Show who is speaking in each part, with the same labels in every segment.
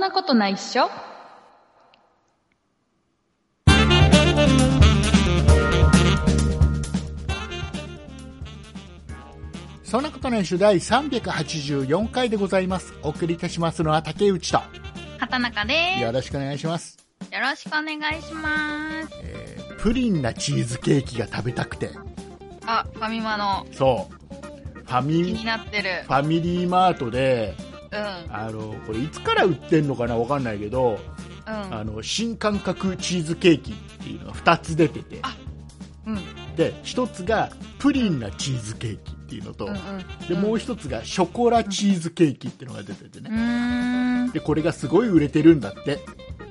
Speaker 1: なことないっしょ
Speaker 2: そんなことないっしょ第384回でございます。お送りいたしますのは竹内と。
Speaker 1: 畑中です
Speaker 2: よろしくお願いします。
Speaker 1: よろしくお願いします
Speaker 2: プリンなチーズケーキが食べたくて。
Speaker 1: あファミマの
Speaker 2: そう。ファ
Speaker 1: 気に
Speaker 2: ミ、
Speaker 1: なってる
Speaker 2: ファミリーマートで、
Speaker 1: うん
Speaker 2: あの、これいつから売ってんのかなわかんないけど、あの、新感覚チーズケーキっていうのが2つ出てて。
Speaker 1: うんうん
Speaker 2: で、1つがプリンなチーズケーキっていうのと、
Speaker 1: うん
Speaker 2: で、
Speaker 1: うん
Speaker 2: もう1つがショコラチーズケーキっていうのが出てて
Speaker 1: う
Speaker 2: ね。
Speaker 1: ーん
Speaker 2: で、これがすごい売れてるんだって。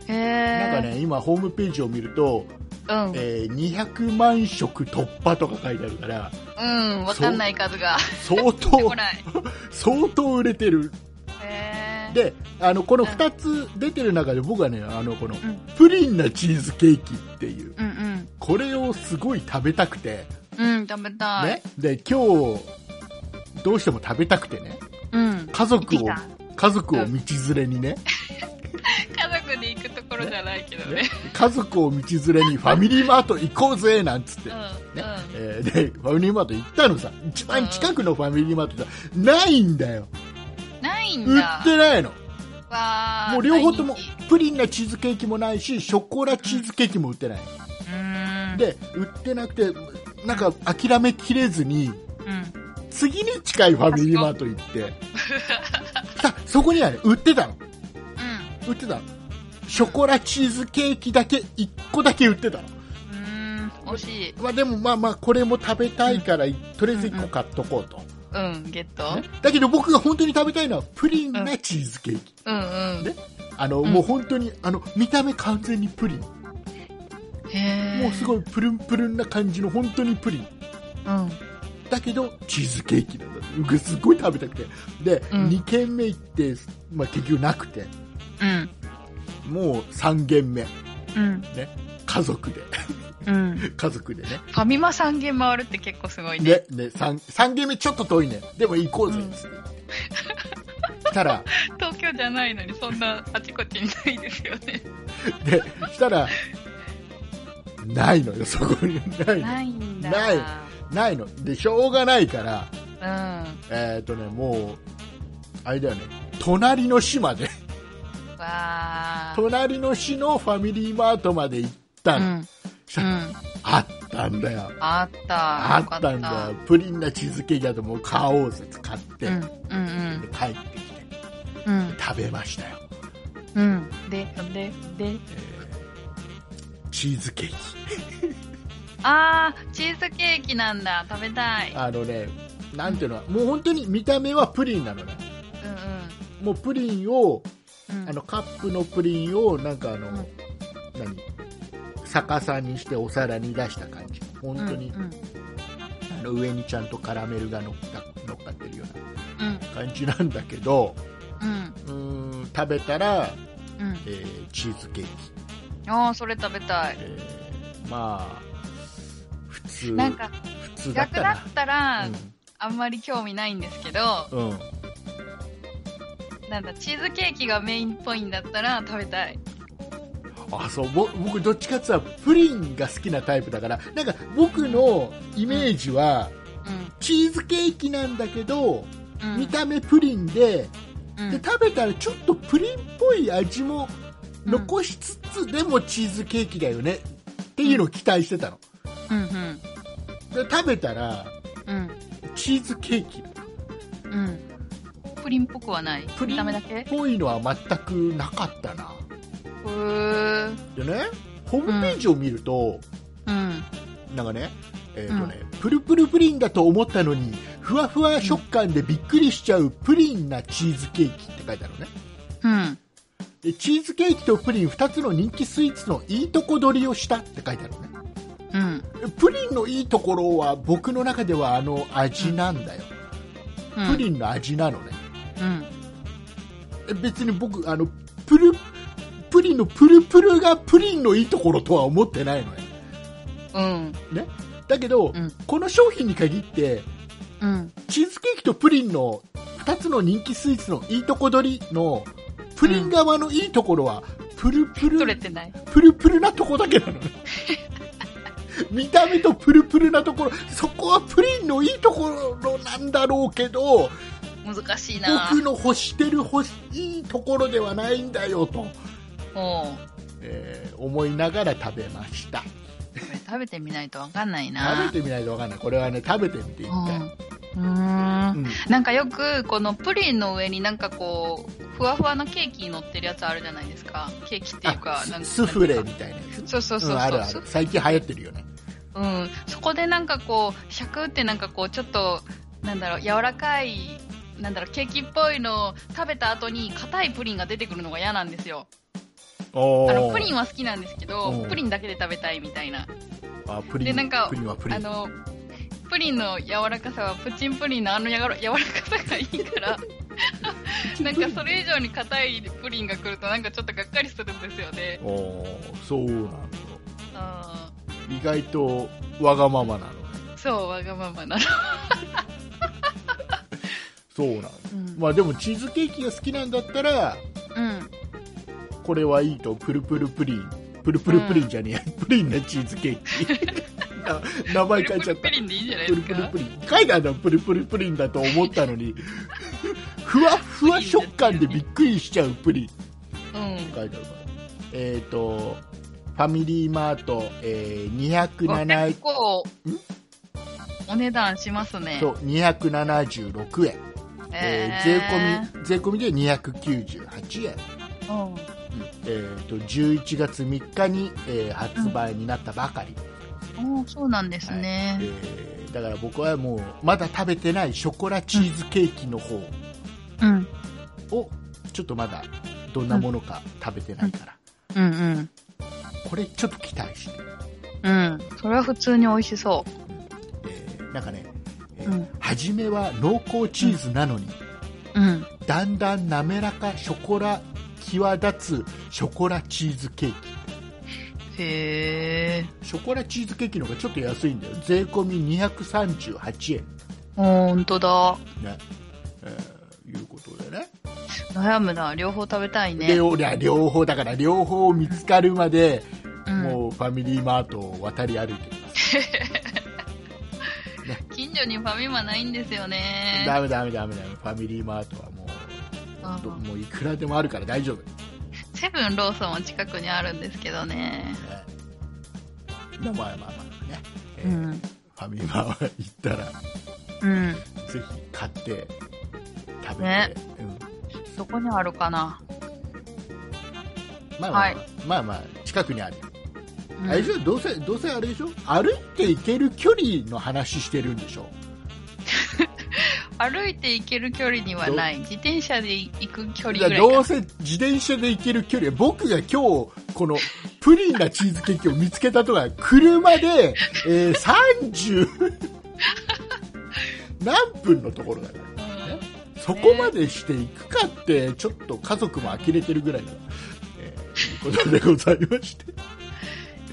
Speaker 1: へえ
Speaker 2: なんかね、今ホームページを見ると、
Speaker 1: うん
Speaker 2: えー200万食突破とか書いてあるから、
Speaker 1: うんわかんない数が
Speaker 2: 相
Speaker 1: 出て こ
Speaker 2: 当、
Speaker 1: ない
Speaker 2: 相当売れてる。
Speaker 1: へえ
Speaker 2: で、あの、この2つ出てる中で僕はね、あの、この
Speaker 1: うん、
Speaker 2: プリンなチーズケーキっていう、
Speaker 1: うんうん
Speaker 2: これをすごい食べたくて、
Speaker 1: うん食べたい、
Speaker 2: ね。で、今日、どうしても食べたくてね、
Speaker 1: うん
Speaker 2: 家族
Speaker 1: 行
Speaker 2: を
Speaker 1: ってき、
Speaker 2: 家族を道連 れにね、
Speaker 1: 家族で行くところじゃないけどね
Speaker 2: ね家族を道連れにファミリーマート行こうぜなんつって
Speaker 1: う、ん
Speaker 2: ねえーでファミリーマート行ったのさ一番近くのファミリーマートじゃないんだよ
Speaker 1: うんないん
Speaker 2: 売
Speaker 1: だ
Speaker 2: ってないの
Speaker 1: わー
Speaker 2: もう両方とも
Speaker 1: 大人気
Speaker 2: プリンなチーズケーキもないしショコラチーズケーキも売ってないう
Speaker 1: ーん
Speaker 2: で売ってなくてなんか諦めきれずに
Speaker 1: うん
Speaker 2: 次に近いファミリーマート行ってさそこにはね売ってたの
Speaker 1: う
Speaker 2: 売ってたのショコラチーズケーキだけ1個だけ売ってたの
Speaker 1: ん。うーん、惜しい。
Speaker 2: まあでもまあまあこれも食べたいからとりあえず1個買っとこうと、
Speaker 1: うん、ゲット
Speaker 2: ね。だけど僕が本当に食べたいのはプリンなチーズケーキ、
Speaker 1: うんうん
Speaker 2: ね。あの、
Speaker 1: うん
Speaker 2: もう本当にあの見た目完全にプリン、
Speaker 1: へー
Speaker 2: もうすごいプルンプルンな感じの本当にプリン
Speaker 1: うん。
Speaker 2: だけどチーズケーキなんだって僕すごい食べたくてで、
Speaker 1: うん
Speaker 2: 2軒目行って、まあ、結局なくて
Speaker 1: うん。
Speaker 2: もう3軒目
Speaker 1: うん。
Speaker 2: 家族で
Speaker 1: う ん。フ
Speaker 2: 家族でね
Speaker 1: ァミマ3軒回るって結構すごいね。
Speaker 2: ねね 3, 三軒目ちょっと遠いねでも行こうぜっつって、したら
Speaker 1: 東京じゃないのにそんなあちこちにないですよね。
Speaker 2: でしたらないのよそこにないの
Speaker 1: ないんだ。
Speaker 2: ないないのでしょうがないから
Speaker 1: うん。
Speaker 2: えっ、ー、とねもうあれだよね隣の市まで
Speaker 1: わー。
Speaker 2: 隣の市のファミリーマートまで行った
Speaker 1: う
Speaker 2: の、
Speaker 1: ん。
Speaker 2: した
Speaker 1: う
Speaker 2: ら
Speaker 1: ん。
Speaker 2: あったんだよ
Speaker 1: あった。
Speaker 2: あったんだよプリンなチーズケーキだともう買おうぜ買って、
Speaker 1: よか
Speaker 2: で
Speaker 1: った。うん。うん
Speaker 2: 帰ってきて
Speaker 1: うん。
Speaker 2: 食べましたよ
Speaker 1: うん。うん。で、で、で。
Speaker 2: チーズケーキ
Speaker 1: あー、チーズケーキなんだ。食べたい。
Speaker 2: あのねなんていうのもう本当に見た目はプリンなのね
Speaker 1: うん
Speaker 2: もうプリンを
Speaker 1: うん。うん
Speaker 2: あの、カップのプリンをなんかあの、
Speaker 1: うん
Speaker 2: 何逆さにしてお皿に出した感じ本当に、
Speaker 1: うん。
Speaker 2: あの上にちゃんとカラメルが乗った乗っかってるよう
Speaker 1: うん。
Speaker 2: な感じなんだけど
Speaker 1: うん。
Speaker 2: うーん食べたら、
Speaker 1: うん。
Speaker 2: えーチーズケーキ、
Speaker 1: ああ、それ食べたい。
Speaker 2: えーまあ普通
Speaker 1: なんか、
Speaker 2: 普通だっ
Speaker 1: 逆
Speaker 2: た
Speaker 1: だ
Speaker 2: な
Speaker 1: ったら、あんまり興味ないんですけど、
Speaker 2: うん、うん、
Speaker 1: なんだ、チーズケーキがメインっぽいんだったら食べたい。
Speaker 2: あそうぼ僕どっちかっていうとプリンが好きなタイプだからなんか僕のイメージは、チーズケーキなんだけど
Speaker 1: うん。うん、
Speaker 2: 見た目プリンで,、
Speaker 1: うん、
Speaker 2: で食べたらちょっとプリンっぽい味も残しつつ、でもチーズケーキだよねっていうのを期待してたの、
Speaker 1: うん、うん、
Speaker 2: で食べたら
Speaker 1: うん、
Speaker 2: チーズケーキっ
Speaker 1: うん。プリンっぽくはない。
Speaker 2: プリ
Speaker 1: 見
Speaker 2: ン
Speaker 1: た目だけ
Speaker 2: ぽいのは全くなかったな
Speaker 1: ふー。
Speaker 2: でねホームページを見ると、
Speaker 1: うん。
Speaker 2: なんかねえーとねプルプルプリンだと思ったのにふわふわ食感でびっくりしちゃうプリンなチーズケーキって書いてあるのね
Speaker 1: うん。
Speaker 2: でチーズケーキとプリン2つの人気スイーツのいいとこ取りをしたって書いてあるのね
Speaker 1: うん。
Speaker 2: プリンのいいところは僕の中ではあの味なんだよ、
Speaker 1: うん、
Speaker 2: プリンの味なのね
Speaker 1: うん。
Speaker 2: 別に僕あのプルプリンのプルプルがプリンのいいところとは思ってないのね
Speaker 1: うん。
Speaker 2: だけど、
Speaker 1: うん
Speaker 2: この商品に限って
Speaker 1: うん。
Speaker 2: チーズケーキとプリンの2つの人気スイーツのいいとこ取りのプリン側のいいところは、プルプ
Speaker 1: 取れ
Speaker 2: ル、
Speaker 1: てない。
Speaker 2: プルプルなとこだけなのね。見た目とプルプルなところ、そこはプリンのいいところなんだろうけど、
Speaker 1: 難しいな
Speaker 2: 僕の欲してる欲しいいところではないんだよと、
Speaker 1: も
Speaker 2: えー思いながら食べました。
Speaker 1: う、これ食べてみないとわかんない
Speaker 2: 食
Speaker 1: な
Speaker 2: べてみないとわかんない。これはね、食べてみて一回。
Speaker 1: うん。うー
Speaker 2: うんん。
Speaker 1: なんかよく、このプリンの上になんかこう、ふわふわのケーキに乗ってるやつあるじゃないですか。ケーキっていうか
Speaker 2: あ、
Speaker 1: なんか
Speaker 2: ススフレみたいなやつ。
Speaker 1: そうそうそうそう。
Speaker 2: ん、あるある。最近流行ってるよね。
Speaker 1: うん、そこでなんかこう、シャクってなんかこう、ちょっと、なんだろう、柔らかい、なんだろう、ケーキっぽいのを食べた後に、硬いプリンが出てくるのが嫌なんですよ。あの、プリンは好きなんですけど
Speaker 2: おー、
Speaker 1: プリンだけで食べたいみたいな。
Speaker 2: あプリン
Speaker 1: でなんか
Speaker 2: プリンはプリ
Speaker 1: あ
Speaker 2: ン
Speaker 1: の、プリンの柔らかさは、プチンプリンのあのやがら柔らかさがいいから、なんかそれ以上に硬いプリンが来ると、なんかちょっとがっかりするんですよね。
Speaker 2: おーそうなの
Speaker 1: う
Speaker 2: 意外とわがままなのね
Speaker 1: ん、そう、わがままなの。
Speaker 2: そうなの
Speaker 1: うん。
Speaker 2: まあでもチーズケーキが好きなんだったら
Speaker 1: うん、
Speaker 2: これはいいとプルプルプリンプルプルプリンじゃねえや、プリンなチーズケ ーキな名
Speaker 1: プ
Speaker 2: 前
Speaker 1: ル
Speaker 2: 変えち
Speaker 1: プ
Speaker 2: ゃ
Speaker 1: ル
Speaker 2: った
Speaker 1: プリンでいいんじゃない
Speaker 2: プ
Speaker 1: で
Speaker 2: ル
Speaker 1: す
Speaker 2: プル
Speaker 1: か
Speaker 2: プリン書いてあるのプルプルプリンだと思ったの にふわふわ食感でびっくりしちゃうプリン
Speaker 1: うん。
Speaker 2: 書いてあるからえっ、とファミリーマート、えー、207
Speaker 1: 結構お値段しますね。
Speaker 2: そう276円、えー税
Speaker 1: え
Speaker 2: 込み税込みで298円、
Speaker 1: ーうん
Speaker 2: えー、と11月3日に、えー発売になったばかり、
Speaker 1: おーそうなんですね。
Speaker 2: えーだから僕はもうまだ食べてないショコラチーズケーキの方
Speaker 1: うん。
Speaker 2: をちょっとまだどんなものか食べてないから、
Speaker 1: うん
Speaker 2: これちょっと期待して、
Speaker 1: うん。うん。それは普通に美味しそ
Speaker 2: えーなんかね、えー
Speaker 1: うん
Speaker 2: 初めは濃厚チーズなのに、
Speaker 1: う。うん。
Speaker 2: だんだん滑らかショコラ際立つショコラチーズケーキ
Speaker 1: へえ。
Speaker 2: ショコラチーズケーキの方がちょっと安いんだよ税込み238円
Speaker 1: おーほんとだ。
Speaker 2: ねえーいうことでね
Speaker 1: 悩むな。両方食べたいね。
Speaker 2: 両両方だから両方見つかるまで、
Speaker 1: うん
Speaker 2: もうファミリーマートを渡り歩いてます
Speaker 1: 近所にファミマないんですよね。
Speaker 2: ダメダメダメダメファミリーマートはもう
Speaker 1: あ
Speaker 2: ど
Speaker 1: ー
Speaker 2: もういくらでもあるから大丈夫、ね、
Speaker 1: セブンローソンは近くにあるんですけどね。
Speaker 2: まあまあまあまあね、え
Speaker 1: うん。
Speaker 2: ーファミマは行ったら
Speaker 1: うん。
Speaker 2: ぜひ買って食べて、
Speaker 1: ね
Speaker 2: うん
Speaker 1: どこにあるかな。
Speaker 2: まあまあ、
Speaker 1: はい
Speaker 2: まあまあ近くにある、
Speaker 1: うん
Speaker 2: あれでしょどうせどうせあれでしょ歩いて行ける距離の話してるんでしょ
Speaker 1: 歩いて行ける距離にはない。自転車で行く距
Speaker 2: い
Speaker 1: 離ぐ
Speaker 2: や
Speaker 1: らいか
Speaker 2: ど
Speaker 1: な
Speaker 2: う。せ自転車で行ける距離僕が今日このプリンなチーズケーキを見つけたとか 車で、えー、30何分のところだから
Speaker 1: うん
Speaker 2: そこまでしていくかってちょっと家族も呆れてるぐらいの、えー、いうことでございまして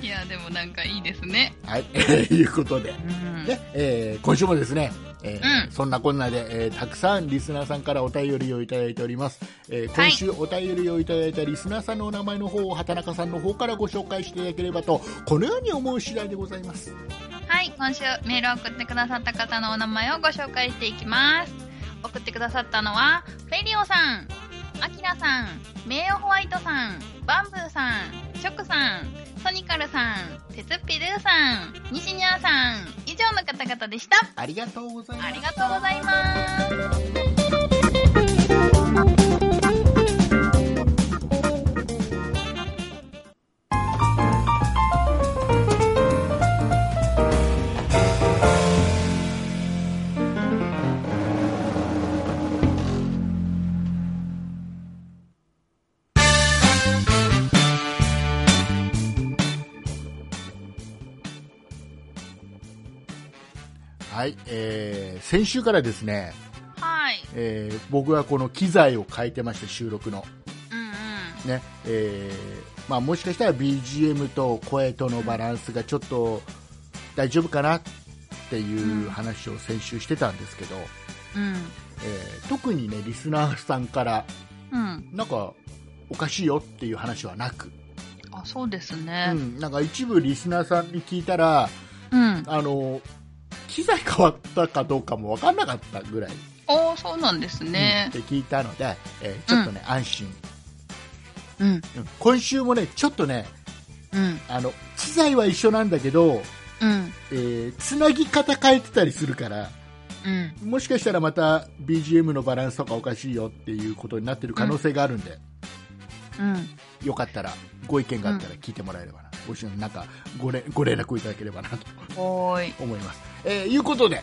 Speaker 1: いや、でもなんかいいですね。
Speaker 2: はい、えー、いうことで
Speaker 1: うん。
Speaker 2: ねえー今週もですね、えー
Speaker 1: うん
Speaker 2: そんなこんなで、えーたくさんリスナーさんからお便りをいただいております、えー
Speaker 1: はい
Speaker 2: 今週お便りをいただいたリスナーさんのお名前の方を畑中さんの方からご紹介していただければとこのように思う次第でございます
Speaker 1: はい、今週メールを送ってくださった方のお名前をご紹介していきます。送ってくださったのは、フェリオさん、アキラさん、名誉ホワイトさん、バンブーさん、ショクさん、ソニカルさん、鉄っぴるーさん、西ニャーさん、以上の方々でした。
Speaker 2: ありがとうございま
Speaker 1: あ
Speaker 2: す
Speaker 1: りがとうございます。
Speaker 2: はい、えー先週からですね、
Speaker 1: はい。
Speaker 2: えー僕はこの機材を変えてまして収録の
Speaker 1: うんうん。
Speaker 2: ねえーまあ、もしかしたら BGM と声とのバランスがちょっと大丈夫かなっていう話を先週してたんですけど、
Speaker 1: うん。
Speaker 2: えー特にねリスナーさんから
Speaker 1: うん。
Speaker 2: なんかおかしいよっていう話はなく、
Speaker 1: あそうです
Speaker 2: う
Speaker 1: ね
Speaker 2: ん、なんか一部リスナーさんに聞いたら
Speaker 1: うん、
Speaker 2: あの機材変わったかどうかも分かんなかったぐらい、
Speaker 1: ああそうなんですね
Speaker 2: うんって聞いたので、えーちょっとね、安心、
Speaker 1: うん
Speaker 2: うん今週もねちょっとね
Speaker 1: うん
Speaker 2: あの機材は一緒なんだけど
Speaker 1: うん
Speaker 2: えーつなぎ方変えてたりするから
Speaker 1: うん
Speaker 2: もしかしたらまた BGM のバランスとかおかしいよっていうことになってる可能性があるんで、
Speaker 1: うん
Speaker 2: よかったらご意見があったら聞いてもらえればな、ご指導なんかごれご連絡いただければなと
Speaker 1: おーい
Speaker 2: 思います。えーいうことで、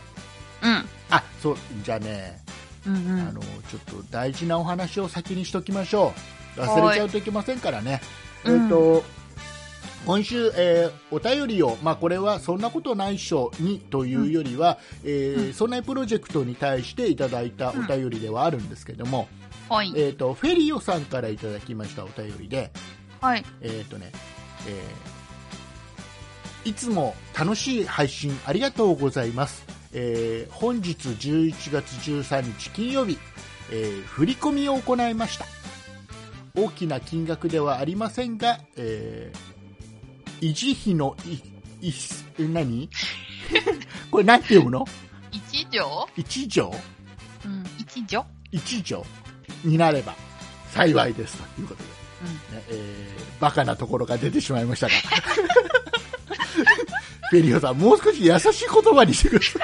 Speaker 1: うん
Speaker 2: あそうじゃあね、
Speaker 1: うんう
Speaker 2: あ
Speaker 1: ん
Speaker 2: の、ちょっと大事なお話を先にしときましょう、忘れちゃうといけませんからね。え
Speaker 1: はい
Speaker 2: ーと今週、えーお便りを、まあ、これはそんなことないっしょにというよりは、えー
Speaker 1: うん
Speaker 2: そんなプロジェクトに対していただいたお便りではあるんですけども、
Speaker 1: はい
Speaker 2: えー、とフェリオさんからいただきましたお便りで、
Speaker 1: はい
Speaker 2: えーとねえーいつも楽しい配信ありがとうございます、えー本日11月13日金曜日、えー振り込みを行いました大きな金額ではありませんが、えー維持費のいいえ何 これ何て読むの
Speaker 1: 一条
Speaker 2: 一条
Speaker 1: うん一条
Speaker 2: 一条になれば幸いですということで、ねえーバカなところが出てしまいましたがフェリオさんもう少し優しい言葉にしてください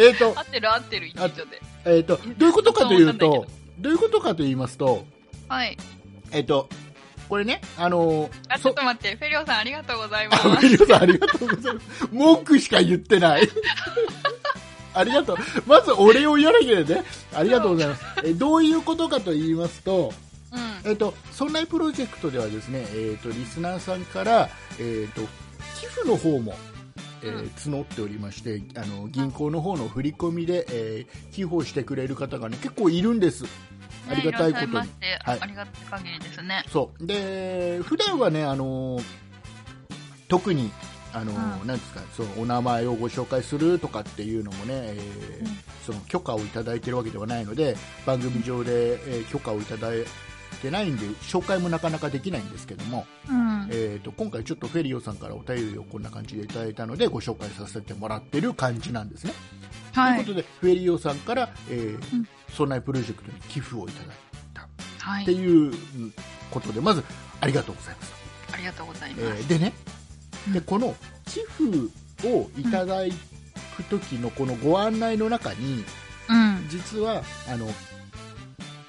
Speaker 2: えっと
Speaker 1: 合ってる合ってる一条で
Speaker 2: えっ、とどういうことかとい
Speaker 1: そ
Speaker 2: う
Speaker 1: う思
Speaker 2: と
Speaker 1: ったんだ
Speaker 2: どういうことかと言いますと
Speaker 1: はい
Speaker 2: えっ、とこれねあのー
Speaker 1: あちょ
Speaker 2: そ
Speaker 1: っと待ってフェリオさんありがとうございま
Speaker 2: あ
Speaker 1: す
Speaker 2: フェリオさんありがとうございます文句しか言ってない ありがとうまずお礼を言わなきゃねありがとうございますえどういうことかと言いますと
Speaker 1: うん
Speaker 2: えっと、そんなプロジェクトではですね、えっと、リスナーさんから、えっと、寄付の方も、えー
Speaker 1: うん
Speaker 2: 募っておりましてあの銀行の方の振り込みで、えー寄付をしてくれる方が、ね、結構いるんです ありがたいことに
Speaker 1: ねらっしゃまして
Speaker 2: はい
Speaker 1: ありがたい限りですね。
Speaker 2: そうで普段はねあの特にあの、
Speaker 1: う
Speaker 2: なんですかそのお名前をご紹介するとかっていうのもね、えー
Speaker 1: うん
Speaker 2: その許可をいただいてるわけではないので番組上で、えー許可をいただいてないんで紹介もなかなかできないんですけども、
Speaker 1: うん。
Speaker 2: えー、と今回ちょっとフェリオさんからお便りをこんな感じでいただいたのでご紹介させてもらってる感じなんですね。
Speaker 1: はい
Speaker 2: とい。うことでフェリオさんから、えー
Speaker 1: うん
Speaker 2: そんなプロジェクトに寄付をいただいた
Speaker 1: は
Speaker 2: って
Speaker 1: い。
Speaker 2: いうことでまずありがとうございます。
Speaker 1: ありがとうござい
Speaker 2: え
Speaker 1: ます。
Speaker 2: ーでね
Speaker 1: うん
Speaker 2: でこの寄付をいただく時のこのご案内の中に
Speaker 1: うん。
Speaker 2: 実はあの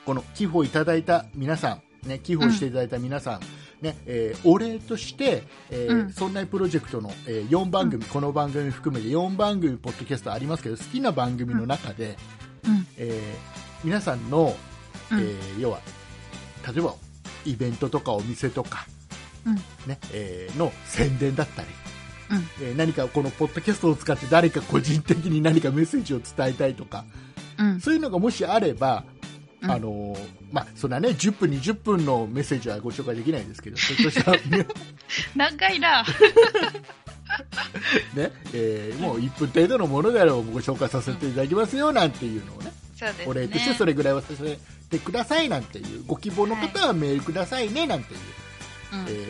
Speaker 2: この寄付をいただいた皆さん、ね、寄付をしていただいた皆さん、ねえーお礼として、え
Speaker 1: う
Speaker 2: ー
Speaker 1: ん
Speaker 2: そんなプロジェクトの、え4番組、この番組含めて4番組ポッドキャストありますけど好きな番組の中で、
Speaker 1: うん
Speaker 2: えー皆さんの、
Speaker 1: うん
Speaker 2: えー要は例えばイベントとかお店とか、
Speaker 1: うん
Speaker 2: ねえーの宣伝だったり、
Speaker 1: うん
Speaker 2: えー何かこのポッドキャストを使って誰か個人的に何かメッセージを伝えたいとか
Speaker 1: うん。
Speaker 2: そういうのがもしあれば、
Speaker 1: うん
Speaker 2: あのーまあ、そんなね、10分、20分のメッセージはご紹介できないです けど、ちょっとした、ね
Speaker 1: 長いな。
Speaker 2: えーもう1分程度のものであればご紹介させていただきますよなんていうのをね、
Speaker 1: そうですね。
Speaker 2: お礼としてそれぐらいはさせてくださいなんていう、ご希望の方はメールくださいねなんていう、
Speaker 1: うん
Speaker 2: えー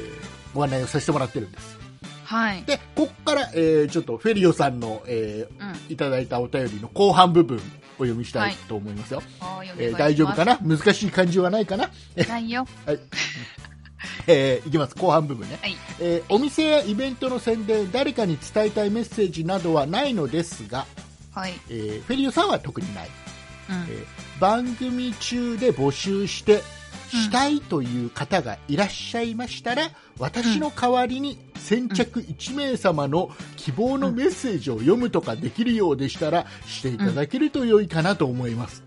Speaker 2: ご案内をさせてもらってるんです。
Speaker 1: はい。
Speaker 2: で、ここから、えーちょっとフェリオさんの、え
Speaker 1: うん。
Speaker 2: ーいただいたお便りの後半部分、お読みしたいと思いますよ。
Speaker 1: おー
Speaker 2: えー大丈夫か
Speaker 1: な
Speaker 2: な難しい漢字はないかな
Speaker 1: ないよ。
Speaker 2: えーいきます後半部分ね、
Speaker 1: はい
Speaker 2: えーお店やイベントの宣伝誰かに伝えたいメッセージなどはないのですが、
Speaker 1: はい。
Speaker 2: えーフェリオさんは特にない、
Speaker 1: う
Speaker 2: え
Speaker 1: ん。
Speaker 2: ー番組中で募集し
Speaker 1: う
Speaker 2: て
Speaker 1: ん
Speaker 2: したいという方がいらっしゃいましたら、私の代わりに先着1名様の希望のメッセージを読むとかできるようでしたらしていただけると良いかなと思います、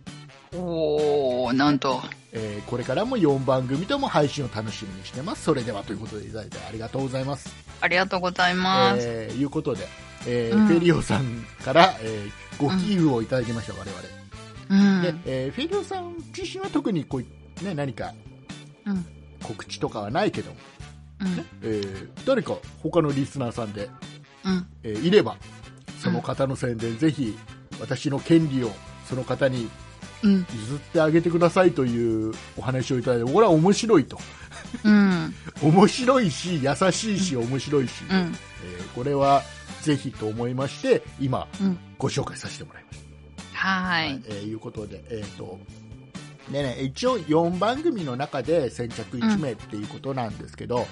Speaker 1: おー、なんと。
Speaker 2: えーこれからも4番組とも配信を楽しみにしてますそれではということでいただいてありがとうございます
Speaker 1: ありがとうございます。
Speaker 2: えーいうことで、えー
Speaker 1: うん
Speaker 2: フェリオさんから、えーご寄付をいただきました、我々
Speaker 1: う
Speaker 2: で
Speaker 1: ん。、
Speaker 2: えーフェリオさん自身は特にこう、ね、何か
Speaker 1: うん。
Speaker 2: 告知とかはないけども、
Speaker 1: うん。
Speaker 2: えー誰か他のリスナーさんで、
Speaker 1: うん。
Speaker 2: えーいればその方の宣伝、ぜひ私の権利をその方に
Speaker 1: うん。
Speaker 2: 譲ってあげてくださいというお話をいただいてこれは面白いと
Speaker 1: うん。
Speaker 2: 面白いし優しいし面白いし、
Speaker 1: うん。
Speaker 2: えーこれはぜひと思いまして今
Speaker 1: うん。
Speaker 2: ご紹介させてもらいました。
Speaker 1: はーい。
Speaker 2: えーいうことで、えーとねね、一応4番組の中で先着1名っていうことなんですけど、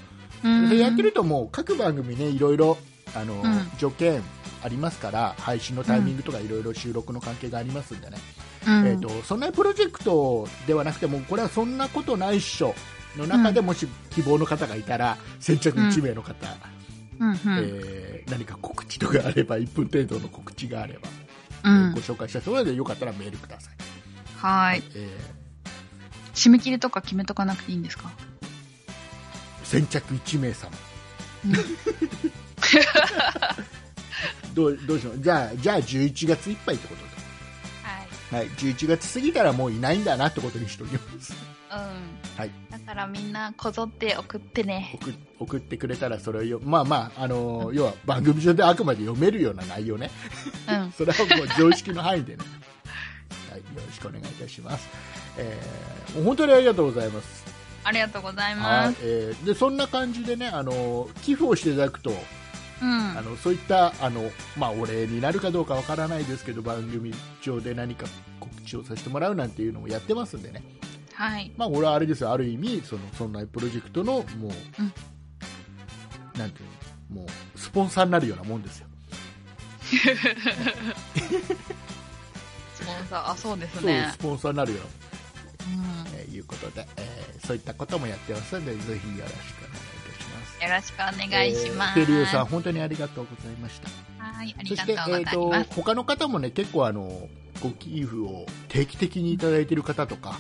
Speaker 1: うん
Speaker 2: でやってるともう各番組ねいろいろあの、
Speaker 1: うん
Speaker 2: 条件ありますから配信のタイミングとかいろいろ収録の関係がありますんでね、
Speaker 1: うん
Speaker 2: えー、とそんなプロジェクトではなくてもこれはそんなことないっしょの中でもし希望の方がいたら先着1名の方、
Speaker 1: うんうん
Speaker 2: えー何か告知とかあれば1分程度の告知があれば、
Speaker 1: う
Speaker 2: えー
Speaker 1: ん
Speaker 2: ご。紹介したそうなのでよかったらメールください。
Speaker 1: はーい。
Speaker 2: えー
Speaker 1: 締め切りとか決めとかなくていいんですか
Speaker 2: 先着1名 様
Speaker 1: うん
Speaker 2: どうどうしようじゃあじゃあ11月いっぱいってことで、はい、11月過ぎたらもういないんだなってことにしておきます
Speaker 1: はい。うん。
Speaker 2: はい
Speaker 1: だからみんなこぞって送ってね。
Speaker 2: 送送ってくれたらそれをよまあまあ、あのー要は番組上であくまで読めるような内容ね
Speaker 1: うん。
Speaker 2: それはもう常識の範囲で ね、はい、よろしくお願いいたします、えーもう本当にありがとうございます
Speaker 1: ありがとうござい
Speaker 2: は
Speaker 1: ま
Speaker 2: い
Speaker 1: す。
Speaker 2: えーでそんな感じでね、あのー寄付をしていただくと
Speaker 1: うん。
Speaker 2: あのそういったあの、まあ、お礼になるかどうかわからないですけど番組上で何か告知をさせてもらうなんていうのもやってますんでね、
Speaker 1: はい。
Speaker 2: まあ、俺はあれですよある意味そのそんなプロジェクトのもう、
Speaker 1: うん
Speaker 2: なんていうのもうスポンサーになるようなもんですよ
Speaker 1: スポンサー、あ、そうです
Speaker 2: そう
Speaker 1: ね。
Speaker 2: スポンサーになるようなもん
Speaker 1: うん。
Speaker 2: えーいうことで、えーそういったこともやってますのでぜひよろしくお願いいたします
Speaker 1: よろしくお願いします。
Speaker 2: えーフェリオさん本当にありがとうございました
Speaker 1: はい、あり
Speaker 2: そ
Speaker 1: がと
Speaker 2: して、
Speaker 1: う
Speaker 2: え
Speaker 1: ござい
Speaker 2: ー、と
Speaker 1: ます。
Speaker 2: 他の方もね結構あのご寄付を定期的にいただいている方とか、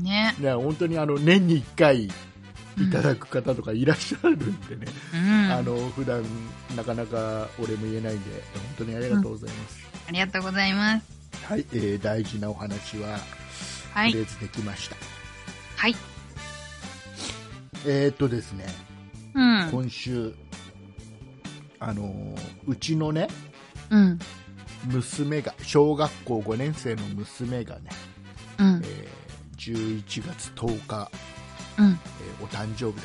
Speaker 1: ね。
Speaker 2: ね、本当にあの年に1回いただく方とかいらっしゃるんでね、
Speaker 1: うん。
Speaker 2: あ
Speaker 1: あ
Speaker 2: の普段なかなか俺も言えないんで本当にありがとうございます、
Speaker 1: りがとうございます。
Speaker 2: はい、えー大事なお話は
Speaker 1: は
Speaker 2: と
Speaker 1: い
Speaker 2: りあ。えずできました、
Speaker 1: はい。
Speaker 2: えーっとですね
Speaker 1: うん。
Speaker 2: 今週あのうちのね
Speaker 1: うん。
Speaker 2: 娘が小学校5年生の娘がね、
Speaker 1: うん。
Speaker 2: えー11月10日
Speaker 1: うん。
Speaker 2: えーお誕生日だったんです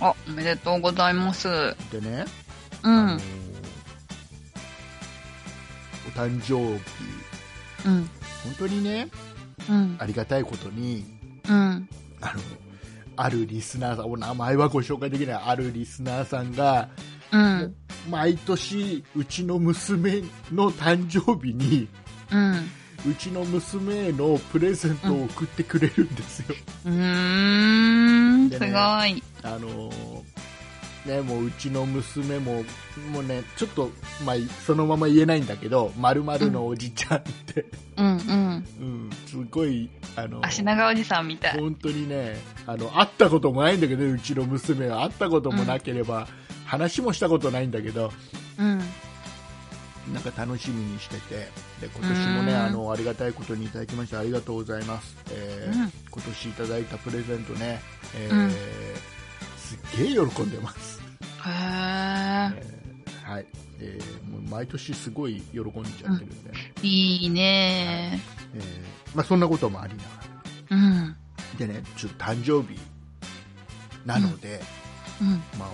Speaker 1: あ、おめでとうございます。う
Speaker 2: でね、あの
Speaker 1: ん
Speaker 2: ー。お誕生日
Speaker 1: うん。
Speaker 2: 本当にね
Speaker 1: うん。
Speaker 2: ありがたいことに
Speaker 1: うん。
Speaker 2: あのあるリスナーさんお名前はご紹介できないあるリスナーさんが
Speaker 1: うん。
Speaker 2: 毎年うちの娘の誕生日に
Speaker 1: うん。
Speaker 2: うちの娘へのプレゼントを送ってくれるんですよ、
Speaker 1: うーん。すご
Speaker 2: でね
Speaker 1: い。
Speaker 2: あのーね、もううちの娘ももう、ね、ちょっと、まあ、そのまま言えないんだけど「まるのおじちゃん」って、
Speaker 1: うんうん。
Speaker 2: うん、すごいあの
Speaker 1: 足長おじさん みたい。
Speaker 2: 本当にねあの会ったこともないんだけどねうちの娘は会ったこともなければ、話もしたことないんだけど
Speaker 1: うん。
Speaker 2: なんか楽しみにしててで今年もね
Speaker 1: うん
Speaker 2: あのありがたいことにいただきましてありがとうございます、えー
Speaker 1: うん
Speaker 2: 今年いただいたプレゼントね、えー
Speaker 1: うん
Speaker 2: すっげえ喜んでます、
Speaker 1: へえ。
Speaker 2: はいえーもう毎年すごい喜んじゃってるんで、
Speaker 1: いいね
Speaker 2: えーまあ、そんなこともありながら
Speaker 1: うん。
Speaker 2: でねちょっと誕生日なので、
Speaker 1: うん。
Speaker 2: まあ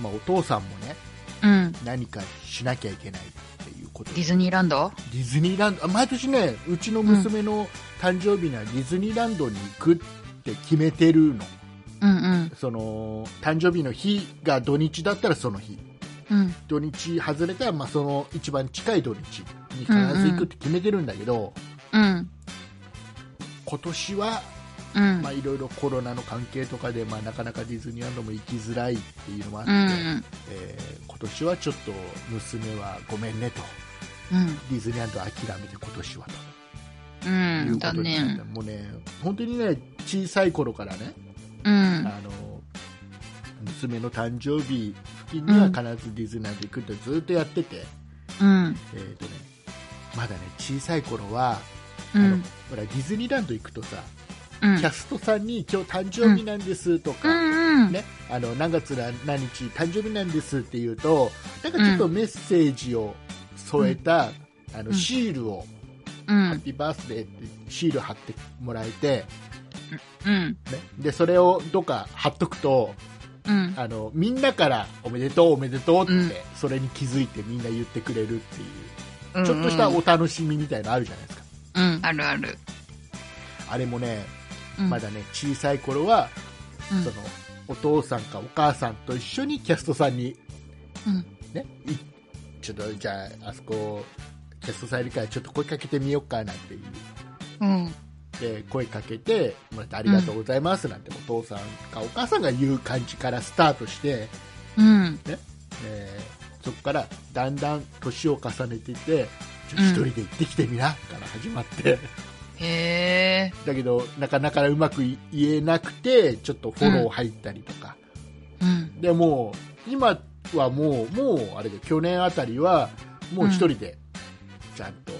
Speaker 2: まあ、お父さんもね
Speaker 1: うん。
Speaker 2: 何かしなきゃいけないっていうこと
Speaker 1: デ
Speaker 2: で
Speaker 1: ィズニーランド
Speaker 2: ディズニーランドあ毎年ねうちの娘の誕生日にはディズニーランドに行くって決めてるの
Speaker 1: うんうん。
Speaker 2: その誕生日の日が土日だったらその日
Speaker 1: うん。
Speaker 2: 土日外れたら、まあ、その一番近い土日に必ず行くって決めてるんだけど、
Speaker 1: うん。
Speaker 2: 今年は
Speaker 1: うん
Speaker 2: まあ。いろいろコロナの関係とかで、まあ、なかなかディズニーランドも行きづらいっていうのもあって、
Speaker 1: うん。
Speaker 2: えー今年はちょっと娘はごめんねと
Speaker 1: うん。
Speaker 2: ディズニーランド諦めて今年はと
Speaker 1: う。
Speaker 2: いうんこ
Speaker 1: だ
Speaker 2: とになっ
Speaker 1: ね
Speaker 2: て、。もうね本当にね小さい頃からね、
Speaker 1: うん。
Speaker 2: あの娘の誕生日付近には
Speaker 1: うん
Speaker 2: 必ずディズニーランド行くってずっとやってて、
Speaker 1: うん。
Speaker 2: えーとね、まだね小さい頃は、
Speaker 1: う
Speaker 2: あの
Speaker 1: ん。
Speaker 2: ほらディズニーランド行くとさ、
Speaker 1: うん
Speaker 2: キャストさんに今日誕生日なんですとか、
Speaker 1: うん。
Speaker 2: ね、あの何月何日誕生日なんですっていうとなんかちょっとメッセージを添えた、あ
Speaker 1: う
Speaker 2: の
Speaker 1: ん
Speaker 2: シールを
Speaker 1: う
Speaker 2: ハッ
Speaker 1: ん。
Speaker 2: ピーバースデーってシール貼ってもらえて、
Speaker 1: うん。
Speaker 2: ね、でそれをどっか貼っとくと
Speaker 1: うん。
Speaker 2: あのみんなからおめでとうおめでとうって、
Speaker 1: うん
Speaker 2: それに気づいてみんな言ってくれるっていう
Speaker 1: うん
Speaker 2: ちょっとしたお楽しみみたいのあるじゃないですか、
Speaker 1: うん、あるある。
Speaker 2: あれもね
Speaker 1: うん
Speaker 2: まだね小さい頃は
Speaker 1: うん
Speaker 2: そのお父さんかお母さんと一緒にキャストさんに、
Speaker 1: うん
Speaker 2: ね、いちょっとじゃああそこキャストさんいるからちょっと声かけてみようかなんていう
Speaker 1: うん。
Speaker 2: で声かけてもらってありがとうございますなんてお父さんかお母さんが言う感じからスタートして、
Speaker 1: うん。
Speaker 2: えーそこからだんだん年を重ねていってちょ
Speaker 1: うん
Speaker 2: 一人で行ってきてみなから始まって、
Speaker 1: へえ。
Speaker 2: だけどなかなかうまくい言えなくてちょっとフォロー入ったりとか、
Speaker 1: うん。
Speaker 2: でもう今はもうもうあれで去年あたりはもう一人でちゃんと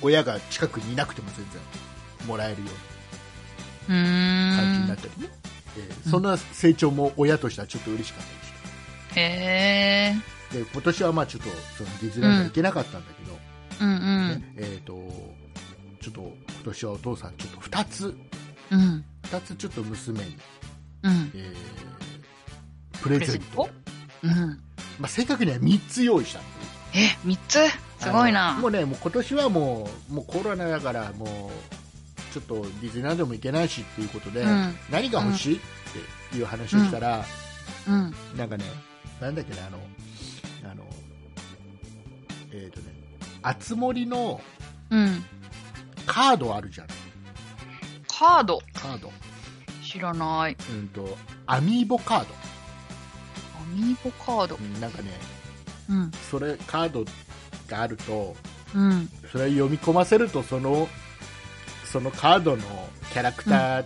Speaker 2: 親が近くにいなくても全然もらえるよう
Speaker 1: うー
Speaker 2: な感じになっ
Speaker 1: ん。
Speaker 2: たりね、えーそんな成長も親としてはちょっと嬉しかったりして。
Speaker 1: へえ。
Speaker 2: で今年はまあちょっとそのディズニーランド行けなかったんだけど、
Speaker 1: うんうん。
Speaker 2: ねえー、とちょっと今年はお父さんちょっと2つ
Speaker 1: うん。
Speaker 2: 2つちょっと娘に、
Speaker 1: うん。
Speaker 2: えープレゼント、
Speaker 1: うん。
Speaker 2: まあ、正確には3つ用意したの
Speaker 1: え、三つすごい
Speaker 2: あの
Speaker 1: な
Speaker 2: も。うねもう今年はもうもうコロナだからもうちょっとディズニーランドも行けないしっていうことで、
Speaker 1: うん
Speaker 2: 何が欲しい、っていう話をしたら、
Speaker 1: うん。
Speaker 2: なんかねなんだっけなあのあのえっ、とねあつ森の
Speaker 1: うん。
Speaker 2: カードあるじゃん
Speaker 1: カード
Speaker 2: カード
Speaker 1: 知らない。
Speaker 2: うんとアミーボカード
Speaker 1: アミーボカード
Speaker 2: う。んなんかね
Speaker 1: うん。
Speaker 2: それカードがあると
Speaker 1: うん。
Speaker 2: それを読み込ませるとそのそのカードのキャラクター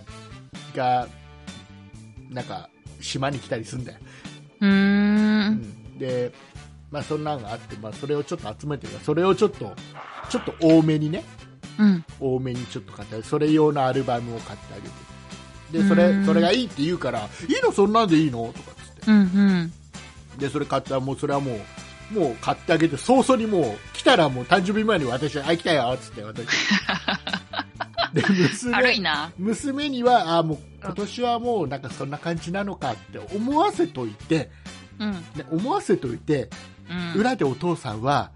Speaker 2: が、なんか島に来たりするんだよ、
Speaker 1: うー。
Speaker 2: うんんでまあそんなのがあって、まあ、それをちょっと集めてるからそれをちょっとちょっと多めにね
Speaker 1: うん。
Speaker 2: 多めにちょっと買ってあげてそれ用のアルバムを買ってあげてでそれ
Speaker 1: うん
Speaker 2: それがいいって言うからいいのそんなんでいいのとかっつって
Speaker 1: うん。うん。
Speaker 2: でそれ買ったらもうそれはもうもう買ってあげて早々にもう来たらもう誕生日前に私は「あ来たよ」っつっ て私で
Speaker 1: 軽い
Speaker 2: 娘
Speaker 1: な。
Speaker 2: 娘にはあもう今年はもうなんかそんな感じなのかって思わせといて、
Speaker 1: うん。
Speaker 2: ね、思わせといて
Speaker 1: うん。
Speaker 2: 裏でお父さんは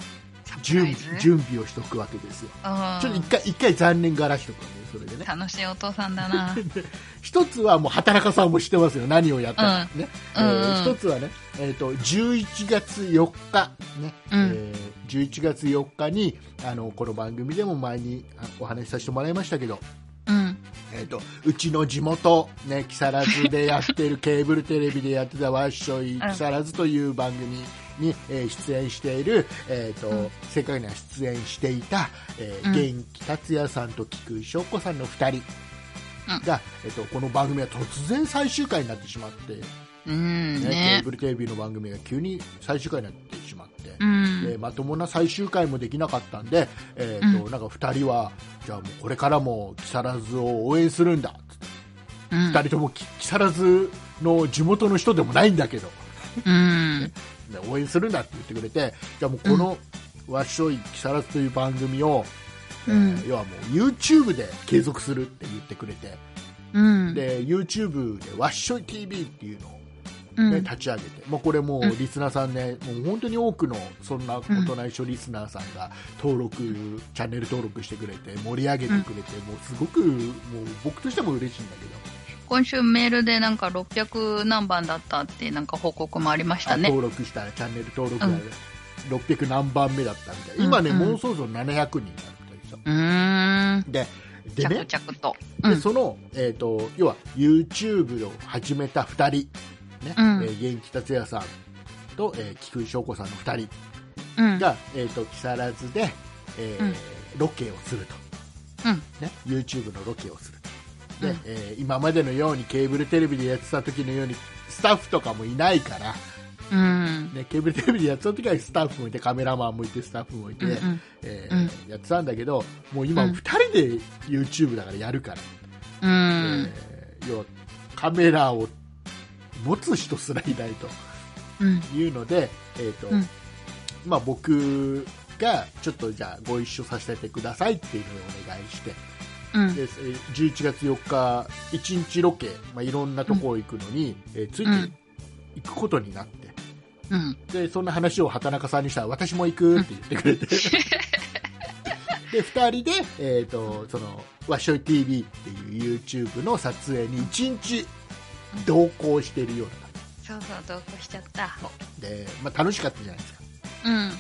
Speaker 2: 準備準備をしとくわけですよちょっと一回一回残念がらしとくわけねそれでね
Speaker 1: 楽しいお父さんだな。
Speaker 2: 一つはもう働かさんもしてますよ何をやったかね、えー
Speaker 1: うん
Speaker 2: 一つはね、えー、と11月4日、ね
Speaker 1: うん
Speaker 2: えー11月4日にあのこの番組でも前にあお話しさせてもらいましたけど、
Speaker 1: うん。
Speaker 2: えー、とうちの地元、ね、木更津でやっ てるケーブルテレビでやってた「わっしょ
Speaker 1: う
Speaker 2: い
Speaker 1: ん
Speaker 2: 木更津」という番組に、えー出演している、えーと
Speaker 1: うん
Speaker 2: 正確には出演していた、えー
Speaker 1: うん
Speaker 2: 元気達也さんと菊井翔子さんの2人が、えー、とこの番組は突然最終回になってしまって。
Speaker 1: うん。
Speaker 2: ねケー
Speaker 1: ね
Speaker 2: ブ。ルテレビの番組が急に最終回になってしまって、
Speaker 1: うん
Speaker 2: で。まともな最終回もできなかったんで、えーと
Speaker 1: う
Speaker 2: なんか2人はじゃあもうこれからも木更津を応援するんだっつって、
Speaker 1: うん
Speaker 2: 2人ともき木更津の地元の人でもないんだけど、
Speaker 1: うん。
Speaker 2: ね応援するんだって言ってくれてじゃあもうこの「わっしょい木更津」という番組を、
Speaker 1: うん
Speaker 2: えー要はもう YouTube で継続するって言ってくれて、
Speaker 1: うん。
Speaker 2: で YouTube で「わっしょい TV」っていうのを
Speaker 1: うん、
Speaker 2: ね、立ち上げて、まあ、これも
Speaker 1: うん
Speaker 2: うリスナーさんね、もう本当に多くのそんなことないしょリスナーさんが登録、チャンネル登録してくれて盛り上げてくれて、もうすごくもう僕としても嬉しいんだけど、
Speaker 1: 今週メールでなんか600何番だったってなんか報告もありました
Speaker 2: あ
Speaker 1: ね。
Speaker 2: 登録したらチャンネル登録が、
Speaker 1: うん
Speaker 2: 600何番目だったみたいな今ね、
Speaker 1: うんうん
Speaker 2: もうそろそろ700人になるみたいですよ
Speaker 1: うーん。
Speaker 2: ででね
Speaker 1: 着々と。う
Speaker 2: で
Speaker 1: ん。
Speaker 2: その、えー、と要は YouTube を始めた2人、ね
Speaker 1: うん
Speaker 2: えー元気達也さんと、えー菊井翔子さんの2人
Speaker 1: うん。
Speaker 2: が、えー、と木更津で、えー
Speaker 1: うん
Speaker 2: ロケをすると、
Speaker 1: うん。
Speaker 2: ね、YouTube のロケをするとで、
Speaker 1: うん
Speaker 2: えー今までのようにケーブルテレビでやってた時のようにスタッフとかもいないから、
Speaker 1: うん。
Speaker 2: ね、ケーブルテレビでやってた時はスタッフもいてカメラマンもいてスタッフもいて、
Speaker 1: うんうん
Speaker 2: えーやってたんだけどもう今
Speaker 1: うん
Speaker 2: 2人で YouTube だからやるから、
Speaker 1: う
Speaker 2: え
Speaker 1: ん。
Speaker 2: ー要はカメラを持つ人すらいないと。
Speaker 1: うん。
Speaker 2: いうので、えーと
Speaker 1: うん
Speaker 2: まあ、僕がちょっとじゃあご一緒させてくださいっていうふうにお願いして
Speaker 1: うん。
Speaker 2: でえー11月4日1日ロケ、まあ、いろんなとこ行くのに、えーついて行くことになって、
Speaker 1: うん。
Speaker 2: でそんな話を畑中さんにしたら私も行くって言ってくれてで2人で、えー、とそのわっしょい TV っていう YouTube の撮影に1日同行しているような感
Speaker 1: そうそう、同行しちゃった。
Speaker 2: じで、まあ、楽しかったじゃないですか
Speaker 1: うん。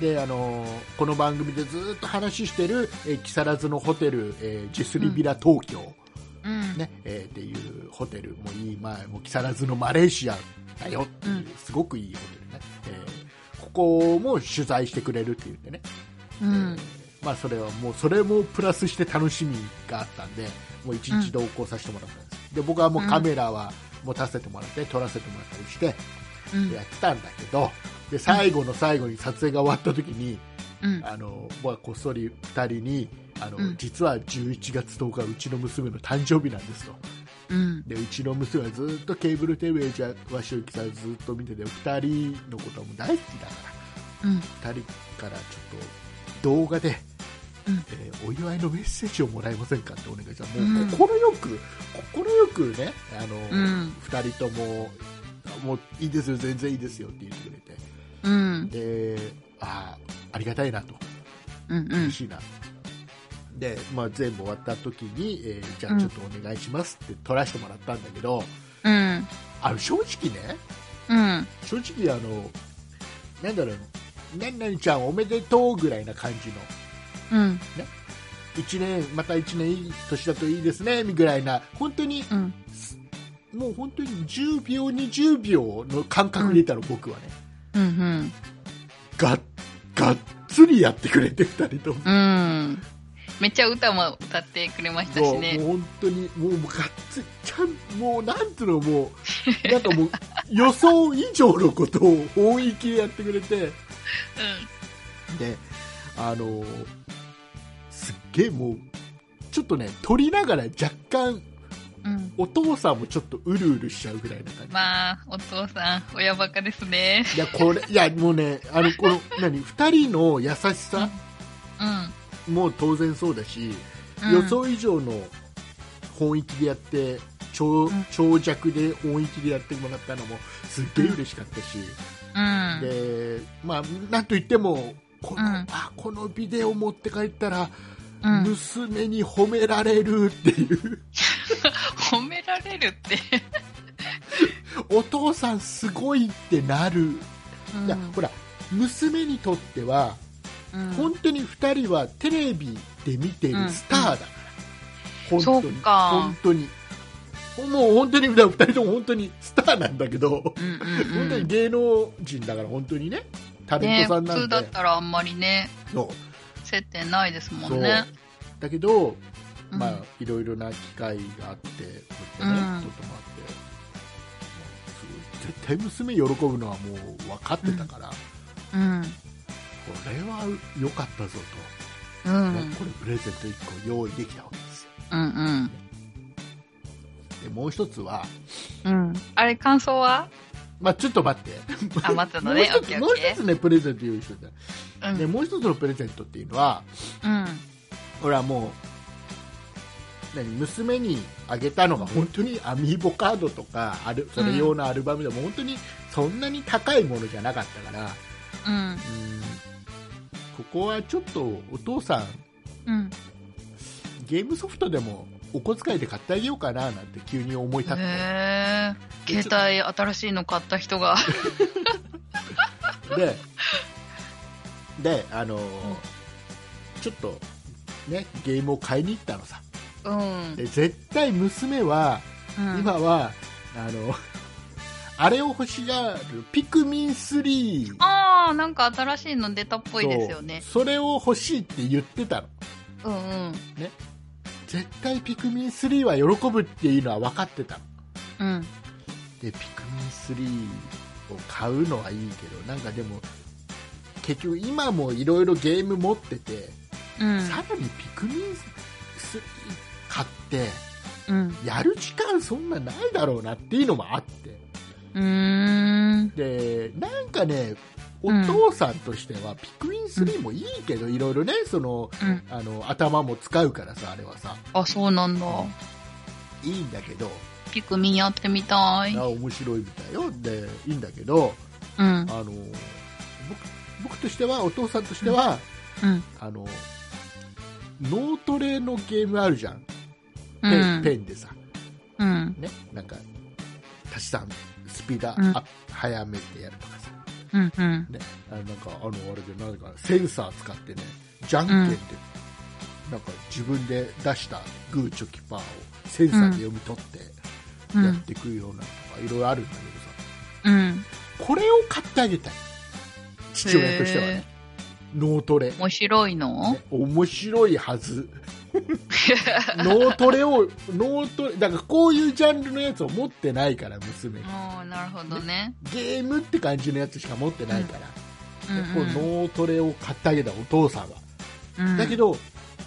Speaker 2: であのーこの番組でずっと話してる、えー木更津のホテル、えージェスリビラ東京、
Speaker 1: うん。
Speaker 2: ねえーっていうホテルもいい、まあ、もう木更津のマレーシアだよっていう、
Speaker 1: うん
Speaker 2: すごくいいホテルね、えーここも取材してくれるって言ってね、
Speaker 1: う
Speaker 2: え
Speaker 1: ん。
Speaker 2: ーまあ、それはもうそれもプラスして楽しみがあったんでもう一日同行させてもらったんです、で僕はもうカメラは持たせてもらって撮らせてもらったりして
Speaker 1: うん
Speaker 2: や。ってたんだけどで最後の最後に撮影が終わった時に、
Speaker 1: うん。
Speaker 2: あの僕はこっそり2人にあの、
Speaker 1: うん
Speaker 2: 実は11月10日うちの娘の誕生日なんですと。
Speaker 1: うん。
Speaker 2: でうちの娘はずっとケーブルテレビじゃわしをきさんずっと見てて2人のことはもう大好きだか
Speaker 1: うん。
Speaker 2: ら2人からちょっと動画で、
Speaker 1: うん
Speaker 2: えーお祝いのメッセージをもらえませんかってお願いしたら
Speaker 1: う
Speaker 2: も
Speaker 1: ん
Speaker 2: う快く、快くねあの、
Speaker 1: うん
Speaker 2: 2人とももういいですよ全然いいですよって言ってく
Speaker 1: うん。
Speaker 2: れてでああありがたいなと
Speaker 1: うん。う
Speaker 2: 嬉
Speaker 1: ん。
Speaker 2: しいな、で、まあ、全部終わった時に、えーじゃあちょっとお願いしますって撮らせてもらったんだけど、
Speaker 1: うん。
Speaker 2: あの正直ね
Speaker 1: うん。
Speaker 2: 正直あのなんだろう何々ちゃんおめでとうぐらいな感じの
Speaker 1: うん。
Speaker 2: 1年また1年いい年だといいですねぐらいな本当に
Speaker 1: うん。
Speaker 2: もう本当に10秒20秒の感覚でいたの、僕はね
Speaker 1: うん。
Speaker 2: ががっつりやってくれて2人とも。
Speaker 1: うん。めっちゃ歌も歌ってくれました
Speaker 2: も
Speaker 1: し
Speaker 2: うも
Speaker 1: ね。
Speaker 2: う本当にもうもうがっつりちゃんもうなんつうのもう なんかもう予想以上のことを本域でやってくれてであのすっげえもうちょっとね撮りながら若干
Speaker 1: うん。うん。
Speaker 2: お父さんもちょっとうるうるしちゃうぐらいな感じ、
Speaker 1: まあ、お父さん、親バカですね。
Speaker 2: いやこれいやもうねあのこの何2人の優しさ
Speaker 1: う
Speaker 2: も当然そうだし、
Speaker 1: ん。
Speaker 2: 予想以上の本域でやって長
Speaker 1: うん
Speaker 2: 長尺で本域でやってもらったのもすっげえ嬉しかったし、
Speaker 1: うん。
Speaker 2: でまあなんといってもこの,、
Speaker 1: うん
Speaker 2: あこのビデオ持って帰ったら
Speaker 1: うん、
Speaker 2: 娘に褒められるっていう、
Speaker 1: 褒められるって。
Speaker 2: お父さんすごいってなる、いやほら娘にとっては、
Speaker 1: うん
Speaker 2: 本当に2人はテレビで見てるスターだから、
Speaker 1: ん
Speaker 2: 本
Speaker 1: そ
Speaker 2: 当に
Speaker 1: っか
Speaker 2: 本当にもう本当に2人とも本当にスターなんだけど、
Speaker 1: うんうんう
Speaker 2: 本当に
Speaker 1: ん
Speaker 2: 芸能人だから本当にねタレ
Speaker 1: ね
Speaker 2: ントさん
Speaker 1: 普
Speaker 2: な
Speaker 1: 通
Speaker 2: んで、
Speaker 1: だったらあんまりね、
Speaker 2: そう
Speaker 1: 接点ないですも
Speaker 2: そうん
Speaker 1: ね。
Speaker 2: だけど、
Speaker 1: うん
Speaker 2: まあ、いろいろな機会があって、こうやってね、
Speaker 1: うん
Speaker 2: ちょっと待って、もうすごい絶対娘喜ぶのはもう分かってたから、こ
Speaker 1: うん。
Speaker 2: れは良かったぞ
Speaker 1: う
Speaker 2: と、
Speaker 1: ん。う
Speaker 2: ね
Speaker 1: ん
Speaker 2: これプレゼント1個用意できたわけですよ。
Speaker 1: うん。
Speaker 2: でもう一つは、
Speaker 1: うん。あれ、感想は
Speaker 2: まあ、ちょっと待って、
Speaker 1: あ、待つ
Speaker 2: も
Speaker 1: の
Speaker 2: う
Speaker 1: ね。オ
Speaker 2: 一
Speaker 1: ッケ
Speaker 2: つ
Speaker 1: ー
Speaker 2: も
Speaker 1: オ
Speaker 2: う
Speaker 1: ッ
Speaker 2: 一
Speaker 1: ケ
Speaker 2: つね、プレゼント用意してた、
Speaker 1: ー。
Speaker 2: でもう一つのプレゼントっていうのは、
Speaker 1: うん。
Speaker 2: 俺はもう何娘にあげたのが本当にアミーボカードとかあるそれ用のアルバムでも本当にそんなに高いものじゃなかったから、
Speaker 1: うん。
Speaker 2: ここはちょっとお父さん
Speaker 1: うん。
Speaker 2: ゲームソフトでもお小遣いで買ってあげようかななんて急に思い立って、
Speaker 1: へえ。携帯新しいの買った人 が。
Speaker 2: でであのーちょっと、ね、ゲームを買いに行ったのさ
Speaker 1: うん。
Speaker 2: で絶対娘は
Speaker 1: うん。
Speaker 2: 今はあの あれを欲しがるピクミン3
Speaker 1: ああ、なんか新しいの出たっぽいですよね。
Speaker 2: そうそれを欲しいって言ってたの
Speaker 1: うんうん。
Speaker 2: 絶対ピクミン3は喜ぶっていうのは分かってたの
Speaker 1: うん。
Speaker 2: でピクミン3を買うのはいいけどなんかでも結局今もいろいろゲーム持ってて、
Speaker 1: うん。
Speaker 2: さらにピクミン3買って
Speaker 1: うん。
Speaker 2: やる時間そんなないだろうなっていうのもあって
Speaker 1: うーん。
Speaker 2: でなんかねお
Speaker 1: うん
Speaker 2: 父さんとしてはピクイン3もいいけど、いろいろねその
Speaker 1: うん。
Speaker 2: あの頭も使うからさあれはさ
Speaker 1: あ、そうなんだ。
Speaker 2: いいんだけど
Speaker 1: ピクミンやってみたい。
Speaker 2: あ面白いみたいよでいいんだけど
Speaker 1: うん。
Speaker 2: あの僕僕としてはお父さんとしては、
Speaker 1: うん。
Speaker 2: あの脳トレのゲームあるじゃん
Speaker 1: う
Speaker 2: ペン,、ペ
Speaker 1: ん。
Speaker 2: ンでさ
Speaker 1: うん。
Speaker 2: ねなんか足し算スピードア
Speaker 1: うん
Speaker 2: ップ早めてやるとかさ
Speaker 1: うん。うん。
Speaker 2: ね、あなんかあのあれでなんかセンサー使ってねじゃんけんで、なんか自分で出したグーチョキパーをセンサーで読み取って
Speaker 1: う
Speaker 2: やっ
Speaker 1: ん。
Speaker 2: ていくようなとかいろいろあるんだけど
Speaker 1: うん。
Speaker 2: さこれを買ってあげたい父親としてはね脳トレ、ね
Speaker 1: 面白いの
Speaker 2: 面白いは ず脳トレを脳トレだからこういうジャンルのやつを持ってないから娘が
Speaker 1: もう、なるほどね。
Speaker 2: ゲームって感じのやつしか持ってないから、
Speaker 1: う
Speaker 2: ねこ
Speaker 1: ん。
Speaker 2: う脳トレを買ってあげたお父さんは
Speaker 1: うん。
Speaker 2: だけど、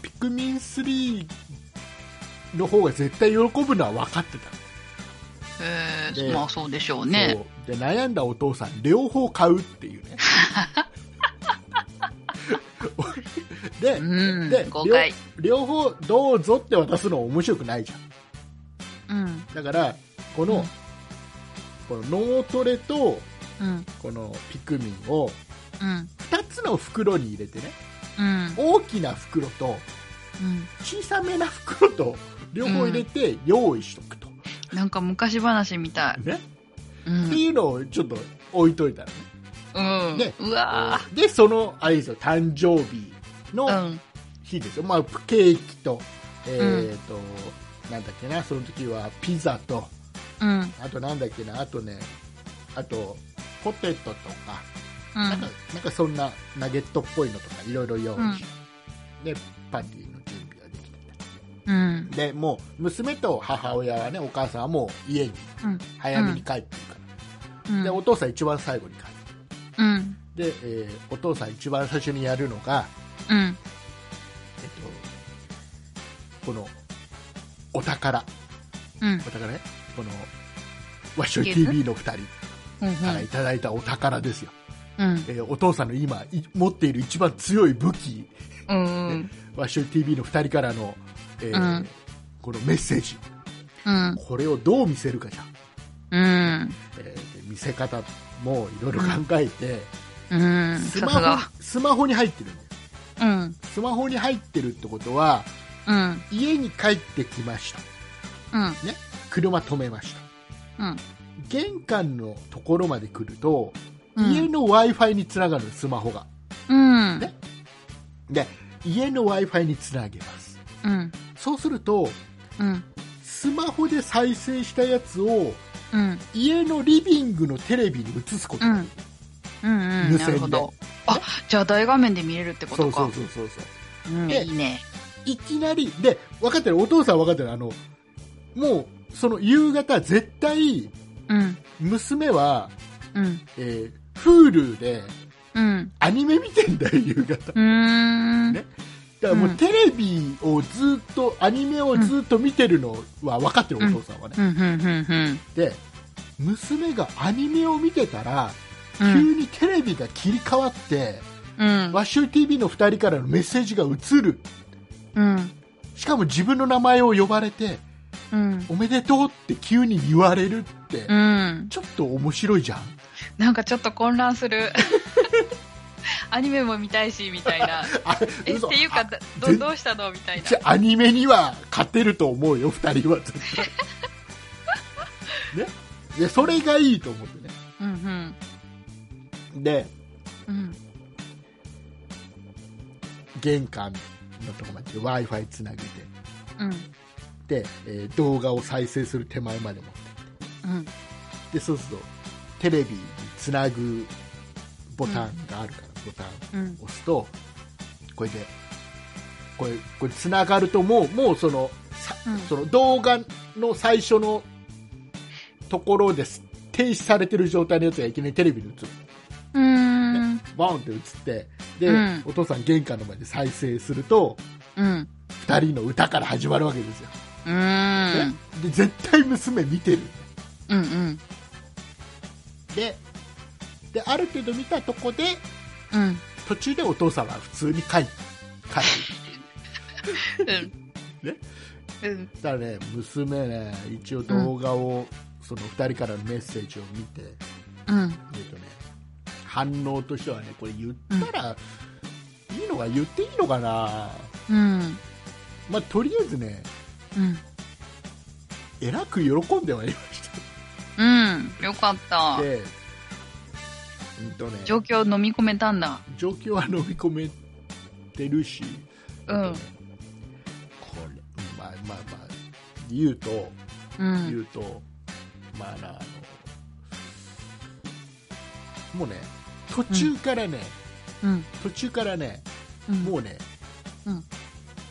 Speaker 2: ピクミン3の方が絶対喜ぶのは分かってた、
Speaker 1: え
Speaker 2: で
Speaker 1: ー、まあそうでしょうね。
Speaker 2: そうで悩んだお父さん両方買うっていう ねで
Speaker 1: うん
Speaker 2: で、
Speaker 1: 誤解。
Speaker 2: 両方どうぞって渡すの面白くないじゃん
Speaker 1: うん。
Speaker 2: だからこの,、
Speaker 1: うん
Speaker 2: この脳トレと
Speaker 1: うん。
Speaker 2: このピクミンを
Speaker 1: うん。
Speaker 2: 2つの袋に入れてね
Speaker 1: うん。
Speaker 2: 大きな袋と
Speaker 1: うん。
Speaker 2: 小さめな袋と両方入れて用意しとくと、
Speaker 1: なんか昔話みたい。
Speaker 2: ね
Speaker 1: う
Speaker 2: って
Speaker 1: ん。
Speaker 2: いうのをちょっと置いといたらね、
Speaker 1: うん
Speaker 2: で。
Speaker 1: うわ
Speaker 2: でそのあれですよ誕生日
Speaker 1: ー
Speaker 2: の
Speaker 1: うん。
Speaker 2: 日ですよ、まあ、ケーキと,、えーとなんだっけなその時はピザと
Speaker 1: うん。
Speaker 2: あとなんだっけなあとねあとポテトとか
Speaker 1: うん
Speaker 2: なんかなんかそんなナゲットっぽいのとかいろいろ用意して、でパティの準備ができて
Speaker 1: うん。
Speaker 2: たでもう娘と母親はねお母さんはもう家に
Speaker 1: うん。
Speaker 2: 早めに帰ってるから、
Speaker 1: うん
Speaker 2: でお父さん一番最後に帰って
Speaker 1: うん。
Speaker 2: で、えーお父さん一番最初にやるのが、
Speaker 1: うん。
Speaker 2: えっと、このお宝
Speaker 1: うん。
Speaker 2: お宝ねこの和食 TV の2人
Speaker 1: うん。
Speaker 2: からいただいたお宝ですよ、
Speaker 1: うん。
Speaker 2: えーお父さんの今い持っている一番強い武器
Speaker 1: うん。
Speaker 2: 和食 TV の2人からの、えー
Speaker 1: うん
Speaker 2: このメッセージ
Speaker 1: うん。
Speaker 2: これをどう見せるかじゃ
Speaker 1: う
Speaker 2: ん、
Speaker 1: ん。
Speaker 2: えーで見せ方もいろいろ考えて、
Speaker 1: うん。
Speaker 2: ス
Speaker 1: さす
Speaker 2: マ
Speaker 1: が。
Speaker 2: ホスマホに入ってるんだよ
Speaker 1: うん。
Speaker 2: スマホに入ってるってことは
Speaker 1: うん。
Speaker 2: 家に帰ってきました
Speaker 1: うん。
Speaker 2: 車止めました
Speaker 1: うん。
Speaker 2: 玄関のところまで来ると、
Speaker 1: うん
Speaker 2: 家の w i f i につながるのスマホが
Speaker 1: うん。
Speaker 2: ねで家の w i f i につなげます
Speaker 1: うん。
Speaker 2: そうすると
Speaker 1: うん。
Speaker 2: スマホで再生したやつを
Speaker 1: うん。
Speaker 2: 家のリビングのテレビに映すこと
Speaker 1: う
Speaker 2: が
Speaker 1: ん
Speaker 2: できる、。
Speaker 1: うん。うん。なるほど。あ、じゃあ大画面で見れるってこ
Speaker 2: そ
Speaker 1: と
Speaker 2: うそ
Speaker 1: か
Speaker 2: う。そうそうそう
Speaker 1: うん。いいね。
Speaker 2: いきなりで分かってるお父さん分かってるあのもうその夕方絶対
Speaker 1: うん。
Speaker 2: 娘は、
Speaker 1: うん。
Speaker 2: えー、Hulu で
Speaker 1: うん。
Speaker 2: アニメ見てん だよ夕方
Speaker 1: うーん。
Speaker 2: ねだからもううんテレビをずっとアニメをずっと見てるのは分かってる、
Speaker 1: うん
Speaker 2: お父さんはね、
Speaker 1: うん。うん。うん。
Speaker 2: で娘がアニメを見てたら、
Speaker 1: うん。
Speaker 2: 急にテレビが切り替わって、
Speaker 1: うん。
Speaker 2: ワッシュ TV の2人からのメッセージが映る
Speaker 1: うん。
Speaker 2: しかも自分の名前を呼ばれて
Speaker 1: うん。
Speaker 2: おめでとうって急に言われるって、
Speaker 1: うん。
Speaker 2: ちょっと面白いじゃん
Speaker 1: なんかちょっと混乱する。アニメも見たいし、みたいな。
Speaker 2: あ
Speaker 1: え、って
Speaker 2: 嘘
Speaker 1: いうか、
Speaker 2: あ
Speaker 1: だ
Speaker 2: ぜ
Speaker 1: ど、どうしたのみたいな
Speaker 2: じ。ゃあアニメには勝てると思うよ2人は絶対ねでそれがいいと思ってね
Speaker 1: うんうん。
Speaker 2: で
Speaker 1: うん。
Speaker 2: 玄関のとこまで w i f i つなげて
Speaker 1: うん。
Speaker 2: で、えー動画を再生する手前まで持って
Speaker 1: うん。
Speaker 2: でそうするとテレビにつなぐボタンがあるから、ボタン
Speaker 1: うん。
Speaker 2: を押すとこれでこれこれつながるともうもうそのさ
Speaker 1: うん
Speaker 2: その動画の最初のところです停止されてる状態のやつがいきなりテレビに映る
Speaker 1: うーん。
Speaker 2: バーンって映ってで、
Speaker 1: うん
Speaker 2: お父さん玄関の前で再生すると
Speaker 1: うん。
Speaker 2: 2人の歌から始まるわけですよ
Speaker 1: うーん。
Speaker 2: で絶対娘見てる
Speaker 1: うんうん。
Speaker 2: でである程度見たとこで
Speaker 1: うん。うん。
Speaker 2: 途中でお父さんは普通に帰る帰るね
Speaker 1: うん。
Speaker 2: だからね娘ね一応動画を、その2人からのメッセージを見て、
Speaker 1: うん。
Speaker 2: えっとね、反応としてはねこれ言ったら、いいのが言っていいのかな、
Speaker 1: うん。
Speaker 2: まあ、とりあえずね
Speaker 1: うん。
Speaker 2: えらく喜んではいまし
Speaker 1: うん。よかった
Speaker 2: た。で、うんとね、
Speaker 1: 状況を飲み込めたんだ。
Speaker 2: 状況は飲み込めてるし、
Speaker 1: うん。
Speaker 2: これまあまあまあ言うと
Speaker 1: う
Speaker 2: 言
Speaker 1: ん。
Speaker 2: うと、まあなあのもうね途中からね、
Speaker 1: うん。
Speaker 2: 途中からね
Speaker 1: うん。
Speaker 2: もうね、
Speaker 1: うん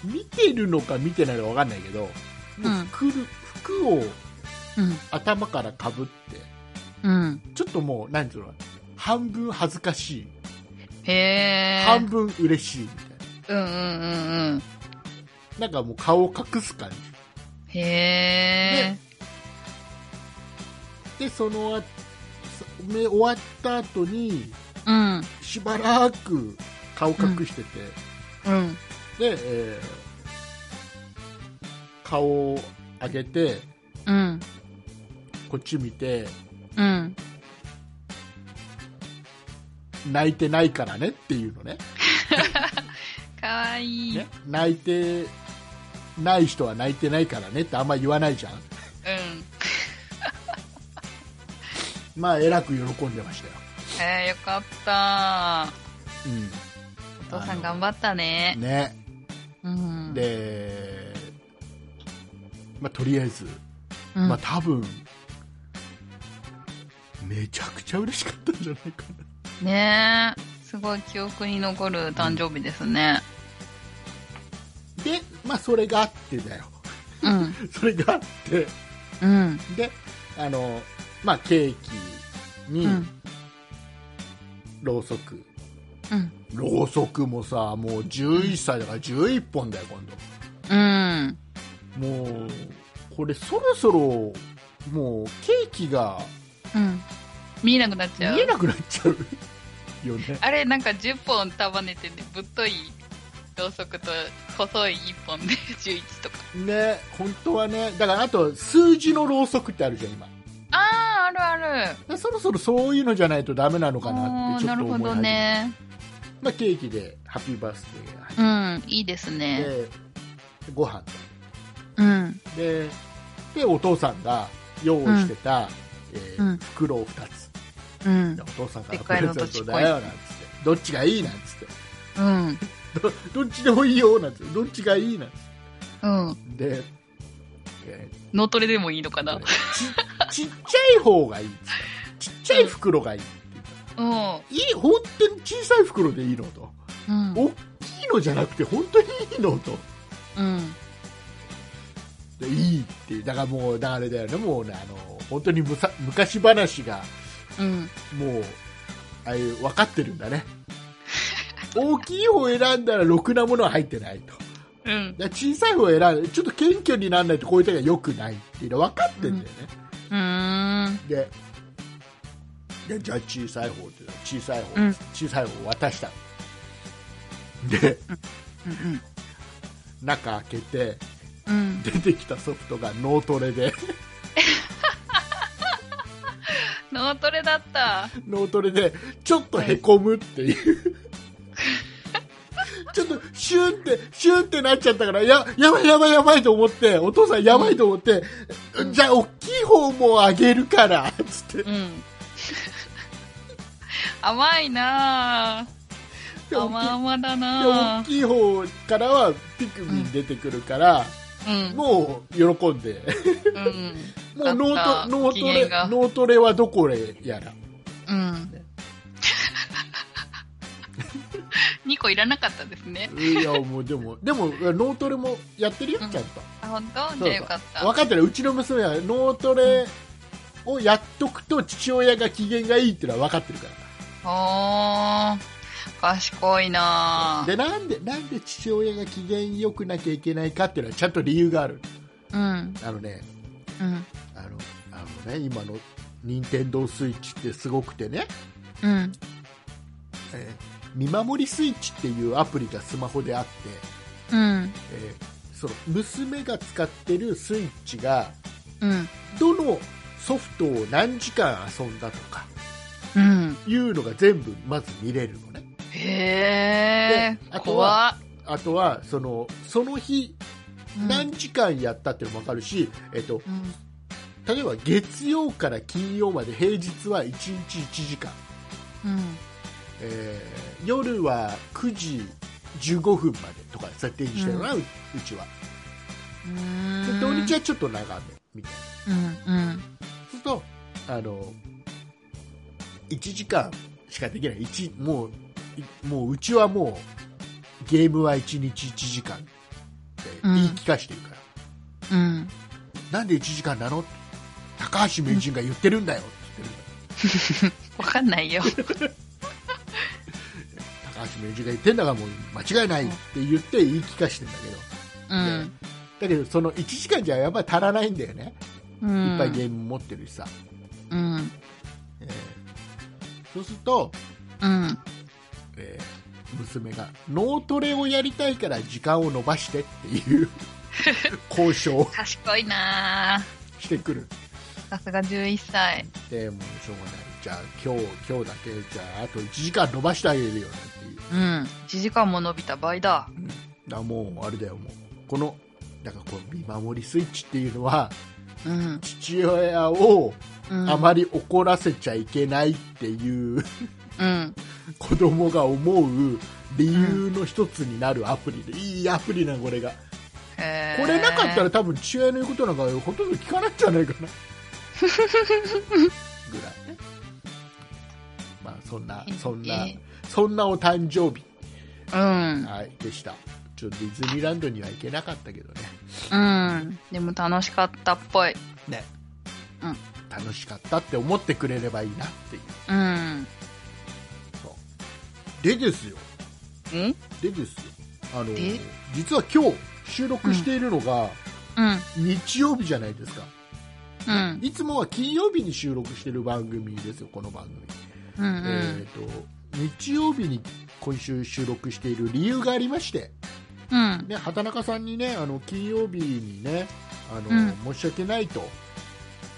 Speaker 2: 見てるのか見てないのか分かんないけど、もう服る服を
Speaker 1: うん。
Speaker 2: 頭からかぶって
Speaker 1: うん。
Speaker 2: ちょっともう何ていうの半分恥ずかしい、
Speaker 1: へえ。
Speaker 2: 半分嬉しいみたい
Speaker 1: うんうんうんうん。
Speaker 2: ななんかもう顔を隠す感じ
Speaker 1: へえ。
Speaker 2: でそのあ目終わった後に
Speaker 1: うん。
Speaker 2: しばらく顔隠してて、
Speaker 1: うん。
Speaker 2: で、えー顔を上げて
Speaker 1: うん。
Speaker 2: こっち見て
Speaker 1: うん。
Speaker 2: 泣いてないからねっていうのね
Speaker 1: かわいい。
Speaker 2: ね泣いてない人は泣いてないからねってあんま言わないじゃん
Speaker 1: うん。
Speaker 2: まあえらく喜んでましたよ、
Speaker 1: えー、よかった。
Speaker 2: うん、
Speaker 1: お父さん頑張ったね。
Speaker 2: ね
Speaker 1: うん。
Speaker 2: で、まあ、とりあえず、
Speaker 1: うん、
Speaker 2: まあ多分めちゃくちゃ嬉しかったんじゃないかな
Speaker 1: ねえ。すごい記憶に残る誕生日ですね。
Speaker 2: で、まあ、それがあってだよ
Speaker 1: うん。
Speaker 2: それがあって
Speaker 1: うん。
Speaker 2: であの、まあ、ケーキに
Speaker 1: うん
Speaker 2: ろうそく、
Speaker 1: うん。
Speaker 2: ろうそくもさもう11歳だから11本だよ今度
Speaker 1: うん。
Speaker 2: もうこれそろそろもうケーキが
Speaker 1: うん。見えなくなっ
Speaker 2: 見
Speaker 1: ちゃう
Speaker 2: え。なくなっちゃうよね
Speaker 1: あれ、なんか10本束ねてて、ぶっといろうそくと細い1本で 11とか。
Speaker 2: ね本当はねだからあと数字のろうそくってあるじゃん今
Speaker 1: あー、あるある。
Speaker 2: そろそろそういうのじゃないとダメなのかな
Speaker 1: あ
Speaker 2: っ
Speaker 1: ー
Speaker 2: てちょ
Speaker 1: な
Speaker 2: っと
Speaker 1: る
Speaker 2: 思
Speaker 1: ほど
Speaker 2: い始めた
Speaker 1: ね。
Speaker 2: まあ、ケーキでハッピーバースデーが
Speaker 1: う
Speaker 2: 入
Speaker 1: ん、いいです
Speaker 2: って、
Speaker 1: ね。
Speaker 2: ご飯
Speaker 1: うん。
Speaker 2: とででお父さんが用意してた、えー
Speaker 1: うん
Speaker 2: 袋を2つ
Speaker 1: うん
Speaker 2: で。お父さんか
Speaker 1: で
Speaker 2: ら
Speaker 1: っ
Speaker 2: プ
Speaker 1: かい
Speaker 2: レ
Speaker 1: の
Speaker 2: ゼントだよなんつってどっちがいいなんつって
Speaker 1: うん。
Speaker 2: どどっちでもいいよなんてどっちがいいなんて
Speaker 1: うん。
Speaker 2: で、え
Speaker 1: 脳トレでもいいのかな
Speaker 2: ー。ち ちっちゃい方がいいっつったちっちゃい袋がいいって言った
Speaker 1: うん。
Speaker 2: いい本当に小さい袋でいいのと
Speaker 1: うん。
Speaker 2: 大きいのじゃなくて本当にいいのと
Speaker 1: うん。
Speaker 2: でいいっていうだからもうだからあれだよねもうねあの本当にむさ昔話が
Speaker 1: うん。
Speaker 2: もうああいう分かってるんだね 大きい方選んだらろくなものは入ってないと
Speaker 1: うん。
Speaker 2: だから小さい方選んでちょっと謙虚にならないとこういう手が良くないっていうの分かってんだよね、
Speaker 1: うーん。
Speaker 2: ででじゃあ小さい方っていうのは小さい方、
Speaker 1: うん
Speaker 2: 小さい方を渡したので
Speaker 1: うん。
Speaker 2: 中開けて
Speaker 1: うん。
Speaker 2: 出てきたソフトが脳トレで
Speaker 1: 脳トレだった。
Speaker 2: 脳トレでちょっとへこむっていうちょっとシュンってシュンってなっちゃったからややばいやばいやばいと思ってお父さんやばいと思って、
Speaker 1: うん
Speaker 2: じゃあ大きい方もあげるからつって
Speaker 1: うん。甘いな
Speaker 2: で
Speaker 1: ぁ。甘々
Speaker 2: 大
Speaker 1: だなぁ。
Speaker 2: きいで大きい方からはピクミン出てくるから、
Speaker 1: うん。
Speaker 2: もう喜んで
Speaker 1: うん。
Speaker 2: もう脳
Speaker 1: あった
Speaker 2: ト脳ト
Speaker 1: 機嫌
Speaker 2: レ
Speaker 1: が
Speaker 2: 脳トレはどこへやら
Speaker 1: うん。2個いらなかったですね。
Speaker 2: いやもうでもでも脳トレもやってるよちゃんと。
Speaker 1: あ、本当
Speaker 2: そう
Speaker 1: じゃあよかった。
Speaker 2: 分かってるうちの娘は脳トレをやっとくと父親が機嫌がいいっていうのは分かってるか
Speaker 1: おー。賢い
Speaker 2: ら
Speaker 1: なぁ。
Speaker 2: でなんでなんで父親が機嫌よくなきゃいけないかっていうのはちゃんと理由がある
Speaker 1: うん。
Speaker 2: あのね
Speaker 1: うん。
Speaker 2: あのあのね今の任天堂スイッチってすごくてね
Speaker 1: うん。
Speaker 2: えー見守りスイッチっていうアプリがスマホであって、
Speaker 1: うん。
Speaker 2: えーその娘が使ってるスイッチが
Speaker 1: うん。
Speaker 2: どのソフトを何時間遊んだとか
Speaker 1: うん。
Speaker 2: いうのが全部まず見れるのね
Speaker 1: へ
Speaker 2: で
Speaker 1: ー。
Speaker 2: あと
Speaker 1: 怖
Speaker 2: は
Speaker 1: っ。
Speaker 2: あとはそのその日
Speaker 1: うん
Speaker 2: 何時間やったっていうのも分かるし、えっと
Speaker 1: うん
Speaker 2: 例えば月曜から金曜まで平日は1日1時間、
Speaker 1: うん。
Speaker 2: えー夜は9時15分までとか設定にしてるな、ううちは
Speaker 1: う
Speaker 2: で
Speaker 1: ーん
Speaker 2: 土日はちょっと長めみたいな
Speaker 1: うんうん。
Speaker 2: するとあの1時間しかできない一もういもううちはもうゲームは1日1時間って言い聞かしてるから、
Speaker 1: うん。
Speaker 2: なんで1時間なの高橋名人が言ってるんだよって言ってる
Speaker 1: わかんないよ。
Speaker 2: 高橋名人が言ってんだからもう間違いないって言って言い聞かしてんだけど
Speaker 1: うん。
Speaker 2: だけどその1時間じゃやっぱり足らないんだよね、
Speaker 1: うん。
Speaker 2: いっぱいゲーム持ってるしさ、
Speaker 1: うん。
Speaker 2: えーそうすると、
Speaker 1: うん。
Speaker 2: えー娘が脳トレをやりたいから時間を延ばしてっていう 交渉を
Speaker 1: 賢いなぁ。
Speaker 2: してくる
Speaker 1: さすが11歳。
Speaker 2: でもうしょうがないじゃあ今日今日だけじゃああと1時間延ばしてあげるよっていう
Speaker 1: うん。1時間も伸びた倍だ。
Speaker 2: だからもうあれだよもうこのだからこの見守りスイッチっていうのは
Speaker 1: うん。
Speaker 2: 父親を
Speaker 1: うん。
Speaker 2: あまり怒らせちゃいけないっていう
Speaker 1: うん。
Speaker 2: 子供が思う理由の一つになるアプリでいいアプリなのこれが
Speaker 1: へー
Speaker 2: これなかったら多分父親の言うことなんかほとんど聞かないんじゃないか なぐらいねまあそんなそんな
Speaker 1: え
Speaker 2: そんなお誕生日、
Speaker 1: うん。
Speaker 2: はい、でしたちょっとディズニーランドには行けなかったけどね
Speaker 1: うん。でも楽しかったっぽい。
Speaker 2: ね、
Speaker 1: うん
Speaker 2: 楽しかったって思ってくれればいいなっていう
Speaker 1: うん。
Speaker 2: そうでですよ
Speaker 1: うん
Speaker 2: でですよあの
Speaker 1: で
Speaker 2: 実は今日収録しているのが
Speaker 1: うん。
Speaker 2: 日曜日じゃないですか、
Speaker 1: うん。
Speaker 2: いつもは金曜日に収録している番組ですよこの番組、
Speaker 1: うん。うん
Speaker 2: えっ、と日曜日に今週収録している理由がありまして、
Speaker 1: うん。
Speaker 2: ね、畑中さんにねあの金曜日にねあの、
Speaker 1: う
Speaker 2: 申し訳ないと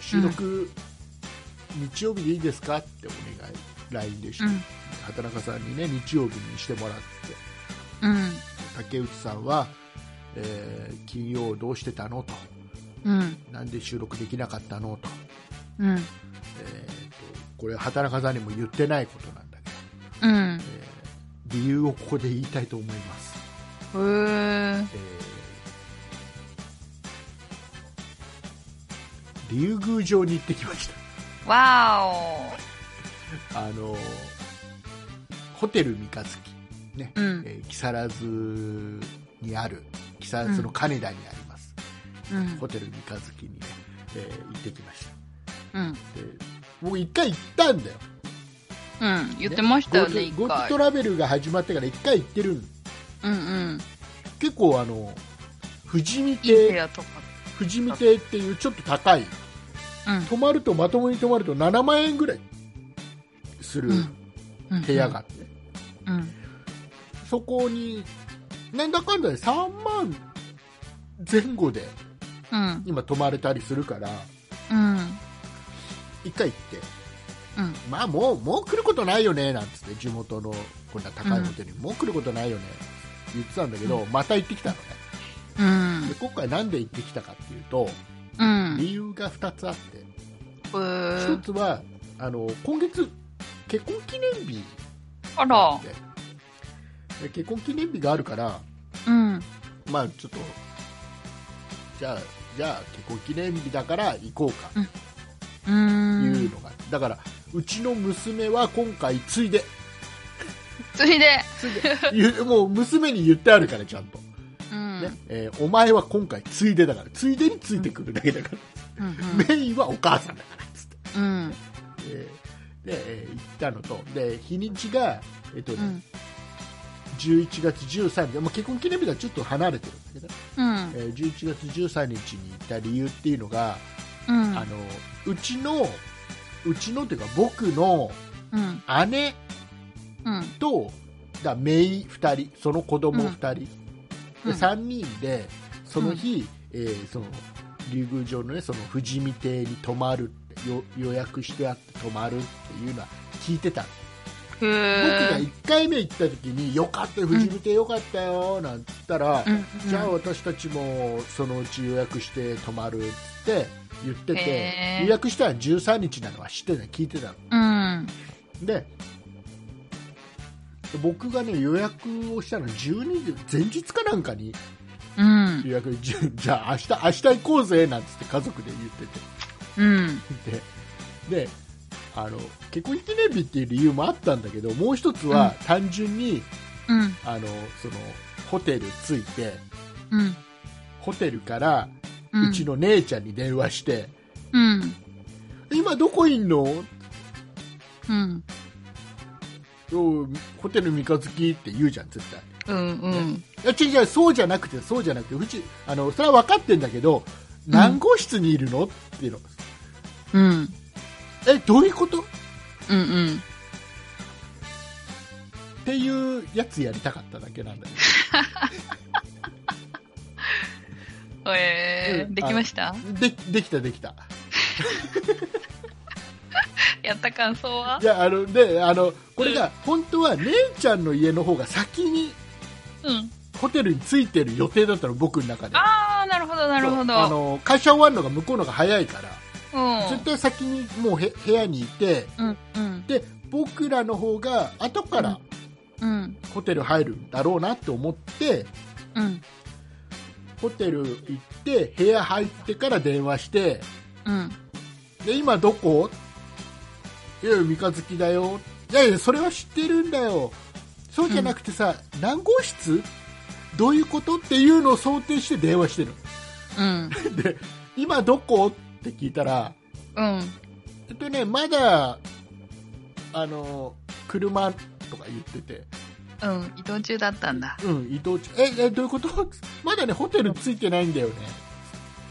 Speaker 2: 収録、日曜日でいいですかってお願い LINE でして、
Speaker 1: うん。
Speaker 2: 畑中さんにね日曜日にしてもらって
Speaker 1: うん。
Speaker 2: 竹内さんは、えー金曜どうしてたのと
Speaker 1: うん。
Speaker 2: なんで収録できなかったのと,、
Speaker 1: うん。
Speaker 2: えーとこれ畑中さんにも言ってないことなんだけど、
Speaker 1: うん。
Speaker 2: えー理由をここで言いたいと思います、
Speaker 1: うーん。
Speaker 2: えー竜宮城に行ってきまし
Speaker 1: わー
Speaker 2: たあのーホテル三日月ね、
Speaker 1: お。うん。
Speaker 2: えー木更津にある木更津の金田にあります、
Speaker 1: うん
Speaker 2: ホ。テル三日月にね、えー行ってきました
Speaker 1: うん。
Speaker 2: で僕一回行ったんだよ
Speaker 1: うん。言ってましたよね、
Speaker 2: ね GoTo
Speaker 1: 一回
Speaker 2: GoTo。トラベルが始まってから一回行ってるん
Speaker 1: うんうん。
Speaker 2: 結構あの富士
Speaker 1: い
Speaker 2: 見
Speaker 1: い部
Speaker 2: 亭
Speaker 1: 屋とか。
Speaker 2: 富士見亭っていうちょっと高い
Speaker 1: うん。
Speaker 2: 泊まるとまともに泊まると7万円ぐらいする
Speaker 1: うん
Speaker 2: 部屋があ。って、
Speaker 1: うん。
Speaker 2: そこになんだかんだで3万前後で
Speaker 1: うん。
Speaker 2: 今泊まれたりするから
Speaker 1: うん。
Speaker 2: 一回行って、
Speaker 1: うん
Speaker 2: まあもうもう来ることないよねなんつって地元のこんな高いホテルに、もう来ることないよねって言ってたんだけど、また行ってきたのね
Speaker 1: うん
Speaker 2: で。今回なんで行ってきたかっていうと
Speaker 1: うん。
Speaker 2: 理由が2つあって、
Speaker 1: うー。
Speaker 2: 1つはあの今月結婚記念日
Speaker 1: あ
Speaker 2: が
Speaker 1: ら
Speaker 2: あっ。てで結婚記念日があるから
Speaker 1: うん。
Speaker 2: まあちょっとじゃあじゃあ結婚記念日だから行こうか
Speaker 1: う
Speaker 2: ってい
Speaker 1: ん
Speaker 2: う。のが、だからうちの娘は今回 ついで
Speaker 1: それで。
Speaker 2: ついで言うもう娘に言ってあるからちゃんと、ね
Speaker 1: うん。
Speaker 2: えーお前は今回ついでだからついでについてくるだけだから、
Speaker 1: うん。
Speaker 2: メインはお母さんだからっつって、
Speaker 1: うん。
Speaker 2: えーで、えー行ったのとで日にちが、えっとね
Speaker 1: うん。
Speaker 2: 11月13日、まあ、結婚記念日とはちょっと離れてるんだけど、
Speaker 1: うん。
Speaker 2: えー11月13日に行った理由っていうのが、
Speaker 1: うん。
Speaker 2: あのうちのうちのっていうか僕の
Speaker 1: うん。
Speaker 2: 姉
Speaker 1: うん。
Speaker 2: とだ姪2人その子供2人、
Speaker 1: うん
Speaker 2: で3人でその日、えーその竜宮城の,、ね、その富士見亭に泊まるってよ予約してあって泊まるっていうのは聞いてた
Speaker 1: へ
Speaker 2: 僕が
Speaker 1: え。
Speaker 2: 1回目行った時に「よかったよ富士見亭よかったよ」なんつったら、
Speaker 1: うんうん
Speaker 2: じゃあ私たちもそのうち予約して泊まるっつって言ってて
Speaker 1: へー
Speaker 2: 予約したら13日なのは知ってた聞いてたの
Speaker 1: うん。
Speaker 2: で僕がね予約をしたの12時前日かなんかに
Speaker 1: うん。
Speaker 2: 予 約じゅじゃあ明日明日行こうぜなんつって家族で言ってて
Speaker 1: うん。
Speaker 2: でであの結婚記念日っていう理由もあったんだけどもう一つは単純に、
Speaker 1: うん。
Speaker 2: あのそのホテル着いて
Speaker 1: うん。
Speaker 2: ホテルから
Speaker 1: うん。
Speaker 2: うちの姉ちゃんに電話して
Speaker 1: うん。
Speaker 2: 「今どこいんの
Speaker 1: うん。
Speaker 2: おうホテル三日月」って言うじゃん絶
Speaker 1: う
Speaker 2: 対。
Speaker 1: ん。うん。
Speaker 2: いや違う違うそうじゃなくてそうじゃなくてうちあのそれは分かってんだけど何号室にいるの、っていうの
Speaker 1: うん。
Speaker 2: えどういうことっ
Speaker 1: うん。うん。
Speaker 2: ていうやつやりたかっただけなんだけ
Speaker 1: え
Speaker 2: う
Speaker 1: ー、
Speaker 2: ん
Speaker 1: できました
Speaker 2: どでできたできた
Speaker 1: やった感想はい
Speaker 2: やあのであのこれが本当は姉ちゃんの家の方が先に
Speaker 1: うん。
Speaker 2: ホテルに着いてる予定だったの僕の中で
Speaker 1: あー、なるほど、なるほ
Speaker 2: そうあ
Speaker 1: ど。
Speaker 2: の会社終わるのが向こうのが早いから、
Speaker 1: うん
Speaker 2: 絶。対先にもうへ部屋にいて
Speaker 1: うん。うん。
Speaker 2: で僕らの方が後から
Speaker 1: うん。
Speaker 2: ホテル入るんだろうなって思って、
Speaker 1: うん。
Speaker 2: ホテル行って部屋入ってから電話して
Speaker 1: うん。
Speaker 2: で今どこいや三日月だよいやいやそれは知ってるんだよそうじゃなくてさ、何号室どういうことっていうのを想定して電話してる
Speaker 1: うん。
Speaker 2: で今どこって聞いたら
Speaker 1: うん。
Speaker 2: えっとねまだあの車とか言ってて、
Speaker 1: うん。移動中だったんだ。
Speaker 2: うん、移動中ええどういうこと まだねホテル着いてないんだよね、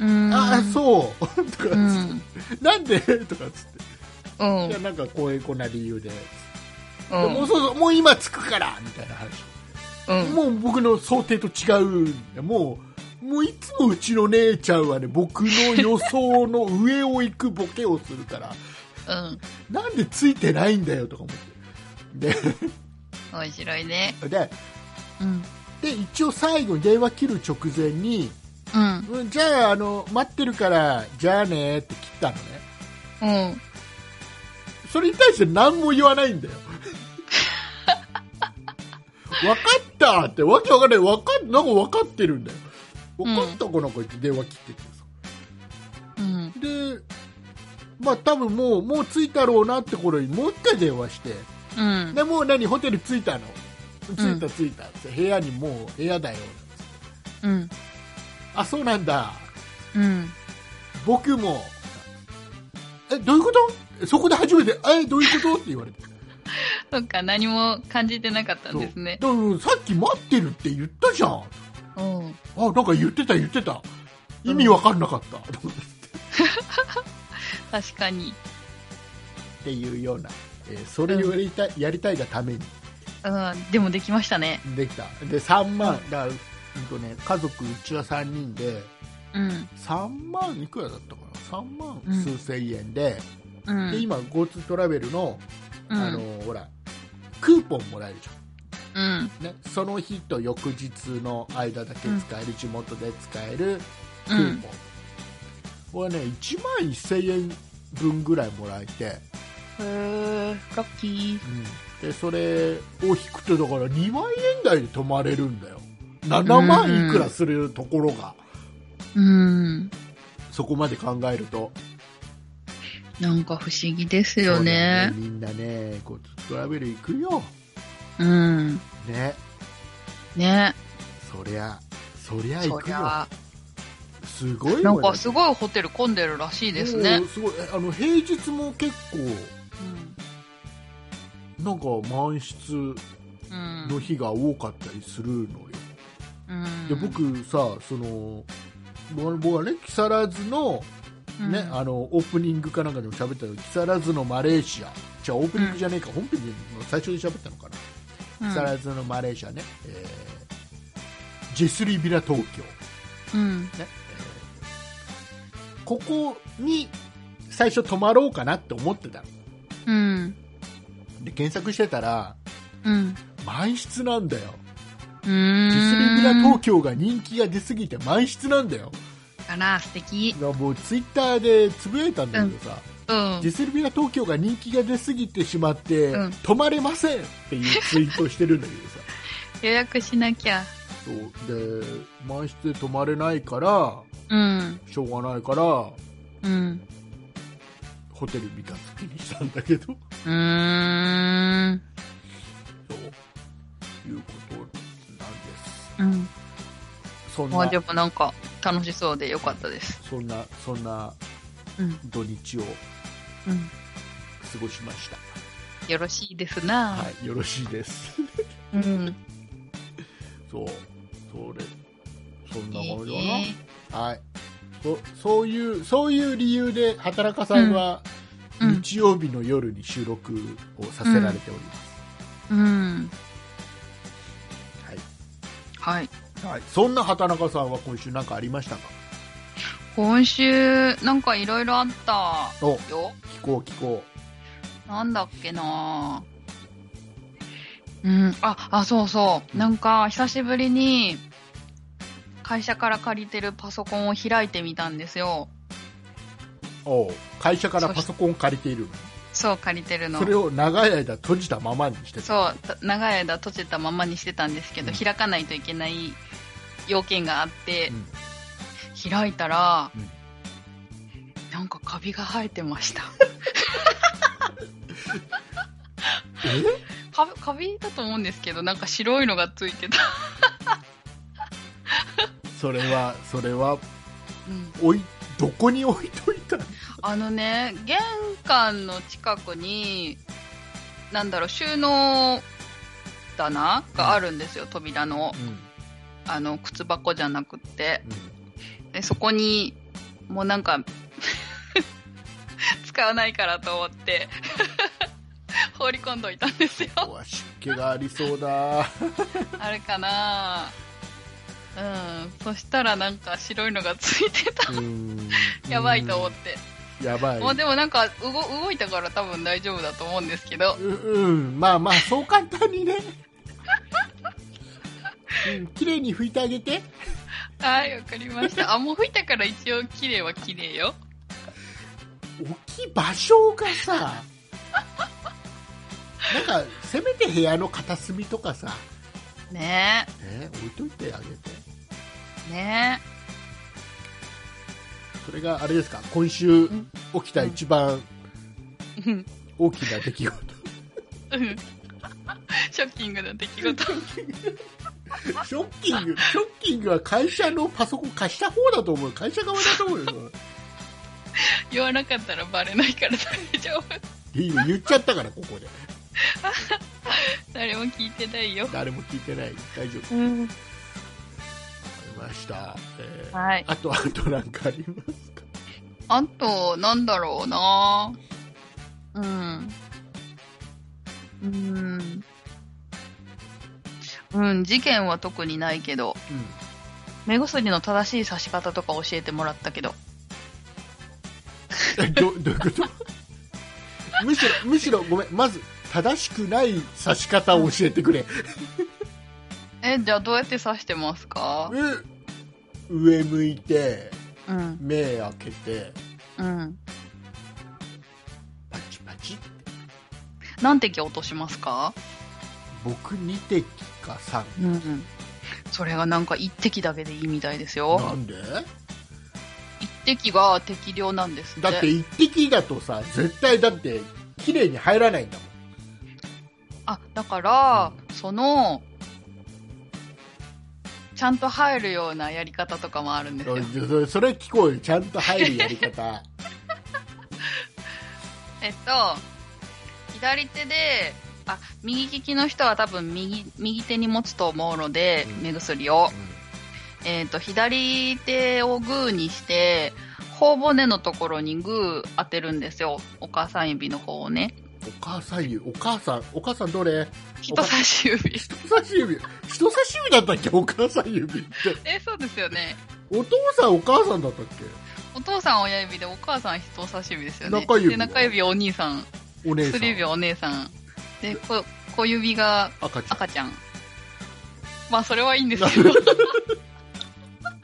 Speaker 1: うん。
Speaker 2: ああそう とかつって、
Speaker 1: うん。
Speaker 2: なんで とかつって
Speaker 1: うん
Speaker 2: いや。なんかこういうこんな理由で、
Speaker 1: う。
Speaker 2: もうんそうそうもう今着くからみたいな話、
Speaker 1: うん。
Speaker 2: もう僕の想定と違うんだもうもういつもうちの姉ちゃんはね僕の予想の上を行くボケをするから
Speaker 1: うん。
Speaker 2: なんでついてないんだよとか思って
Speaker 1: 面白いね。
Speaker 2: でで
Speaker 1: うん。
Speaker 2: で一応最後に電話切る直前に、
Speaker 1: うん。
Speaker 2: うん、じゃああの待ってるからじゃあねって切ったのね
Speaker 1: うん。
Speaker 2: それに対して何も言わないんだよ。 分かったってわけわかんない。わかん、なんか分かってるんだよ。分かったかなんか言って電話切っててさ。
Speaker 1: うん。
Speaker 2: で、まあ多分もう、もう着いたろうなって頃にもう一回電話して、
Speaker 1: うん。
Speaker 2: で、もう何、ホテル着いたの
Speaker 1: うん
Speaker 2: 着いた着いたって、部屋にもう部屋だよ。
Speaker 1: うん。
Speaker 2: あ、そうなんだ。
Speaker 1: うん。
Speaker 2: 僕も。え、どういうことそこで初めて、え、どういうことって言われ て。
Speaker 1: そっか、何も感じてなかったんですね。
Speaker 2: そうだからさっき待ってるって言ったじゃん。
Speaker 1: うん。
Speaker 2: あなんか言ってた言ってた意味わかんなかった、っ
Speaker 1: 確かに。
Speaker 2: ていうような、えーそれをやりたい、やりたいがために
Speaker 1: うん。でもできましたね。
Speaker 2: できたで3万、だからうんとね家族うちは3人で
Speaker 1: うん。
Speaker 2: 3万いくらだったかな3万
Speaker 1: うん
Speaker 2: 数千円で,、
Speaker 1: う
Speaker 2: で
Speaker 1: ん。
Speaker 2: 今 GoTo トラベルの、
Speaker 1: うん
Speaker 2: あのほらクーポンもらえるじ
Speaker 1: うん。
Speaker 2: ゃん、ね、その日と翌日の間だけ使える、地元で使えるク
Speaker 1: う
Speaker 2: ー
Speaker 1: ん。
Speaker 2: ポン、これね1万1000円分ぐらいもらえて、
Speaker 1: へー、ラッキー。
Speaker 2: でそれを引くとだから2万円台で泊まれるんだよ7万いくらするところが、
Speaker 1: うん。
Speaker 2: そこまで考えると
Speaker 1: なんか不思議です
Speaker 2: そ
Speaker 1: よ
Speaker 2: うだ
Speaker 1: ね
Speaker 2: よ。みんなねこうトラベル行くよ
Speaker 1: うん。
Speaker 2: ね
Speaker 1: ね。
Speaker 2: そりゃそりゃ
Speaker 1: そ
Speaker 2: 行く
Speaker 1: り
Speaker 2: よ
Speaker 1: ゃあ。
Speaker 2: すごいよね
Speaker 1: なんかすごいホテル混んでるらしいですね
Speaker 2: うん。すごいえあの平日も結構なんか満室
Speaker 1: うん。
Speaker 2: の日が多かったりするのよ、
Speaker 1: うん。
Speaker 2: で僕さその僕僕はね木更津の
Speaker 1: うん
Speaker 2: ね、あのオープニングかなんかでも喋ったけど木更津のマレーシアじゃあオープニングじゃねえか、本編で最初に喋ったのかな、
Speaker 1: う
Speaker 2: 木更津のマレーシアね、えージェスリービラ東京、ね
Speaker 1: うん
Speaker 2: えーここに最初泊まろうかなって思ってたの
Speaker 1: うん
Speaker 2: で検索してたら
Speaker 1: うん
Speaker 2: 満室なんだよ
Speaker 1: うーん
Speaker 2: ジェスリービラ東京が人気が出すぎて満室なんだよ
Speaker 1: あら素敵
Speaker 2: だからもうツイッターでつぶやいたんだけどさ、
Speaker 1: うん
Speaker 2: ジェスリービラ東京が人気が出すぎてしまって、
Speaker 1: うん
Speaker 2: 泊まれませんっていうツイートをしてるんだけどさ
Speaker 1: 予約しなきゃ
Speaker 2: そうで満室で泊まれないから
Speaker 1: うん
Speaker 2: しょうがないから
Speaker 1: うん
Speaker 2: ホテル三日月にしたんだけど
Speaker 1: うーん
Speaker 2: そういうことなんです
Speaker 1: うん
Speaker 2: そん
Speaker 1: まあ
Speaker 2: な
Speaker 1: でもなんか楽しそうでよかったです
Speaker 2: そんなそんな
Speaker 1: うん
Speaker 2: 土日を
Speaker 1: うん
Speaker 2: 過ごしました、
Speaker 1: よろしいですな、
Speaker 2: はい、よろしいです
Speaker 1: うん
Speaker 2: そうそれそんなものだな、
Speaker 1: いいね
Speaker 2: はいそそういうそういう理由で働かさんは
Speaker 1: うんうん
Speaker 2: 日曜日の夜に収録をさせられております、
Speaker 1: うん
Speaker 2: はい
Speaker 1: はい
Speaker 2: はい、そんな畑中さんは今週何かありましたか
Speaker 1: 今週なんかいろいろあった
Speaker 2: お
Speaker 1: よ
Speaker 2: 聞こう聞こ
Speaker 1: なんだっけなうん、あ、あ、そうそう。なんか、久しぶりに、会社から借りてるパソコンを開いてみたんですよ。
Speaker 2: うおう会社からパソコンを借りている
Speaker 1: そう、借りてるの。
Speaker 2: のそれを長い間閉じたままにしてた
Speaker 1: そう、た長い間閉じたままにしてたんですけど、
Speaker 2: うん
Speaker 1: 開かないといけない要件があって、
Speaker 2: うん
Speaker 1: 開いたら、
Speaker 2: うん
Speaker 1: なんかカビが生えてました。
Speaker 2: え
Speaker 1: カビカビだと思うんですけど、なんか白いのがついてた。
Speaker 2: それはそれは
Speaker 1: うん
Speaker 2: おいどこに置いといたの
Speaker 1: あのね、玄関の近くに、なんだろう、収納棚があるんですよ、扉の。あの、靴箱じゃなくって。でそこに、もうなんか、使わないからと思って、 放り込んどいたんですよ。
Speaker 2: うわ湿気がありそうだ
Speaker 1: あるかなうん。そしたらなんか白いのがついてた。
Speaker 2: うん
Speaker 1: やばいと思って。
Speaker 2: やばい
Speaker 1: もうでもなんか動動いたから多分大丈夫だと思うんですけど
Speaker 2: ううんまあまあそう簡単にねうん綺麗に拭いてあげて
Speaker 1: はいわかりましたあもう吹いたから一応綺麗は綺麗よ
Speaker 2: 置き場所がさなんかせめて部屋の片隅とかさ、
Speaker 1: ね
Speaker 2: ね、置いといてあげて
Speaker 1: えね
Speaker 2: それがあれですか今週
Speaker 1: ん
Speaker 2: 起きた一番
Speaker 1: えうん
Speaker 2: 大きな出来事
Speaker 1: うん ショッキングな出来事
Speaker 2: ショッキングショッキングは会社のパソコン貸した方だと思う会社側だと思うよもう
Speaker 1: 言わなかったらバレないから大丈夫
Speaker 2: 今言っちゃったからここで
Speaker 1: 誰も聞いてないよ
Speaker 2: 誰も聞いてない大丈夫
Speaker 1: うん
Speaker 2: 分かりました、えー
Speaker 1: はい
Speaker 2: あとあとなんかありますか
Speaker 1: あとなんだろうなうんうんうん事件は特にないけど
Speaker 2: うん
Speaker 1: 目薬の正しい刺し方とか教えてもらったけど
Speaker 2: えど どういうことむしろむしろごめんまず正しくない刺し方を教えてくれ、
Speaker 1: えじゃあどうやって刺してますか
Speaker 2: え上向いて
Speaker 1: うん
Speaker 2: 目開けて
Speaker 1: うん
Speaker 2: パチパチ
Speaker 1: 何滴落としますか
Speaker 2: 僕2滴か3
Speaker 1: うんうんそれがなんか一滴だけでいいみたいです
Speaker 2: な
Speaker 1: よ
Speaker 2: んで
Speaker 1: 一滴が適量なんですって
Speaker 2: だって1滴だとさ絶対だって綺麗に入らないんだもん
Speaker 1: あだからそのちゃんと入るようなやり方とかもあるんです
Speaker 2: お
Speaker 1: よ
Speaker 2: いそれそれ聞こうよちゃんと入るやり 方
Speaker 1: えっと左手であ右利きの人は多分右右手に持つと思うので、
Speaker 2: うん
Speaker 1: 目薬を、えっと左手をグーにして頬骨のところにグー当てるんですよお母さん指の方をね
Speaker 2: お母さん指、お母さん、お母さんどれ
Speaker 1: 人差し指。
Speaker 2: 人差し指。人差し指だったっけお母さん指って。
Speaker 1: え、そうですよね。
Speaker 2: お父さん、お母さんだったっけ
Speaker 1: お父さん親指で、お母さん人差し指ですよね。
Speaker 2: 中指は
Speaker 1: で中指はお兄さん。
Speaker 2: お姉さん。
Speaker 1: 薬指はお姉さん。で、こ小指が
Speaker 2: 赤ちゃん。
Speaker 1: 赤ちゃん。まあ、それはいいんですけど。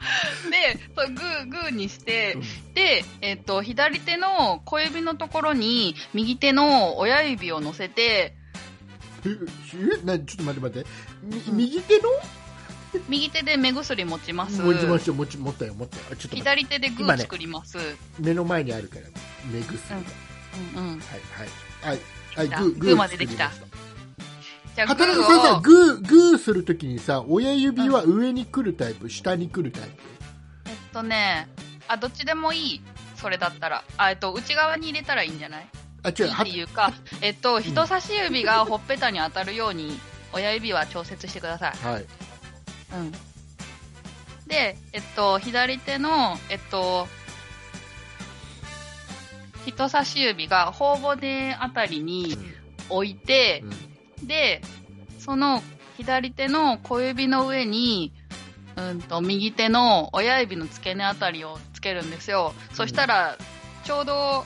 Speaker 1: で、そうグー、グーにして、で、えっ、と、左手の小指のところに、右手の親指を乗せて、
Speaker 2: うん ええなちょっと待って待って。み右手の
Speaker 1: 右手で目薬持ちます。
Speaker 2: 持ちましょう持ち持ったよ持ったよあちょっと待って
Speaker 1: 左手でグ
Speaker 2: 今
Speaker 1: ー
Speaker 2: ね
Speaker 1: 作ります。
Speaker 2: 目の前にあるから目薬、
Speaker 1: うん
Speaker 2: はい
Speaker 1: うん。
Speaker 2: はいは
Speaker 1: でき
Speaker 2: いはい
Speaker 1: た
Speaker 2: グー
Speaker 1: グーまでできた
Speaker 2: 作りまし
Speaker 1: じゃあ、グ
Speaker 2: 畑中さん
Speaker 1: ー
Speaker 2: さ
Speaker 1: を、
Speaker 2: グーグーするときにさ親指は上に来るタイプ、下に来るタイ
Speaker 1: えっとね、あ、どっちでもいい。それだったら。あ、えっと、内側に入れたらいいんじゃない
Speaker 2: プあ違う
Speaker 1: っていうか、えっと、人差し指がほっぺたに当たるように、親指は調節してください。
Speaker 2: ははい
Speaker 1: うん。で、えっと、左手の、えっと、人差し指が頬骨あたりに置いて
Speaker 2: うん、
Speaker 1: で、その左手の小指の上に、うんと、右手の親指の付け根あたりをつけるんですよ。そしたら、ちょうど、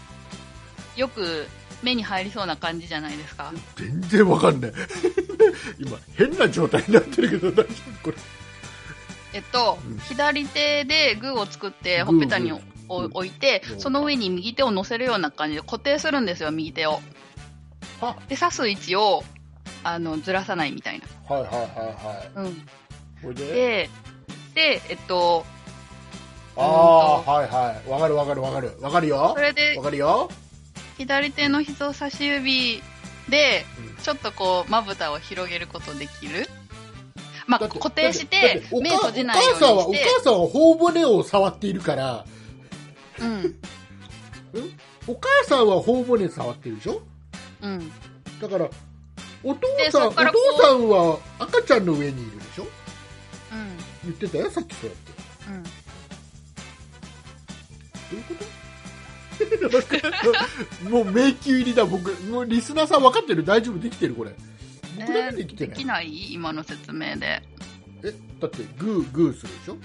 Speaker 1: よく目に入りそうな感じじゃないですか。
Speaker 2: 全然わかんない 今変な状態になってるけど大丈夫これ
Speaker 1: えっと、
Speaker 2: うん
Speaker 1: 左手でグーを作って、
Speaker 2: グー
Speaker 1: ほっぺたに
Speaker 2: グー
Speaker 1: お
Speaker 2: うん
Speaker 1: 置いて
Speaker 2: う、ん
Speaker 1: その上に右手を乗せるような感じで固定するんですよ、右手を。
Speaker 2: は
Speaker 1: で、刺す位置を、あの、ずらさないみたい
Speaker 2: はいはいはいは
Speaker 1: な。うん。
Speaker 2: いこれで
Speaker 1: で、で、えっと、
Speaker 2: ああーはいはいわかるわかるわかるわかるよ
Speaker 1: それで
Speaker 2: わ、かるよ
Speaker 1: 左手の人差し指で
Speaker 2: うん、
Speaker 1: ちょっとこう、まぶたを広げることできるま
Speaker 2: だ
Speaker 1: あ、
Speaker 2: って
Speaker 1: 固定し
Speaker 2: だって
Speaker 1: て
Speaker 2: だってお、
Speaker 1: 目
Speaker 2: 母
Speaker 1: 閉じないようにして。
Speaker 2: お母さんはお母さんは頬骨を触っているから
Speaker 1: うん。
Speaker 2: お母さんは頬骨触ってるでしょ
Speaker 1: うん。
Speaker 2: だからお父
Speaker 1: で
Speaker 2: さん
Speaker 1: そ
Speaker 2: お
Speaker 1: っからこう
Speaker 2: 父さんは赤ちゃんの上にいるでしょ
Speaker 1: うん。
Speaker 2: 言ってたよさっきそうやって
Speaker 1: うん。
Speaker 2: どういう こともう迷宮入りだ僕もうリスナーさん分かってる大丈夫できてるこれ僕だけでき
Speaker 1: で
Speaker 2: てない、
Speaker 1: きない今の説明で。
Speaker 2: えだってグーグーするでしょ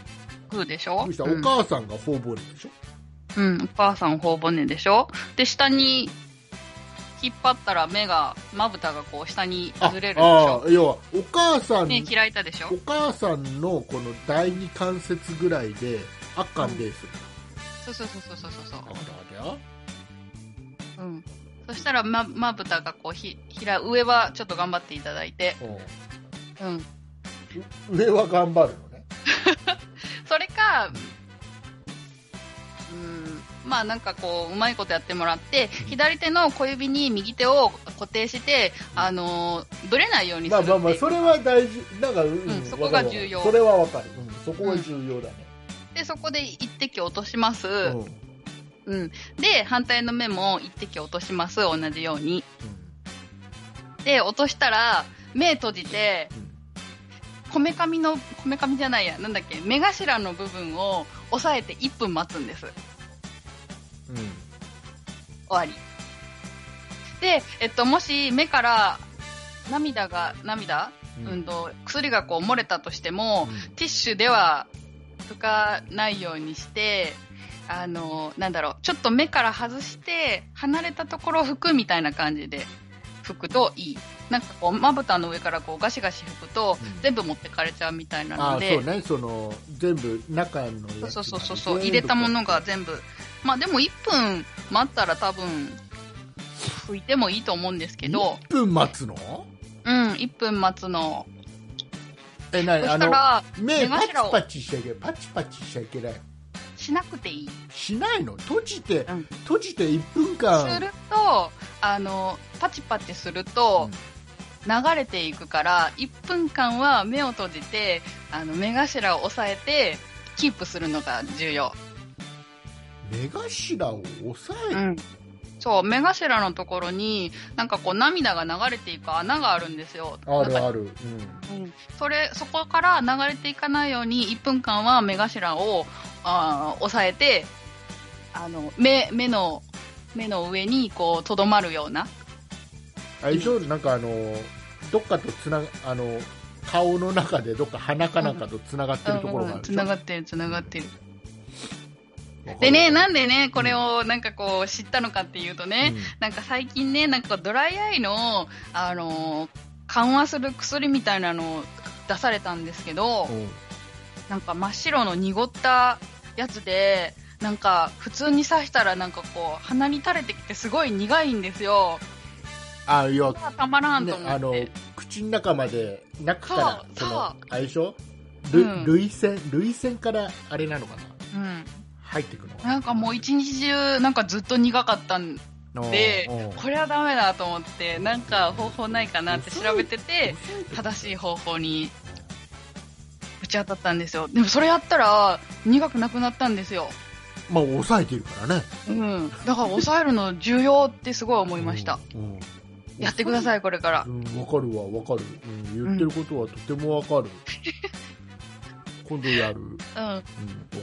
Speaker 1: グーでしょ
Speaker 2: グーした
Speaker 1: う
Speaker 2: らお
Speaker 1: ん
Speaker 2: 母さんが頬骨でしょ、
Speaker 1: うん、お母さん頬骨でしょで、下に引っ張ったら目が、まぶたがこう下に
Speaker 2: あ
Speaker 1: ずれるでし
Speaker 2: あ
Speaker 1: ょ
Speaker 2: ー要はお母さん
Speaker 1: 目開いたでしょ
Speaker 2: お母さんのこの第二関節ぐらいであかんです
Speaker 1: そうそうそうそうそうそう
Speaker 2: あかんだよ
Speaker 1: そう。うん。そしたらま、まぶたがこうひ、ひら、上はちょっと頑張っていただいて。うん。
Speaker 2: うん上は頑張るのね
Speaker 1: それか、うん、まあなんかこう、うまいことやってもらって、左手の小指に右手を固定して、あのーぶれないようにする
Speaker 2: まあ
Speaker 1: って
Speaker 2: まあまあ
Speaker 1: いう
Speaker 2: それは大事なんか、うん
Speaker 1: うんそこが重要
Speaker 2: わかるわかるそれはわかる、うん、そこが重要だね、
Speaker 1: で、そこで一滴落とします。
Speaker 2: うんうん
Speaker 1: うん。で、反対の目も一滴落とします。同じように。で、落としたら、目閉じて、こめかみの、こめかみじゃないや、なんだっけ、目頭の部分を押さえて1分待つんです。終
Speaker 2: うんうん
Speaker 1: わり。で、えっと、もし目から涙が、涙、
Speaker 2: う
Speaker 1: うんん、と、薬がこう漏れたとしても、
Speaker 2: う
Speaker 1: ティッシュでは拭かないようにして、あの、なんだろう、ちょっと目から外して、離れたところを拭くみたいな感じで拭くといい。なんかこう、まぶたの上からこうガシガシ拭くと、
Speaker 2: うん
Speaker 1: 全部持ってかれちゃうみたい
Speaker 2: んあ
Speaker 1: な
Speaker 2: あ
Speaker 1: ので、
Speaker 2: そうねその全部中のやつまで
Speaker 1: そうそうそうそう、入れたものが全部。まあでも1分待ったら多分、拭いてもいいと思うんですけど、
Speaker 2: 1分待つの
Speaker 1: うん、1分待つの。
Speaker 2: え
Speaker 1: そ
Speaker 2: 何
Speaker 1: し
Speaker 2: あ
Speaker 1: た
Speaker 2: の
Speaker 1: ら、
Speaker 2: 目
Speaker 1: 目
Speaker 2: パチ
Speaker 1: 頭を
Speaker 2: パチしちゃいけないパチパチしちゃいけない
Speaker 1: しなくていい。
Speaker 2: しないの閉じて、
Speaker 1: うん
Speaker 2: 閉じて1分間
Speaker 1: すると、あの、パチパチすると、流れていくから、1分間は目を閉じて、あの、目頭を押さえて、キープするのが重要。
Speaker 2: 目頭を押さ
Speaker 1: う
Speaker 2: えて、
Speaker 1: ん。そう、目頭のところに、なんかこう涙が流れていく穴があるんですよ。
Speaker 2: ある
Speaker 1: なんか
Speaker 2: ある、うん、
Speaker 1: うん。それ、そこから流れていかないように、1分間は目頭を、あー押さえて、あの、目、目の、目の上にこう、とどまるような
Speaker 2: あれでしょなんかあのどっかとつなあの顔の中でどっか鼻かなんかとつながってるところがあるで
Speaker 1: つ
Speaker 2: しょ
Speaker 1: ながってるつながってるでねなんでねこれをなんかこう知ったのかっていうとね、
Speaker 2: うん
Speaker 1: なんか最近ねなんかドライアイの、あのー緩和する薬みたいなのを出されたんですけど、
Speaker 2: うん
Speaker 1: なんか真っ白の濁ったやつでなんか普通に刺したらなんかこう鼻に垂れてきてすごい苦いんですよ
Speaker 2: あいや
Speaker 1: たまらんと
Speaker 2: ね
Speaker 1: 思
Speaker 2: あ
Speaker 1: っ
Speaker 2: の
Speaker 1: て、
Speaker 2: 口の中までなくから
Speaker 1: そ
Speaker 2: そうのあれでしょる
Speaker 1: うん
Speaker 2: 涙腺涙腺からあれなのかな
Speaker 1: うん、
Speaker 2: 入ってくのか
Speaker 1: なんかもう一日中なんかずっと苦かったん
Speaker 2: な
Speaker 1: で
Speaker 2: うんうん
Speaker 1: これはダメだと思ってなんか方法ないかなって調べてて正しい方法にぶち当たったんですよでもそれやったら苦くなくなったんですよ、
Speaker 2: まあ抑えてるからね
Speaker 1: うん、だから抑えるの重要ってすごい思いました、
Speaker 2: うんうん
Speaker 1: やってくださいこれから
Speaker 2: うん、わかるわ、わかる、うん。言ってることはとてもわかる。今度やる。うん、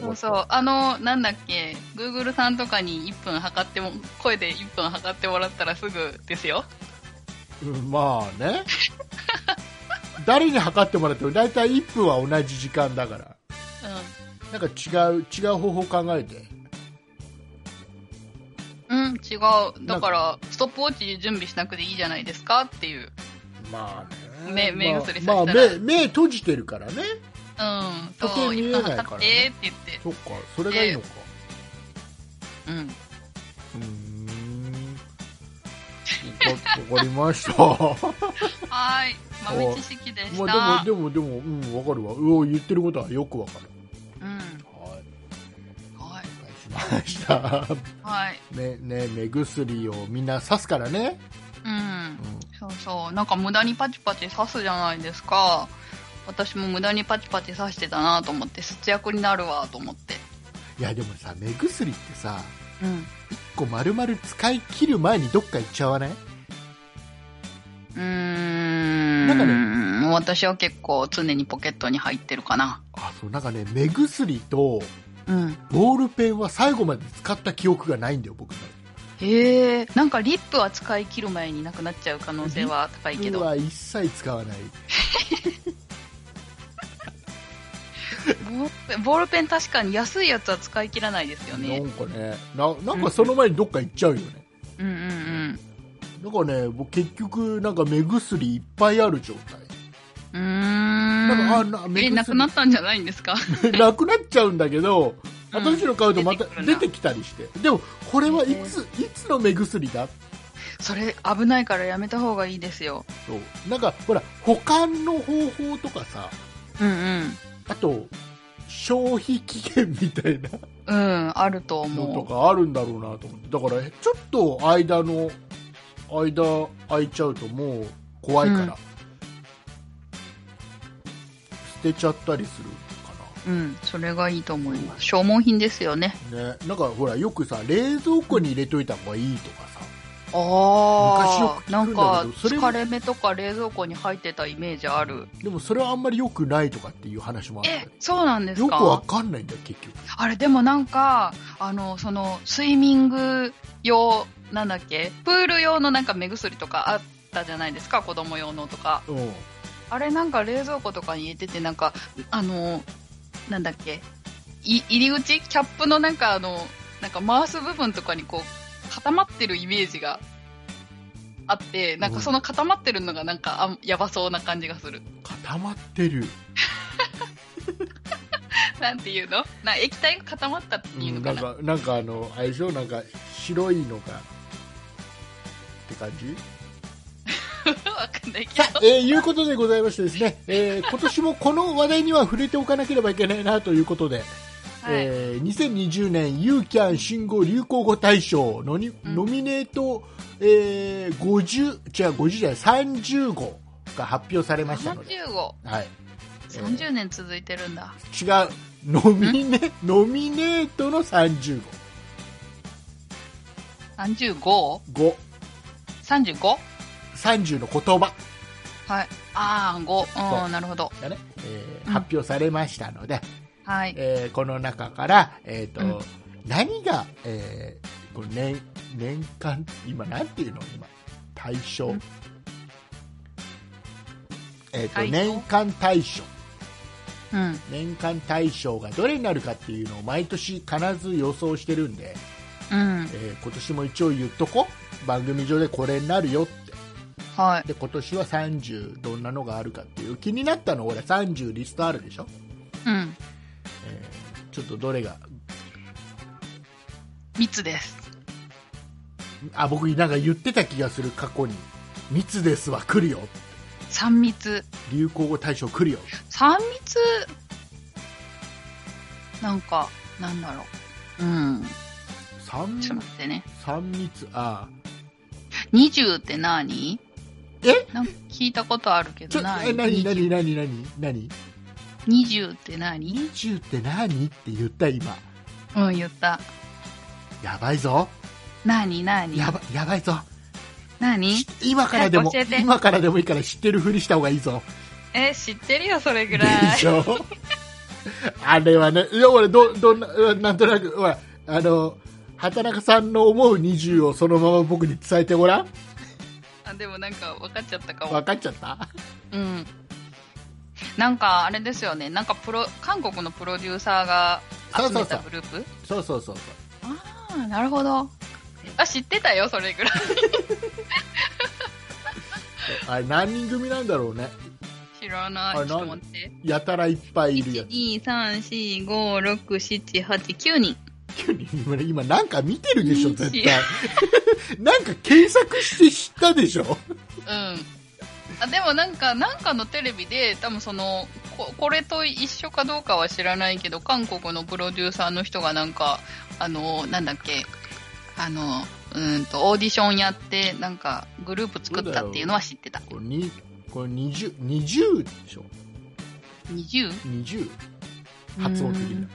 Speaker 1: うんそうそ
Speaker 2: わかっ
Speaker 1: うあのなんだっけ Google さんとかに1分測っても声で1分測ってもらったらすぐですよ
Speaker 2: たうんまあね。 誰に測ってもらっても大体1分は同じ時間だから。なんか違う、違う方法考えて。
Speaker 1: うん、うん、違うだからストップウォッチ準備しなくていいじゃないですかっていううん
Speaker 2: まあね。
Speaker 1: 目目薬さ
Speaker 2: まあ、
Speaker 1: せ
Speaker 2: ま
Speaker 1: た
Speaker 2: あ
Speaker 1: ら
Speaker 2: 目、目閉じてるからね。
Speaker 1: そう
Speaker 2: 時計見
Speaker 1: 1
Speaker 2: えない
Speaker 1: 分
Speaker 2: からね
Speaker 1: 測ってって言って
Speaker 2: そっか、それがいいのか。
Speaker 1: うん
Speaker 2: うーん。 わわかりました。
Speaker 1: はーい豆知識でした、
Speaker 2: まあ、でも、でも、でも、うん、わかるわ。うお、言ってることはよくわかる。
Speaker 1: うん
Speaker 2: はい。
Speaker 1: はい
Speaker 2: お願いしました。
Speaker 1: はい
Speaker 2: ね、ね、目薬をみんな刺すからね。
Speaker 1: うん
Speaker 2: うん
Speaker 1: そうそうなんか無駄にパチパチ刺すじゃないですか私も無駄にパチパチ刺してたなと思って節約になるわと思って
Speaker 2: いや、でもさ、目薬ってさ、
Speaker 1: うん
Speaker 2: 1個丸々使い切る前にどっか行っちゃわないう
Speaker 1: ーん
Speaker 2: なんか
Speaker 1: 私は結構常にポケットに入ってるかな。
Speaker 2: あ、そう、なんかね、目薬と
Speaker 1: うん。
Speaker 2: ボールペンは最後まで使った記憶がないんだよ、僕の。
Speaker 1: へえ。なんかリップは使い切る前になくなっちゃう可能性は高いけ
Speaker 2: 僕
Speaker 1: ど。
Speaker 2: は一切使わない。
Speaker 1: ボールボールペン確かに安いやつは使い切らないですよ
Speaker 2: な
Speaker 1: ね。
Speaker 2: んかね、な、なんかその前にどっか行っちゃうよね。
Speaker 1: うんうんうん。
Speaker 2: なんかね、僕結局、なんか目薬いっぱいある状態。
Speaker 1: うー
Speaker 2: なん
Speaker 1: ん。
Speaker 2: か、あ、な、目
Speaker 1: え、
Speaker 2: 薬
Speaker 1: なくな ったんじゃないんですか
Speaker 2: なくなっちゃうんだけど、
Speaker 1: うん
Speaker 2: 新しいの買うとま
Speaker 1: 出て
Speaker 2: た
Speaker 1: くる
Speaker 2: 出
Speaker 1: な
Speaker 2: てきたりして、でもこれはいつ,、いつの目薬だ
Speaker 1: それ危ないからやめた方がいいですよ。
Speaker 2: となんかほら保管の方法とかさ
Speaker 1: うんうん。
Speaker 2: あと消費期限みたいな
Speaker 1: うん、あると
Speaker 2: のと
Speaker 1: 思
Speaker 2: かあるんだろうなと思ってだからちょっと間の間空いちゃうともう怖いから、
Speaker 1: うん
Speaker 2: 捨てちゃったりするかな
Speaker 1: う。うん、それがいいと思います。消耗品ですよね。
Speaker 2: ね、なんかほらよくさ冷蔵庫に入れといた方がいいとかさ昔よ
Speaker 1: ああ、
Speaker 2: く
Speaker 1: な
Speaker 2: 聞くんだけ
Speaker 1: ん
Speaker 2: ど
Speaker 1: か
Speaker 2: それも
Speaker 1: 疲れ目とか冷蔵庫に入ってたイメージある。
Speaker 2: でもそれはあんまり良くないとかっていう話もあったり
Speaker 1: え、そうなんです
Speaker 2: よくわ
Speaker 1: か
Speaker 2: かんないんだよ結局
Speaker 1: あれ、でもなんか、あの、その、スイミング用、なんだっけ、プール用のなんか目薬とかあったじゃないですか、子供用のとか。
Speaker 2: うん
Speaker 1: あれなんか冷蔵庫とかに入れてて、なんか、あの、なんだっけ、い入り口キャップのなんかあの、なんか回す部分とかにこう、固まってるイメージが。あってなんかその固まってるのがなんかあやばそうな感じがする
Speaker 2: 固まってる
Speaker 1: なんていうのな液体が固まったっていうの
Speaker 2: うん
Speaker 1: か
Speaker 2: なん
Speaker 1: な、
Speaker 2: かなんかあのあれでしょなんか白いのがって感じ
Speaker 1: わかんないけ
Speaker 2: さ
Speaker 1: ど
Speaker 2: あ、 えーいうことでございましてですね、えー今年もこの話題には触れておかなければいけないなということ で、
Speaker 1: はい
Speaker 2: えー2020年ユーキャン新語・流行語大賞のに、
Speaker 1: うん
Speaker 2: ノミネート、えー50違う50じゃない30号が発表されましたので、
Speaker 1: 30を
Speaker 2: はい、えー
Speaker 1: 30年続いてるんだ、
Speaker 2: 違うノミネノミネートの30
Speaker 1: 35?35?
Speaker 2: 号530の言葉
Speaker 1: はいああ5
Speaker 2: そう
Speaker 1: うんなるほど
Speaker 2: がね、えー
Speaker 1: うん
Speaker 2: 発表されましたので、
Speaker 1: はい
Speaker 2: えーこの中から、えーと
Speaker 1: うん
Speaker 2: 何が、えーこの年年間今なんていうの今対象、
Speaker 1: うん
Speaker 2: えーと
Speaker 1: はい
Speaker 2: 年間大賞
Speaker 1: うん。
Speaker 2: 年間大賞がどれになるかっていうのを毎年必ず予想してるんで、
Speaker 1: うん
Speaker 2: え。ー今年も一応言っとこ番組上でこれになるよって
Speaker 1: はい。
Speaker 2: で今年は30どんなのがあるかっていう気になったのほら30リストあるでしょ、
Speaker 1: うん。
Speaker 2: えーちょっとどれが
Speaker 1: 3つです。
Speaker 2: あ僕なんか言ってた気がする過去に「密です」は来るよ
Speaker 1: 3密。
Speaker 2: 流行語大賞来るよ
Speaker 1: 3密、なんか、なんだろう。うん。
Speaker 2: 三
Speaker 1: ちょっと待ってね。
Speaker 2: 三密あ
Speaker 1: 20って何
Speaker 2: え
Speaker 1: なんか聞いたことあるけ
Speaker 2: ち
Speaker 1: ど
Speaker 2: ょ
Speaker 1: な
Speaker 2: え何何何何何
Speaker 1: ?20 って何
Speaker 2: 20って何って言った今
Speaker 1: うん、言った。
Speaker 2: やばいぞ
Speaker 1: 何何
Speaker 2: やばやばいぞ
Speaker 1: 何
Speaker 2: し今からでも
Speaker 1: 早く教えて
Speaker 2: 今からでもいいから知ってるふりした方がいいぞ
Speaker 1: え、知ってるよ、それぐ
Speaker 2: で
Speaker 1: らい。
Speaker 2: しょあれはねいや俺どどんなうんなんとなくほらあの畑中さんの思う20をそのまま僕に伝えてごらん
Speaker 1: あでもなんか分かっちゃったかも
Speaker 2: 分。かっちゃった
Speaker 1: うん。なんかあれですよね。なんかプロ、韓国のプロデューサーが集めたグループ
Speaker 2: そうそうそうそう
Speaker 1: ああ、なるほど。あ、知ってたよ、それぐらい。
Speaker 2: あれ何人組なんだろうね
Speaker 1: 知らな
Speaker 2: あ
Speaker 1: い。
Speaker 2: れ
Speaker 1: ちょっ
Speaker 2: な
Speaker 1: と
Speaker 2: ん
Speaker 1: 待って。
Speaker 2: やたらいっぱいいるや
Speaker 1: 1、2、3、4、5、6、7、8、9人。
Speaker 2: つ今 今なんか見てるでしょ絶
Speaker 1: い
Speaker 2: 対
Speaker 1: や
Speaker 2: なんか検索して知ったでしょ
Speaker 1: うん。あでもなんか、なんかのテレビで、多分そのこ、これと一緒かどうかは知らないけど、韓国のプロデューサーの人がなんか、あの、なんだっけ、あの、うーんと、オーディションやって、なんか、グループ作ったっていうのは知ってた。
Speaker 2: これにこれ 20, 20でしょ
Speaker 1: 20?
Speaker 2: 20発音的
Speaker 1: う
Speaker 2: に
Speaker 1: ん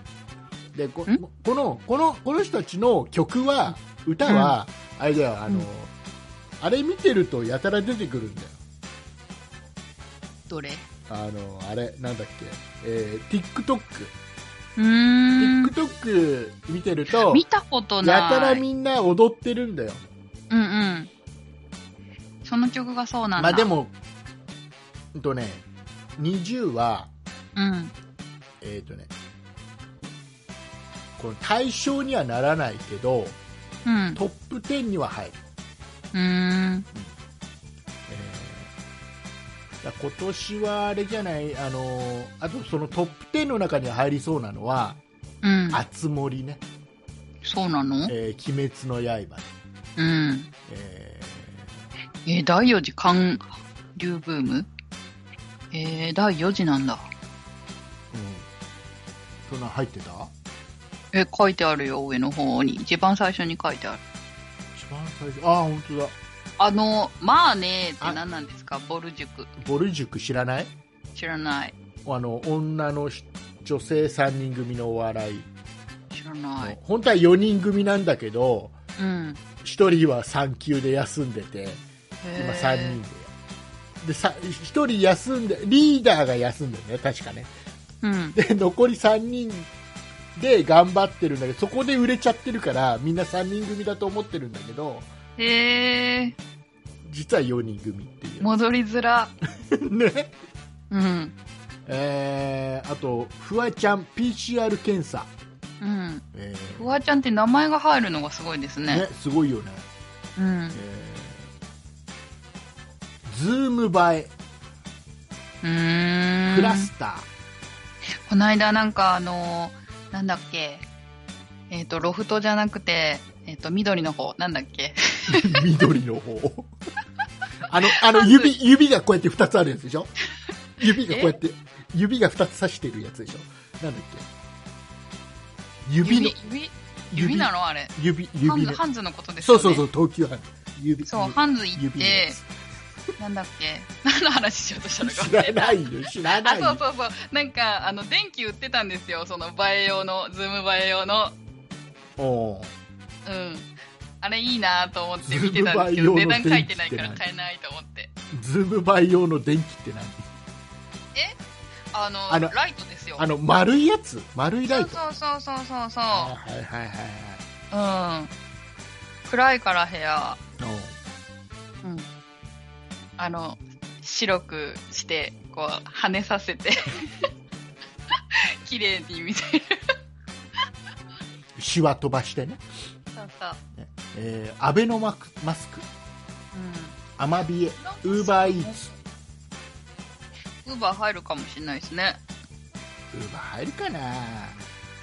Speaker 2: でこ
Speaker 1: ん
Speaker 2: このこのこの人たちの曲は歌は、あれだよあの、
Speaker 1: うん
Speaker 2: あれ見てるとやたら出てくるんだよ
Speaker 1: どれ
Speaker 2: あのあれなんだっけ、えー、TikTok、
Speaker 1: うーん。
Speaker 2: TikTok 見てると
Speaker 1: 見たことない。
Speaker 2: やたらみんな踊ってるんだよ
Speaker 1: うんうん。その曲がそうなんだ。
Speaker 2: まあで。も、うんとね、20は、
Speaker 1: うん。
Speaker 2: えっ、とね、この対象にはならないけど、
Speaker 1: うん。
Speaker 2: トップ10には入る。
Speaker 1: うーん。
Speaker 2: えーだから今年はあれじゃない、あのーあとそのトップ10の中に入りそうなのは、
Speaker 1: うん。
Speaker 2: あつ森ね、
Speaker 1: そうなの
Speaker 2: えー鬼滅の刃ね、
Speaker 1: うん。
Speaker 2: え
Speaker 1: えー第4次韓流ブームえー第4次なんだ。
Speaker 2: ーうん。そんなん入ってた
Speaker 1: え、書いてあるよ、上の方に。一番最初に書いてある。
Speaker 2: 一番最初、ああ、本当だ。
Speaker 1: あの、まあねーって何なんですかボル塾。
Speaker 2: ボル塾知らない
Speaker 1: 知らない。
Speaker 2: あの女のし女性3人組のお笑い、
Speaker 1: 知らない。
Speaker 2: 本当は4人組なんだけど
Speaker 1: うん。
Speaker 2: 1人は3級で休んでて今
Speaker 1: へー
Speaker 2: 3人ででさ1人休んでリーダーが休んでるね確かね
Speaker 1: うん。
Speaker 2: で残り3人で頑張ってるんだけどそこで売れちゃってるからみんな3人組だと思ってるんだけど
Speaker 1: へえ
Speaker 2: 実は4人組ってい
Speaker 1: 戻りづら。
Speaker 2: う、 ね
Speaker 1: うん。
Speaker 2: えーあとフワちゃん PCR 検査、
Speaker 1: うん。
Speaker 2: えー
Speaker 1: フワちゃんって名前が入るのがすごいですね。
Speaker 2: ねすごいよね
Speaker 1: うん。
Speaker 2: ズーム映え、
Speaker 1: うーん。
Speaker 2: クラスタ
Speaker 1: この間なんかあのーなんだっけえっ、とロフトじゃなくてえっ、と緑の方なんだっけ
Speaker 2: ー、緑の方。あの、あの、指、指がこうやって2つあるやつ でしょ指がこうやって、指が2つ刺してるやつでしょなんだっけ指の
Speaker 1: 指、指指なのあれ
Speaker 2: 指、指
Speaker 1: ハンズ
Speaker 2: の。
Speaker 1: ハンズのことです
Speaker 2: そ
Speaker 1: よ
Speaker 2: う
Speaker 1: ね
Speaker 2: そうそう、東急ハンズ。指。
Speaker 1: そうハンズ行っ
Speaker 2: 指の
Speaker 1: て
Speaker 2: やつ
Speaker 1: なんだっけ何の話しようとしたのか
Speaker 2: 知
Speaker 1: 忘
Speaker 2: ら
Speaker 1: れた
Speaker 2: ないよ、知ら
Speaker 1: あ
Speaker 2: ない
Speaker 1: そう
Speaker 2: よ。
Speaker 1: そうそうなんかあの電気売ってたんですよその映え用のズーム映え用の
Speaker 2: おう
Speaker 1: うんあれいいなと思って見てたんですけ
Speaker 2: ズ
Speaker 1: ど
Speaker 2: ーム
Speaker 1: 値
Speaker 2: 映え用の
Speaker 1: 段書いてないから
Speaker 2: 電気って何
Speaker 1: 買えないと思って
Speaker 2: ズーム映え用の電気って何
Speaker 1: あの
Speaker 2: あの
Speaker 1: ライトですよ
Speaker 2: あの、丸いやつ丸いライト。
Speaker 1: そうそうそうそうそうそう
Speaker 2: はいはいはいはい。
Speaker 1: うん。暗いから部屋、
Speaker 2: おう
Speaker 1: うん。あの、白くして、こう跳ねさせて 綺麗に見せる
Speaker 2: シワ飛ばしてね、
Speaker 1: そうそう
Speaker 2: えー、アベノマクマスク
Speaker 1: う
Speaker 2: アマビエ
Speaker 1: ん
Speaker 2: ウーバーイーツ
Speaker 1: ウーバー入るかもしれないですね
Speaker 2: ウーバー入るかな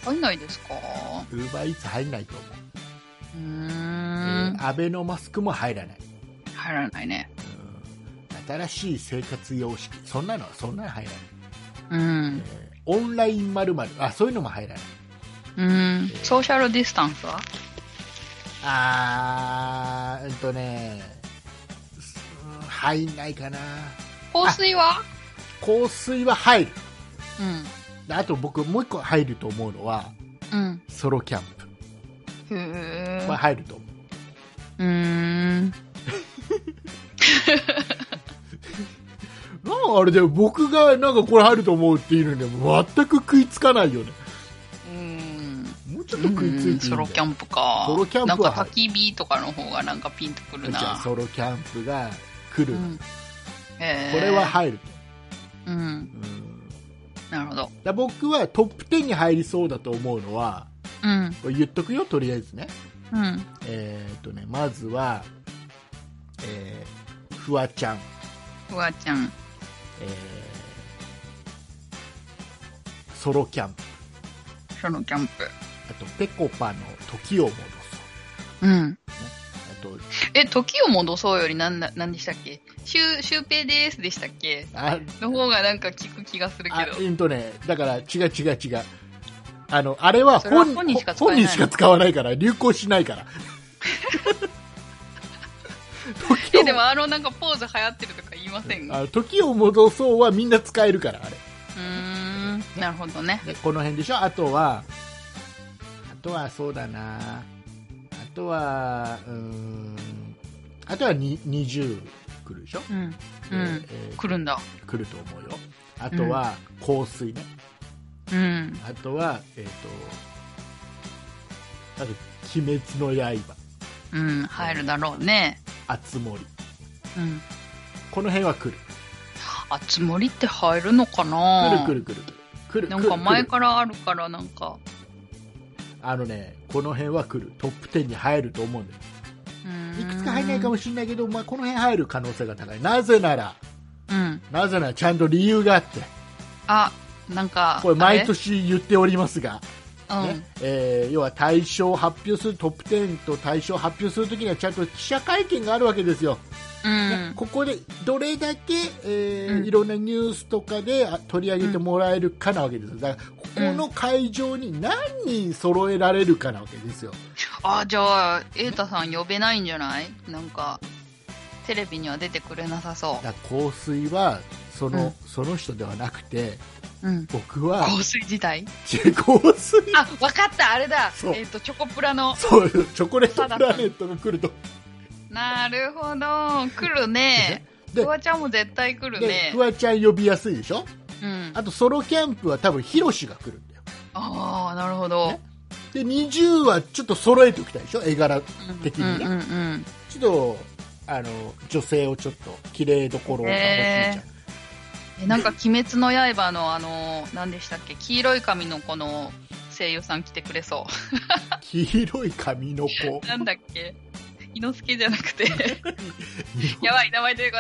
Speaker 1: 入んないですか
Speaker 2: ウーバーイーツ入んないと思う、
Speaker 1: うー
Speaker 2: え
Speaker 1: ん
Speaker 2: ーアベノマスクも入らない
Speaker 1: 入らないね
Speaker 2: 新しい生活様式そんなのはそんなの入らない、
Speaker 1: うん
Speaker 2: えーオンラインまるまるあそういうのも入らない
Speaker 1: うんソーシャルディスタンスは
Speaker 2: あーうんとねすうん入んないかな
Speaker 1: 香水は
Speaker 2: 香水は入る
Speaker 1: うん
Speaker 2: あと僕もう一個入ると思うのは
Speaker 1: うん
Speaker 2: ソロキャンプ
Speaker 1: へえ
Speaker 2: これ入ると思う
Speaker 1: うーん
Speaker 2: なんかあれだよ僕がなんかこれ入ると思うっていうのに全く食いつかないよね
Speaker 1: うん
Speaker 2: もうちょっと食いついていいんだよ
Speaker 1: ソロキャンプか
Speaker 2: ソロキャンプ
Speaker 1: な
Speaker 2: は
Speaker 1: んか焚き火とかの方がなんかピンとくる
Speaker 2: じゃあ
Speaker 1: な
Speaker 2: ソロキャンプが来る、
Speaker 1: うん
Speaker 2: こ
Speaker 1: へー
Speaker 2: れは入ると、
Speaker 1: うん
Speaker 2: うん
Speaker 1: なるほど
Speaker 2: だ僕はトップ10に入りそうだと思うのは
Speaker 1: うん
Speaker 2: これ言っとくよとりあえずね,、
Speaker 1: うん
Speaker 2: えーっとねまずは、えーフワちゃん、
Speaker 1: フワちゃん
Speaker 2: えーソロキャンプ
Speaker 1: ソロキャンプ
Speaker 2: あとぺこぱの時を戻そう
Speaker 1: うん
Speaker 2: あと
Speaker 1: え時を戻そうよりなんだなんでしたっけシュシュウペイですでしたっけ
Speaker 2: あ
Speaker 1: の方がなんか聞く気がする
Speaker 2: あ
Speaker 1: けど
Speaker 2: うんとねだから違う違う違うあのあれは
Speaker 1: それは
Speaker 2: 本
Speaker 1: 本人しか使え
Speaker 2: 本
Speaker 1: ない
Speaker 2: 人しか使わないから流行しないから時を
Speaker 1: えでもあのなんかポーズ流行ってるとか言いませんう
Speaker 2: あの時を戻そうはみんな使えるからあれ
Speaker 1: ーんなるほどね
Speaker 2: でこの辺でしょあとはあとはそうだなあとはうーんあとはに20来るでしょ、
Speaker 1: うんう
Speaker 2: え
Speaker 1: ん
Speaker 2: ー
Speaker 1: 来るんだ
Speaker 2: 来ると思うよあとは香水ね、
Speaker 1: うん
Speaker 2: あとはえっ、とあと「鬼滅の刃」
Speaker 1: うん入るだろうね
Speaker 2: 「あつ森
Speaker 1: うん」
Speaker 2: この辺は来る
Speaker 1: あつ森って入るのかな
Speaker 2: 来る来る来る来る来る
Speaker 1: なんか前
Speaker 2: ら
Speaker 1: からあるからなんか
Speaker 2: あのねこの辺は来るトップ10に入ると思うんだよいくつか入らないかも
Speaker 1: し
Speaker 2: しれないけど、まあ、この辺入る可能性が高いなぜなら
Speaker 1: れない、うん、
Speaker 2: なぜならちゃんと理由があって
Speaker 1: あなんか
Speaker 2: これ毎
Speaker 1: 年、
Speaker 2: 年言っておりますが、
Speaker 1: うん
Speaker 2: ねえー要は対象を発表するトップ10と対象を発表するときにはちゃんと記者会見があるわけですよ、
Speaker 1: うん
Speaker 2: ここでどれだけ、えー
Speaker 1: うん
Speaker 2: いろんなニュースとかであ取り上げてもらえるかなわけですよだからここの会場に何人揃えられるかなわけですよ、
Speaker 1: あじゃあ瑛太さん呼べないんじゃないなんかテレビには出てくれなさそ
Speaker 2: だから香水はその,、
Speaker 1: うん
Speaker 2: その人ではなくて
Speaker 1: う、うん、
Speaker 2: 僕は
Speaker 1: 香水自体
Speaker 2: 香水
Speaker 1: あわかったあれだ
Speaker 2: そう
Speaker 1: えっ、とチョコプラの
Speaker 2: そうチョコレートプラネットが来ると
Speaker 1: なるほど来るね
Speaker 2: で
Speaker 1: フワちゃんも絶対来る
Speaker 2: で
Speaker 1: ね
Speaker 2: フワちゃん呼びやすいでしょ
Speaker 1: うん
Speaker 2: あとソロキャンプは多分ヒロシが来るんだよ
Speaker 1: ああなるほど
Speaker 2: ねで20はちょっと揃えておきたいでしょ絵柄
Speaker 1: うん
Speaker 2: 的にね
Speaker 1: うんうん
Speaker 2: ちょっとあの女性をちょっと綺麗どころを楽しいじゃん
Speaker 1: えなんか「鬼滅の刃の」あの何でしたっけ黄色い髪の子の声優さん来てくれそ
Speaker 2: 黄色い髪の子
Speaker 1: う なんだっけ伊之助じゃなくて やばい名前出てこ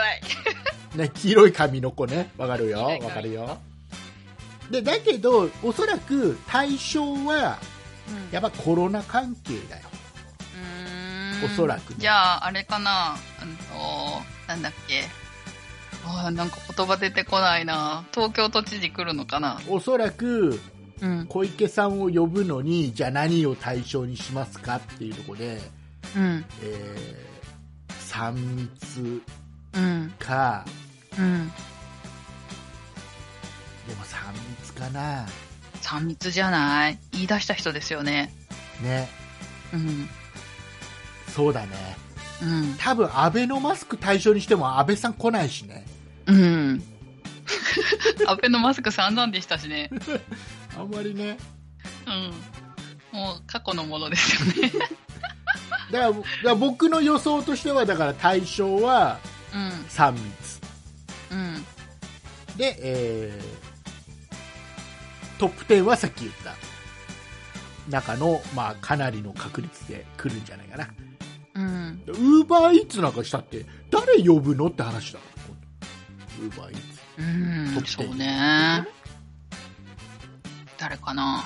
Speaker 1: ない
Speaker 2: ね、黄色い髪の子ねわかるよ
Speaker 1: 黄色い髪
Speaker 2: わかるよでだけどおそらく対象はやっぱコロナ関係だよ
Speaker 1: うーん
Speaker 2: おそらくね
Speaker 1: じゃああれかなうんとなんだっけあーなんか言葉出てこないな東京都知事来るのかな
Speaker 2: おそらく
Speaker 1: うん
Speaker 2: 小池さんを呼ぶのにじゃあ何を対象にしますかっていうところで、
Speaker 1: うん
Speaker 2: えー、3密
Speaker 1: うん
Speaker 2: か
Speaker 1: うん
Speaker 2: でも3密かな
Speaker 1: 3密じゃない言い出した人ですよね
Speaker 2: ね
Speaker 1: うん
Speaker 2: そうだね
Speaker 1: うん
Speaker 2: 多分アベノマスク対象にしても安倍さん来ないしね
Speaker 1: うん。 アペのマスク散々でしたしね。
Speaker 2: あんまりね
Speaker 1: うん。もう過去のものですよね。
Speaker 2: だからだから僕の予想としてはだから対象は3密
Speaker 1: うん。うん。
Speaker 2: で、えートップ10はさっき言った中の、まあ、かなりの確率で来るんじゃないかな。
Speaker 1: うん。
Speaker 2: ウーバーイーツなんかしたって、誰呼ぶのって話だウーバーイーツ。
Speaker 1: うん。
Speaker 2: 撮
Speaker 1: そ
Speaker 2: って
Speaker 1: うね。誰かな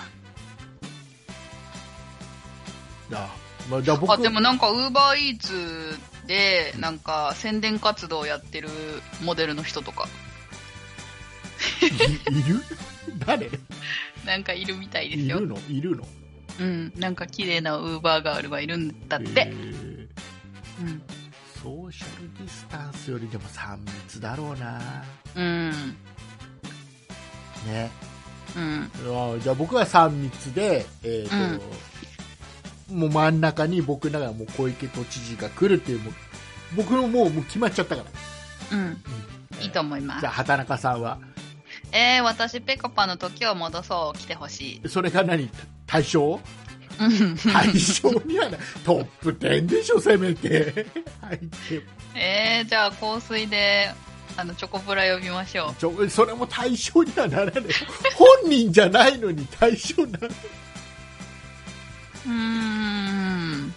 Speaker 2: だ、まあ、だ僕
Speaker 1: あ、でもなんか、ウーバーイーツで、なんか、宣伝活動やってるモデルの人とか、
Speaker 2: い いる誰
Speaker 1: なんかいるみたいで
Speaker 2: い
Speaker 1: すよ
Speaker 2: る。のいるの
Speaker 1: うん。なんか、綺麗なウーバーガールがいるんだっ
Speaker 2: え
Speaker 1: て。
Speaker 2: ー
Speaker 1: うん。
Speaker 2: ソーシャルディスタンスよりでも3密だろうな。
Speaker 1: うん。
Speaker 2: ね。
Speaker 1: うん。
Speaker 2: あじゃあ僕は3密で、えーともう真ん中に僕ながらもう小池都知事が来るっていう、もう僕のもうもう決まっちゃったから。
Speaker 1: うん。
Speaker 2: うん
Speaker 1: いいと思いま
Speaker 2: じ
Speaker 1: す
Speaker 2: ゃあ。畑中さんは、
Speaker 1: えー、私、ペコパの時を戻そう、来てほしい。
Speaker 2: それが何対象
Speaker 1: うん。
Speaker 2: 対象にはない。トップ10でしょ、せめて。はい。
Speaker 1: えー、じゃあ、香水で、あの、チョコプラ呼びましょう。
Speaker 2: ちょそれも対象にはならない。本人じゃないのに対象にならない。
Speaker 1: うーん。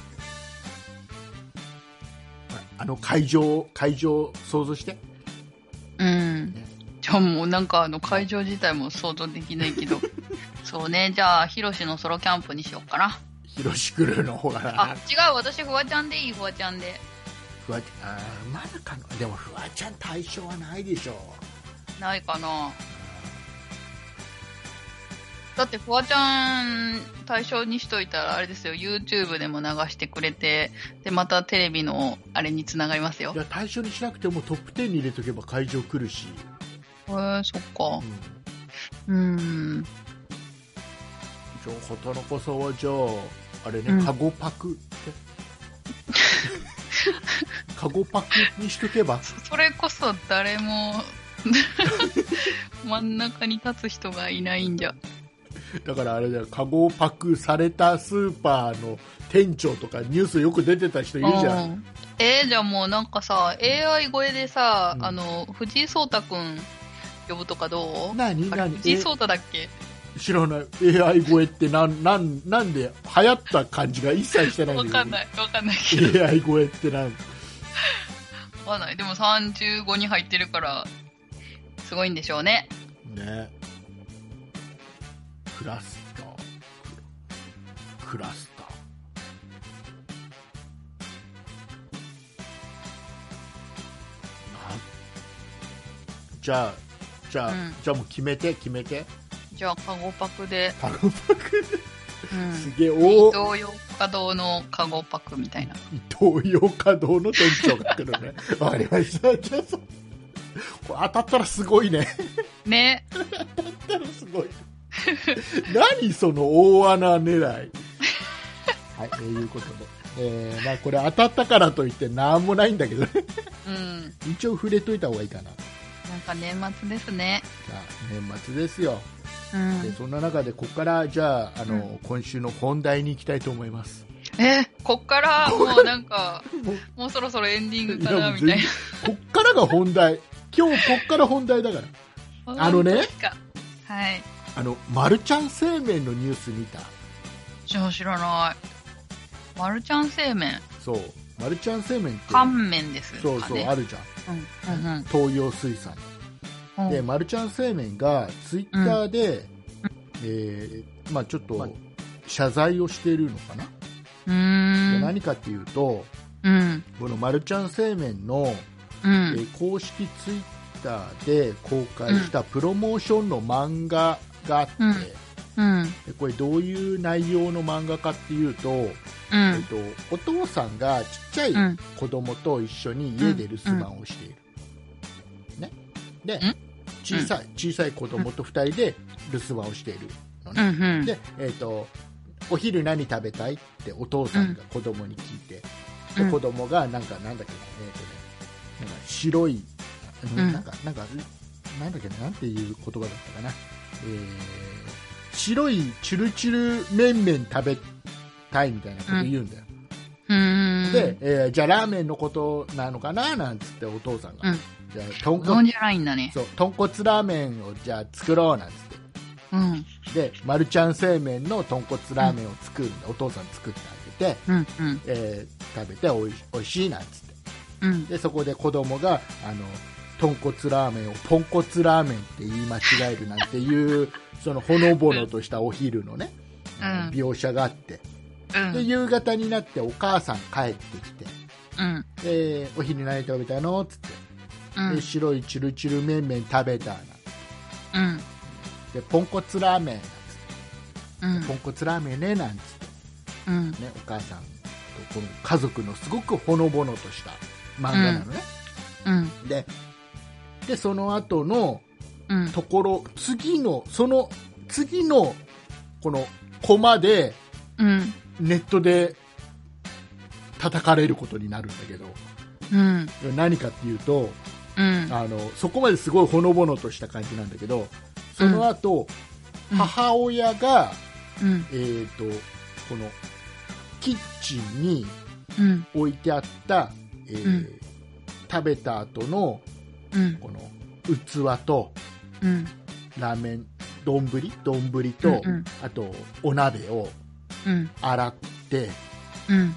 Speaker 2: あの会場、会場を想像して。
Speaker 1: うん。じゃあもうなんかあの会場自体も想像できないけ ど。そうね、じゃあ、ヒロシのソロキャンプにしようかな。
Speaker 2: 広しクルーの方が
Speaker 1: あ
Speaker 2: な、
Speaker 1: 違う、私、フワちゃんでいい、フワちゃんで。
Speaker 2: フワちゃんあーまだかなでもフワちゃん対象はないでしょ
Speaker 1: ないかな。だって、フワちゃん対象にしといたら、あれですよ、YouTube でも流してくれて、で、またテレビのあれにつながりますよ
Speaker 2: い。や対象にしなくてもトップ10に入れとけば会場来るし、
Speaker 1: えー、そっ
Speaker 2: うん
Speaker 1: か。、うん。
Speaker 2: じゃあほとのこさんはじゃああれね、
Speaker 1: うん
Speaker 2: カゴパクって カゴパクにしとけば
Speaker 1: それこそ誰も 真ん中に立つ人がいないんじゃ。
Speaker 2: だからあれだよカゴパクされたスーパーの店長とかニュースよく出てた人いるじゃん、
Speaker 1: うんえー、じゃあもうなんかさ、AI 声でさ、
Speaker 2: うん
Speaker 1: あの、藤井聡太くん呼ぶとかどう
Speaker 2: 何
Speaker 1: あれ
Speaker 2: 何
Speaker 1: 藤井聡太だっけ
Speaker 2: え知らない AI 声ってなんなんなんで流行った感じが一切してない
Speaker 1: わ
Speaker 2: だけど
Speaker 1: かんない、わかんないけど。
Speaker 2: AI 声ってなん
Speaker 1: わかんない。でも35に入ってるから、すごいんでしょうね。
Speaker 2: ねクラスタークラスターなんじゃあじゃあ、
Speaker 1: うん
Speaker 2: じゃあもう決めて決めて
Speaker 1: じゃあ、カゴパクで、
Speaker 2: パクパク
Speaker 1: うん、
Speaker 2: すげえ
Speaker 1: 伊
Speaker 2: おー
Speaker 1: 東洋華堂のカゴパクみたいな。
Speaker 2: 伊東洋華堂の店長が来る ねわかりましたじゃあそうこれ当たったらすごいね
Speaker 1: ね。
Speaker 2: すごい。 何その大穴 狙い。はい、ということで、えーまあこれ当たったからといってなんもないんだけどね。
Speaker 1: うん。な
Speaker 2: 一応触れといた方がいいかな。
Speaker 1: んか年末ですね。
Speaker 2: じゃあ年末ですよ。
Speaker 1: うん
Speaker 2: で。そんな中でここからじゃああの、
Speaker 1: う
Speaker 2: 今週の本題に行きたいと思います。
Speaker 1: えこっからもうなんか
Speaker 2: もう
Speaker 1: もうそろそろエンディング
Speaker 2: い
Speaker 1: か
Speaker 2: や
Speaker 1: な
Speaker 2: もう
Speaker 1: み
Speaker 2: 全
Speaker 1: た
Speaker 2: 然
Speaker 1: い
Speaker 2: こっからが本題。今日こっから本題だから。
Speaker 1: な
Speaker 2: あのね
Speaker 1: 本当ですかはい
Speaker 2: あのマルちゃん製麺のニュース見た。
Speaker 1: じゃあ知らないマルちゃん製麺
Speaker 2: そう。マルちゃん製麺って。
Speaker 1: 乾麺ですかね
Speaker 2: そうそうあるじゃん。
Speaker 1: うんうん
Speaker 2: 東洋水産。
Speaker 1: うん
Speaker 2: で、マルちゃん製麺がツイッターで、えーまあ、ちょっ
Speaker 3: まあ
Speaker 2: と謝罪をしているのかな、
Speaker 1: う
Speaker 2: で
Speaker 1: ーん
Speaker 2: 何かっていうと、
Speaker 1: うん
Speaker 2: このマルちゃん製麺の、
Speaker 1: う
Speaker 2: え
Speaker 1: ん
Speaker 2: ー公式ツイッターで公開したプロモーションの漫画があって、
Speaker 1: うんうん
Speaker 2: でこれ、どういう内容の漫画かっていうと、
Speaker 1: う
Speaker 2: えっ
Speaker 1: ん
Speaker 2: と、お父さんがちっちゃい
Speaker 1: うん
Speaker 2: 子供と一緒に家で留守番をしている、ね、で
Speaker 1: ん
Speaker 2: 小さい小さい子供と2人で留守番をしているの
Speaker 1: う
Speaker 2: ね、
Speaker 1: んうん
Speaker 2: で、えっと「お昼何食べたい?」ってお父さんが子供に聞いて、
Speaker 1: う
Speaker 2: で
Speaker 1: ん
Speaker 2: 子供がなんかなんだっけな、えっとね、なんか白い、うん
Speaker 1: うん
Speaker 2: なんかなんかなんだっけななんていう言葉だったかな、えー白いチュルチュル麺々食べたいみたいなこと言うんだよ、
Speaker 1: うーん
Speaker 2: で、えーじゃあラーメンのことなのかななんつってお父さんが、
Speaker 1: うん
Speaker 2: じゃあ豚
Speaker 1: うどん
Speaker 2: 骨
Speaker 1: じゃないんだね。
Speaker 2: そう豚骨ラーメンをじゃあ作ろうなんつって
Speaker 1: うん。
Speaker 2: で、マルちゃん製麺の豚骨ラーメンを作るんで、お父さん作ってあげて、
Speaker 1: うん。うん。
Speaker 2: えー食べておいおいしいなっつって
Speaker 1: うん。
Speaker 2: でそこで子供があの豚骨ラーメンをポンコツラーメンって言い間違えるなんていうそのほのぼのとしたお昼のね、
Speaker 1: うん
Speaker 2: 描写があって
Speaker 1: うん。
Speaker 2: で夕方になってお母さん帰ってきて
Speaker 1: うん。
Speaker 2: でお昼何食べたのっつって
Speaker 1: うん。
Speaker 2: で白いチルチル麺麺食べたな
Speaker 1: うん。
Speaker 2: でポンコツラーメンな
Speaker 1: うん。
Speaker 2: んつってポンコツラーメンねなんつって。
Speaker 1: うん。
Speaker 2: ね、お母さんとこの家族のすごくほのぼのとした漫画なのね、
Speaker 1: うん。
Speaker 2: ででその後の
Speaker 1: うん。
Speaker 2: ところ次のその次のこのコマで
Speaker 1: うん。
Speaker 2: ネットで叩かれることになるんだけど
Speaker 1: うん。
Speaker 2: 何かっていうと
Speaker 1: うん。
Speaker 2: あのそこまですごいほのぼのとした感じなんだけどその後、
Speaker 1: うん
Speaker 2: 母親が、
Speaker 1: うん。
Speaker 2: えー、とこのキッチンに
Speaker 1: うん。
Speaker 2: 置いてあった、えー
Speaker 1: うん
Speaker 2: 食べた後の
Speaker 1: うん。
Speaker 2: この器と
Speaker 1: うん。
Speaker 2: ラーメン丼ぶり丼ぶり
Speaker 1: う
Speaker 2: と
Speaker 1: ん、うん
Speaker 2: あとお鍋を
Speaker 1: うん。
Speaker 2: 洗って
Speaker 1: うん。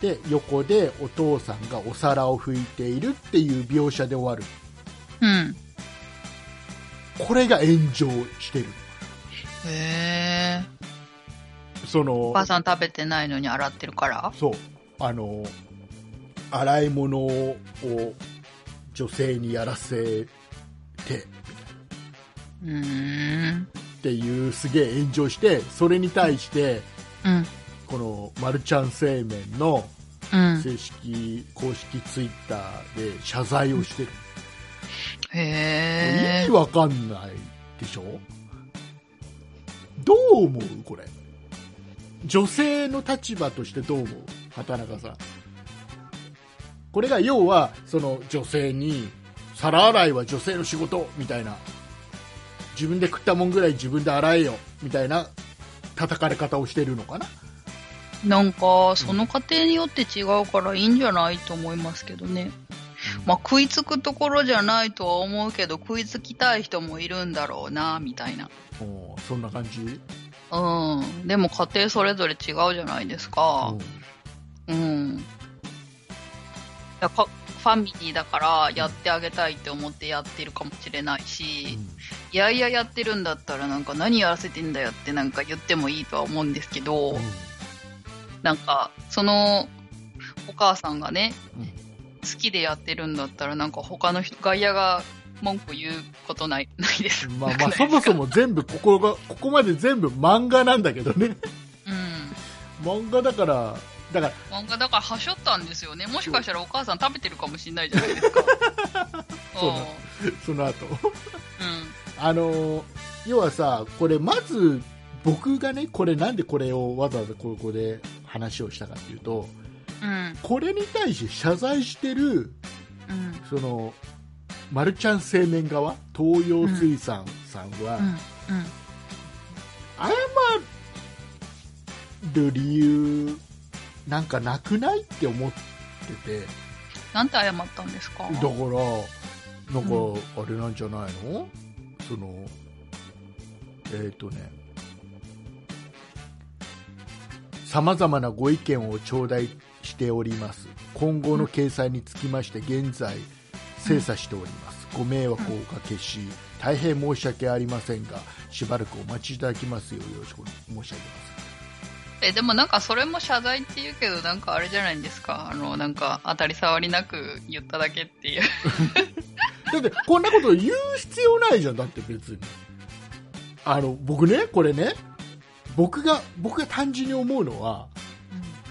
Speaker 2: で横でお父さんがお皿を拭いているっていう描写で終わ
Speaker 1: う
Speaker 2: る
Speaker 1: ん。
Speaker 2: これが炎上してる
Speaker 1: へえ。
Speaker 2: その
Speaker 1: お母さん食べてないのに洗ってるから
Speaker 2: そうあの洗い物を女性にやらせて
Speaker 1: うーん。
Speaker 2: っていうすげえ炎上してそれに対して
Speaker 1: うん。
Speaker 2: このマルちゃん製麺の
Speaker 1: うん。
Speaker 2: 正式公式ツイッターで謝罪をしてる、
Speaker 1: へ
Speaker 2: 意
Speaker 1: え
Speaker 2: 味。わかんないでしょどう思うこれ女性の立場としてどう思う畑中さんこれが要はその女性に皿洗いは女性の仕事みたいな自分で食ったもんぐらい自分で洗えよみたいな叩かれ方をしてるのかな
Speaker 1: なんか、その家庭によって違うからいいんじゃないと思いますけどね。まあ、食いつくところじゃないとは思うけど、食いつきたい人もいるんだろうな、みたいな。
Speaker 2: おーそんな感じ、
Speaker 1: うん。でも家庭それぞれ違うじゃないですか。
Speaker 2: う
Speaker 1: う
Speaker 2: ん
Speaker 1: ん。だかファミリーだからやってあげたいって思ってやってるかもしれないし、いやいややってるんだったらなんか何やらせてんだよってなんか言ってもいいとは思うんですけど、
Speaker 2: うん
Speaker 1: なんかそのお母さんがね、
Speaker 2: うん
Speaker 1: 好きでやってるんだったらなんか他の人、外野が文句言うことない、ないです。
Speaker 2: まあ
Speaker 1: なく
Speaker 2: ま
Speaker 1: ない
Speaker 2: あ、
Speaker 1: ですか
Speaker 2: そもそ。も全部ここが、ここまで全部漫画なんだけどね。
Speaker 1: うん。
Speaker 2: 漫画だから、だから、
Speaker 1: 漫画だからはしょったんですよね。もしかしたらお母さん食べてるかもしれないじゃないですか。
Speaker 2: そうなんその後。
Speaker 1: うん。
Speaker 2: あのー、要はさ、これまず、僕がね、これなんでこれをわざわざここで話をしたかっていうと、
Speaker 1: うん。
Speaker 2: これに対して謝罪してる、
Speaker 1: うん。
Speaker 2: その、マルちゃん製麺側、東洋水産さんは、
Speaker 1: うん
Speaker 2: 謝る理由、なんかなくないって思ってて、
Speaker 1: なんて謝ったんですか
Speaker 2: だからなんか
Speaker 1: う
Speaker 2: あれなんじゃないの、そのえっ、とねさまざまなご意見を頂戴しております今後の掲載につきまして現在精査しております、ご迷惑をおかけし大変申し訳ありませんがしばらくお待ちいただきますようよろしくお願い申し上げます
Speaker 1: え、でもなんかそれも謝罪って言うけど、なんかあれじゃないですか。あの、なんか当たり障りなく言っただけっていう。
Speaker 2: だってこんなこと言う必要ないじゃんだって別にあの僕ねこれね僕が僕が単純に思うのは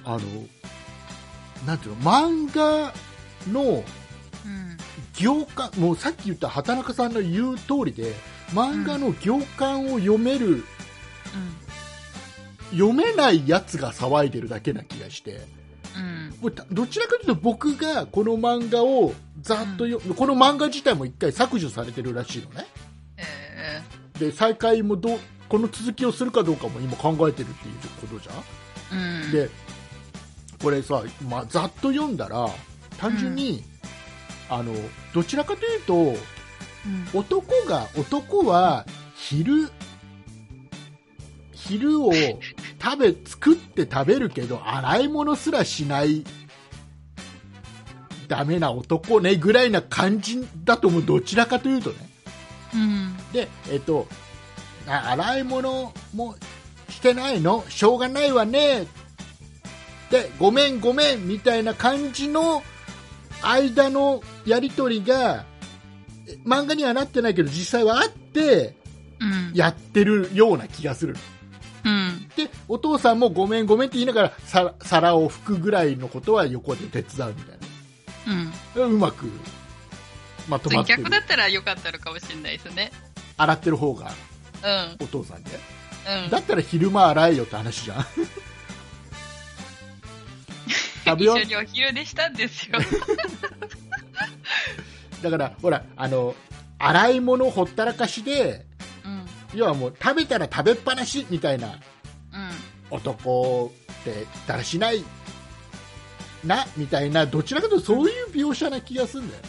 Speaker 2: あのなんていうの漫画の
Speaker 1: うん。
Speaker 2: 行間もうさっき言った畑中さんの言う通りで漫画の行間を読める、読めないやつが騒いでるだけな気がして
Speaker 1: うん。
Speaker 2: もうたどちらかというと僕がこの漫画をざっとよ、この漫画自体も一回削除されてるらしいのね
Speaker 1: え
Speaker 2: で再開もどうこの続きをするかどうかも今考えてるっていうことじゃん、
Speaker 1: ーうん。
Speaker 2: でこれさ、まあ、ざっと読んだら単純に、あのどちらかというと
Speaker 1: うん
Speaker 2: 男が男は昼昼を食べ作って食べるけど洗い物すらしないダメな男ねぐらいな感じだと思うどちらかというとね
Speaker 1: うん
Speaker 2: でえっとあ洗い物もしてないのしょうがないわねでごめんごめんみたいな感じの間のやり取りがえ漫画にはなってないけど実際はあって
Speaker 1: うん
Speaker 2: やってるような気がする
Speaker 1: うん
Speaker 2: でお父さんもごめんごめんって言いながらさ皿を拭くぐらいのことは横で手伝うみたい
Speaker 1: うん
Speaker 2: なうまくまとまってる
Speaker 1: 逆だったら良かったのかもしれないですね
Speaker 2: 洗ってる方が
Speaker 1: うんうん
Speaker 2: お父さんでだったら昼間洗えよって話じゃん食べよ
Speaker 1: 一緒にお昼でしたんです よ
Speaker 2: うだからほらあの洗い物ほったらかしで
Speaker 1: うん
Speaker 2: 要はもう食べたら食べっぱなしみたいな
Speaker 1: うん
Speaker 2: 男ってだらしないなみたいなどちらかというとそういう描写な気がするんだよ、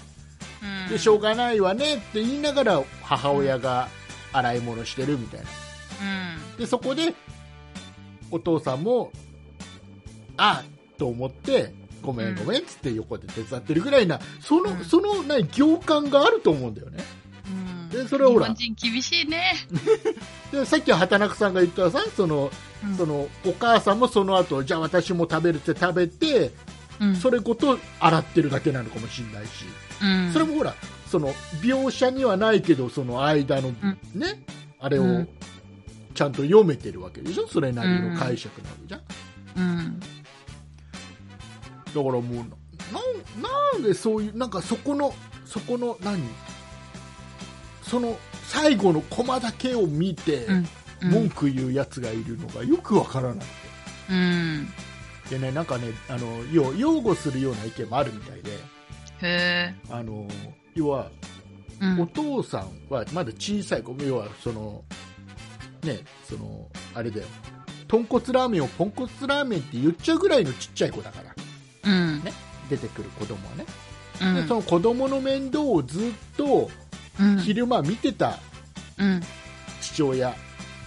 Speaker 1: うん
Speaker 2: でしょうがないわねって言いながら母親が洗い物してるみたいな
Speaker 1: うん
Speaker 2: でそこでお父さんもあっと思ってごめんごめんっつって横で手伝ってるぐらいなその,、
Speaker 1: うん
Speaker 2: そのな行間があると思うんだよね
Speaker 1: うん
Speaker 2: でそれはほら
Speaker 1: 日本人厳しいね、
Speaker 2: でさっき畑中さんが言ったさその
Speaker 1: うん
Speaker 2: そのお母さんもその後じゃあ私も食べるって食べて
Speaker 1: うん
Speaker 2: それごと洗ってるだけなのかもしれないし、
Speaker 1: うん
Speaker 2: それもほらその描写にはないけどその間の、ねあれ
Speaker 1: う
Speaker 2: を
Speaker 1: ん
Speaker 2: ちゃんと読めてるわけでしょそれなりの解釈なわけじゃん
Speaker 1: うん
Speaker 2: だからもうななんなんでそういうなんかそこのそこの何その最後のコマだけを見て
Speaker 1: うんうん
Speaker 2: 文句言うやつがいるのがよくわからない
Speaker 1: うん
Speaker 2: でねなんかねあの要擁護するような意見もあるみたいで
Speaker 1: へえ
Speaker 2: あの要は
Speaker 1: うん
Speaker 2: お父さんはまだ小さい子要はそのねそのあれだよ豚骨ラーメンをポンコツラーメンって言っちゃうぐらいのちっちゃい子だから
Speaker 1: うん
Speaker 2: ね出てくる子供はね
Speaker 1: うん
Speaker 2: でその子供の面倒をずっと
Speaker 1: うん
Speaker 2: 昼間見てた
Speaker 1: うん
Speaker 2: 父親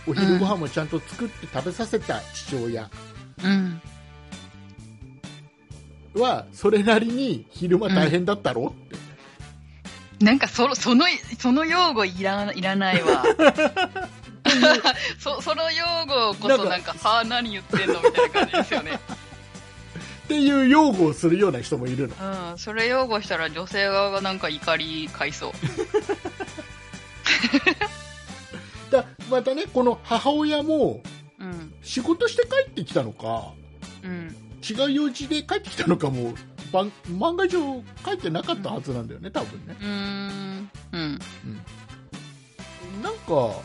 Speaker 2: お昼ご飯もちゃんと作って食べさせた父親
Speaker 1: うん
Speaker 2: はそれなりに昼間大変だったろって、
Speaker 1: なんかそのそのその用語いらいらないわ そその用語こそなんかはあ何言ってんのみたいな感じですよね
Speaker 2: っていう擁護をするような人もいるの
Speaker 1: うんそれ擁護したら女性側がなんか怒り買いそう
Speaker 2: だまたねこの母親も
Speaker 1: うん
Speaker 2: 仕事して帰ってきたのか
Speaker 1: うん
Speaker 2: 違う用事で帰ってきたのかもばん漫画上書いてなかったはずなんだよね多分ね
Speaker 1: うーんうん
Speaker 2: なんか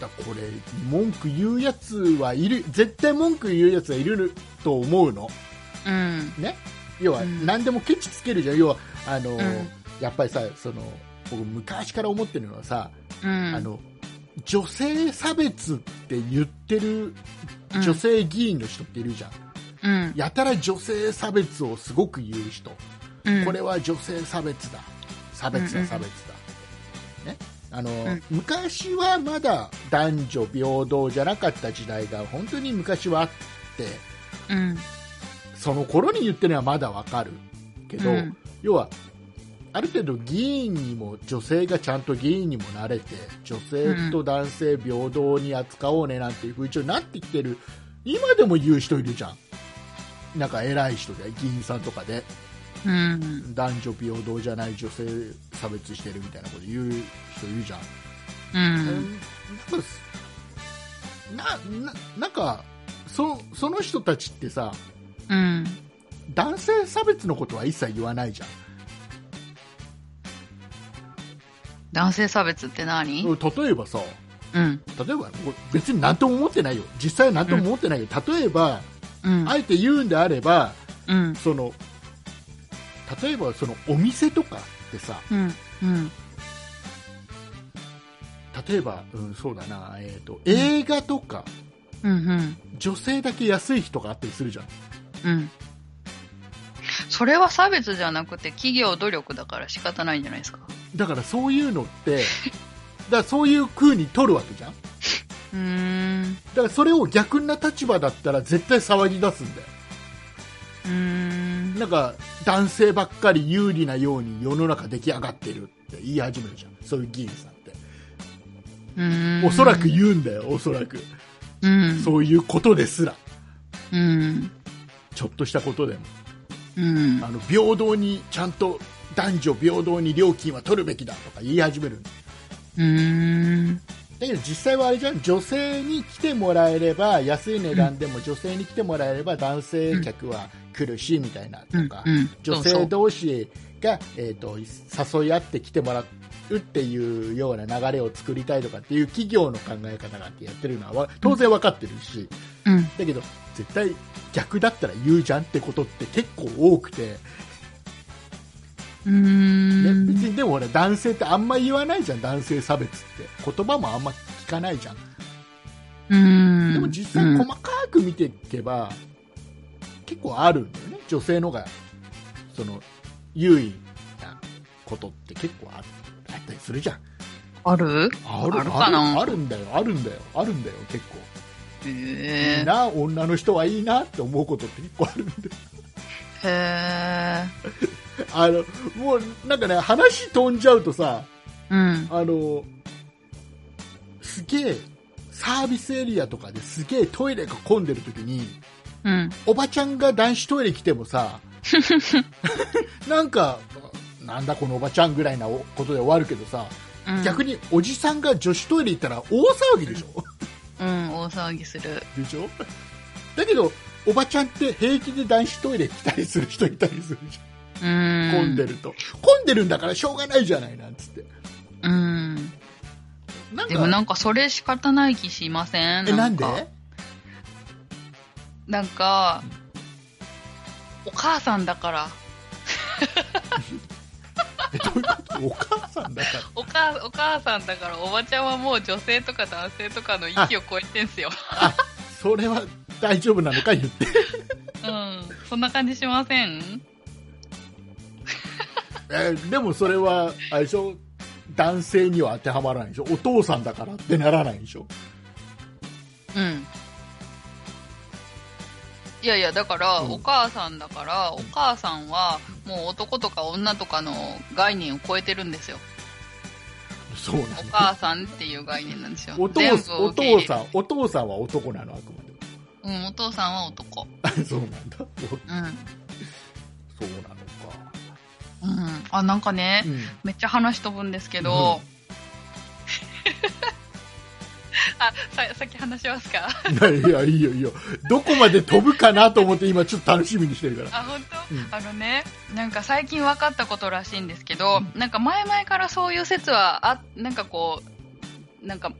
Speaker 2: だこれ文句言うやつはいる絶対文句言うやつはいると思うの
Speaker 1: うん
Speaker 2: 要は
Speaker 1: うん
Speaker 2: 何でもケチつけるじゃん、要はあの、
Speaker 1: ん
Speaker 2: やっぱりさその僕昔から思ってるのはさ、
Speaker 1: うん
Speaker 2: あの女性差別って言ってる
Speaker 1: うん
Speaker 2: 女性議員の人っているじゃん、
Speaker 1: うん
Speaker 2: やたら女性差別をすごく言う人、
Speaker 1: うん
Speaker 2: これは女性差別だ差別
Speaker 1: うんう
Speaker 2: だ
Speaker 1: ん
Speaker 2: 差別だ、ねあの
Speaker 1: ん
Speaker 2: 昔はまだ男女平等じゃなかった時代が本当に昔はあって
Speaker 1: うん
Speaker 2: その頃に言ってるのはまだわかるけど、
Speaker 1: うん
Speaker 2: 要はある程度議員にも女性がちゃんと議員にもなれて女性と男性平等に扱おうねなんていう風潮になってきてる今でも言う人いるじゃんなんか偉い人で議員さんとかで
Speaker 1: うん
Speaker 2: 男女平等じゃない女性差別してるみたいなこと言う人いるじゃん、
Speaker 1: うん
Speaker 2: なんかなななんかそその人たちってさ
Speaker 1: うん
Speaker 2: 男性差別のことは一切言わないじゃん
Speaker 1: 男性差別って何
Speaker 2: 例えばさ
Speaker 1: うん
Speaker 2: 例えばこれ別に何とも思ってないよ実際何とも思ってないけど、例えば
Speaker 1: うん
Speaker 2: あえて言うんであれば
Speaker 1: うん
Speaker 2: その例えばそのお店とかってさ
Speaker 1: うんうん
Speaker 2: 例えば、うん、そうだな、えー、と映画とか
Speaker 1: うんうん
Speaker 2: 女性だけ安い日とかあったりするじゃ
Speaker 1: う
Speaker 2: ん
Speaker 1: んそれは差別じゃなくて企業努力だから仕方ないんじゃないですか
Speaker 2: だからそういうのってだ からそういう風に取るわけじゃんだ
Speaker 1: うーん
Speaker 2: からそれを逆な立場だったら絶対騒ぎ出すんだよ
Speaker 1: うーん
Speaker 2: なんか男性ばっかり有利なように世の中出来上がってるって言い始めるじゃんそういう議員さんって
Speaker 1: うーん
Speaker 2: おそらく言うんだよおそらく
Speaker 1: うん
Speaker 2: そういうことですら
Speaker 1: うん
Speaker 2: ちょっとしたことでも
Speaker 1: うん
Speaker 2: あの平等にちゃんと男女平等に料金は取るべきだとか言い始めるんだ
Speaker 1: うーん
Speaker 2: だけど実際はあれじゃん女性に来てもらえれば安い値段でも女性に来てもらえれば男性客は来るしみたいなとか、
Speaker 1: うんうん
Speaker 2: 女
Speaker 1: そうそ
Speaker 2: 性
Speaker 1: う
Speaker 2: 同士が、えー、と誘い合って来てもらうっていうような流れを作りたいとかっていう企業の考え方があってやってるのはわ当然分かってるし
Speaker 1: うん
Speaker 2: だけど絶対逆だったら言うじゃんってことって結構多くて、ね
Speaker 1: うーん
Speaker 2: 別にでも俺男性ってあんま言わないじゃん男性差別って言葉もあんま聞かないじゃん。
Speaker 1: うーん
Speaker 2: でも実際細かく見ていけば、結構あるんだよね女性のがその優位なことって結構ああったりするじゃん
Speaker 1: ある
Speaker 2: あ
Speaker 1: あるかな
Speaker 2: あるあるんだよあるんだよあるんだよ結構い
Speaker 1: へ
Speaker 2: いな女の人はいいなって思うことって結構あるんで
Speaker 1: えへえ
Speaker 2: あのもうなんかね話飛んじゃうとさ
Speaker 1: うん
Speaker 2: あのすげえサービスエリアとかですげえトイレが混んでる時に
Speaker 1: うん
Speaker 2: おばちゃんが男子トイレ来ても さなんかなんだこのおばちゃんぐらいなことで終わるけどさ、
Speaker 1: うん
Speaker 2: 逆におじさんが女子トイレ行ったら大騒ぎでしょ
Speaker 1: うん大騒ぎする
Speaker 2: でしょだけどおばちゃんって平気で男子トイレ来たりする人いたりするじ
Speaker 1: う
Speaker 2: ゃ
Speaker 1: ん
Speaker 2: ん混んでると、混んでるんだからしょうがないじゃないなんつって
Speaker 1: うん
Speaker 2: なん
Speaker 1: で
Speaker 2: か
Speaker 1: もなんかそれ仕方ない気しません
Speaker 2: えなんで
Speaker 1: かなんか、お母さんだから。
Speaker 2: えどういうことお母さんだから
Speaker 1: お母、お母さんだから、おばちゃんはもう女性とか男性とかの域を超えてんすよ。
Speaker 2: それは大丈夫なのか言って
Speaker 1: うん。そんな感じしません
Speaker 2: えーでもそれはあれでしょ男性には当てはまらないでしょお父さんだからってならないでしょ
Speaker 1: うん。いやいや、だから、
Speaker 2: うん
Speaker 1: お母さんだから、お母さんは、もう男とか女とかの概念を超えてるんですよ。
Speaker 2: そうなの
Speaker 1: お母さんっていう概念なん ですよ。
Speaker 2: お
Speaker 1: 全
Speaker 2: 父
Speaker 1: 部
Speaker 2: さん
Speaker 1: を
Speaker 2: お
Speaker 1: 受け入
Speaker 2: 父
Speaker 1: れ
Speaker 2: さんお父さんは男なのあくまで
Speaker 1: うん、お父さんは男。
Speaker 2: あ そうなんだ
Speaker 1: う
Speaker 2: お
Speaker 1: ん。
Speaker 2: そうなのか、
Speaker 1: うん。あ、なんかね、
Speaker 2: うん、
Speaker 1: めっちゃ話飛ぶんですけど、 あささっき話しますか
Speaker 2: いやいやいいよいいよどこまで飛ぶかなと思って今ちょっと楽しみにしてるから
Speaker 1: あ本当、
Speaker 2: うん
Speaker 1: あのねなんか最近分かったことらしいんですけどなんか前々からそういう説はあなんかこうなんか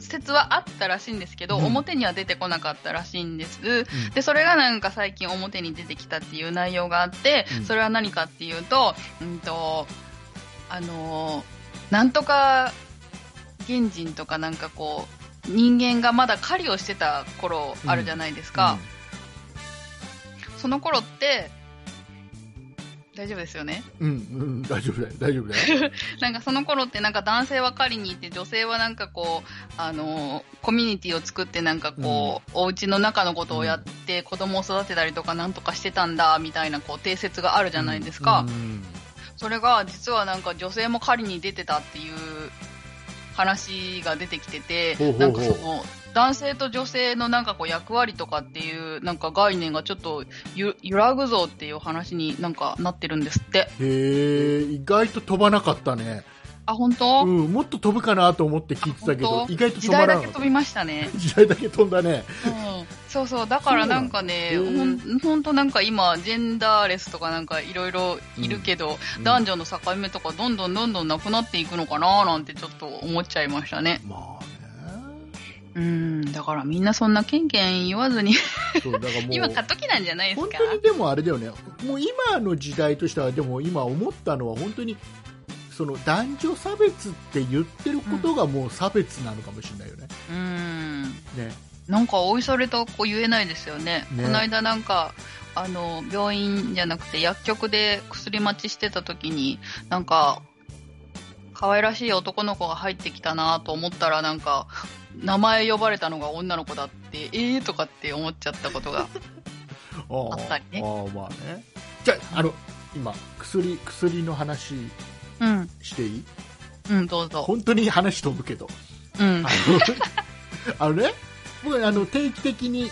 Speaker 1: 説はあったらしいんですけど、
Speaker 2: うん
Speaker 1: 表には出てこなかったらしいんです、でそれがなんか最近表に出てきたっていう内容があって、
Speaker 2: うん
Speaker 1: それは何かっていうと,、うん、とあのーなんとか原人とかなんかこう人間がまだ狩りをしてた頃あるじゃないですか、その頃って大丈夫ですよね
Speaker 2: うん、うんうん大丈夫だよ大丈夫だよ
Speaker 1: なんかその頃ってなんか男性は狩りに行って女性はなんかこうあのーコミュニティを作ってなんかこう、お家の中のことをやって子供を育てたりとかなんとかしてたんだみたいなこう定説があるじゃないですか、
Speaker 2: うん
Speaker 1: それが実はなんか女性も狩りに出てたっていう話が出てきてて
Speaker 2: ほうほうほう
Speaker 1: なんかその男性と女性のなんかこう役割とかっていうなんか概念がちょっとゆ揺らぐぞっていう話になんかなってるんですって
Speaker 2: へえ意外と飛ばなかったね、
Speaker 1: あ本
Speaker 2: う
Speaker 1: 当、
Speaker 2: ん、もっと飛ぶかなと思って聞いてたけ
Speaker 1: あ
Speaker 2: ど
Speaker 1: 本当
Speaker 2: 意外と
Speaker 1: 時
Speaker 2: 飛ば
Speaker 1: 代
Speaker 2: な
Speaker 1: だ
Speaker 2: かっ
Speaker 1: け
Speaker 2: た
Speaker 1: 飛びましたね
Speaker 2: 時代だけ飛んだね
Speaker 1: うんそうそう、だからなんかね、
Speaker 2: そう
Speaker 1: ほ
Speaker 2: なん
Speaker 1: ん
Speaker 2: だ
Speaker 1: ほんとなんか今、ジェンダーレスとかなんかいろいろいるけど、
Speaker 2: うん
Speaker 1: 男女の境目とかどんどんどんどんなくなっていくのかななんてちょっと思っちゃいましたね。
Speaker 2: まあ
Speaker 1: うん、だからみんなそんなケンケン言わずに、
Speaker 2: ねそうだからもう
Speaker 1: 今過渡期なんじゃないです
Speaker 2: 本
Speaker 1: か
Speaker 2: 当にでもあれだよね、もう今の時代としては、でも今思ったのは、本当にその男女差別って言ってることがもう差別なのかもしれないよね。
Speaker 1: うん。
Speaker 2: ね
Speaker 1: なんかおいそれとこう言えないですよね。
Speaker 2: ね
Speaker 1: この間なんか、あの病院じゃなくて薬局で薬待ちしてた時になんか可愛らしい男の子が入ってきたなと思ったらなんか名前呼ばれたのが女の子だってええー、とかって思っちゃったことが
Speaker 2: あ
Speaker 1: あったりね
Speaker 2: ああまあねじゃああの今薬薬の話
Speaker 1: うん
Speaker 2: していい
Speaker 1: うんどうぞ
Speaker 2: 本当に話飛ぶけど
Speaker 1: うん
Speaker 2: あのあのね僕あの定期的に、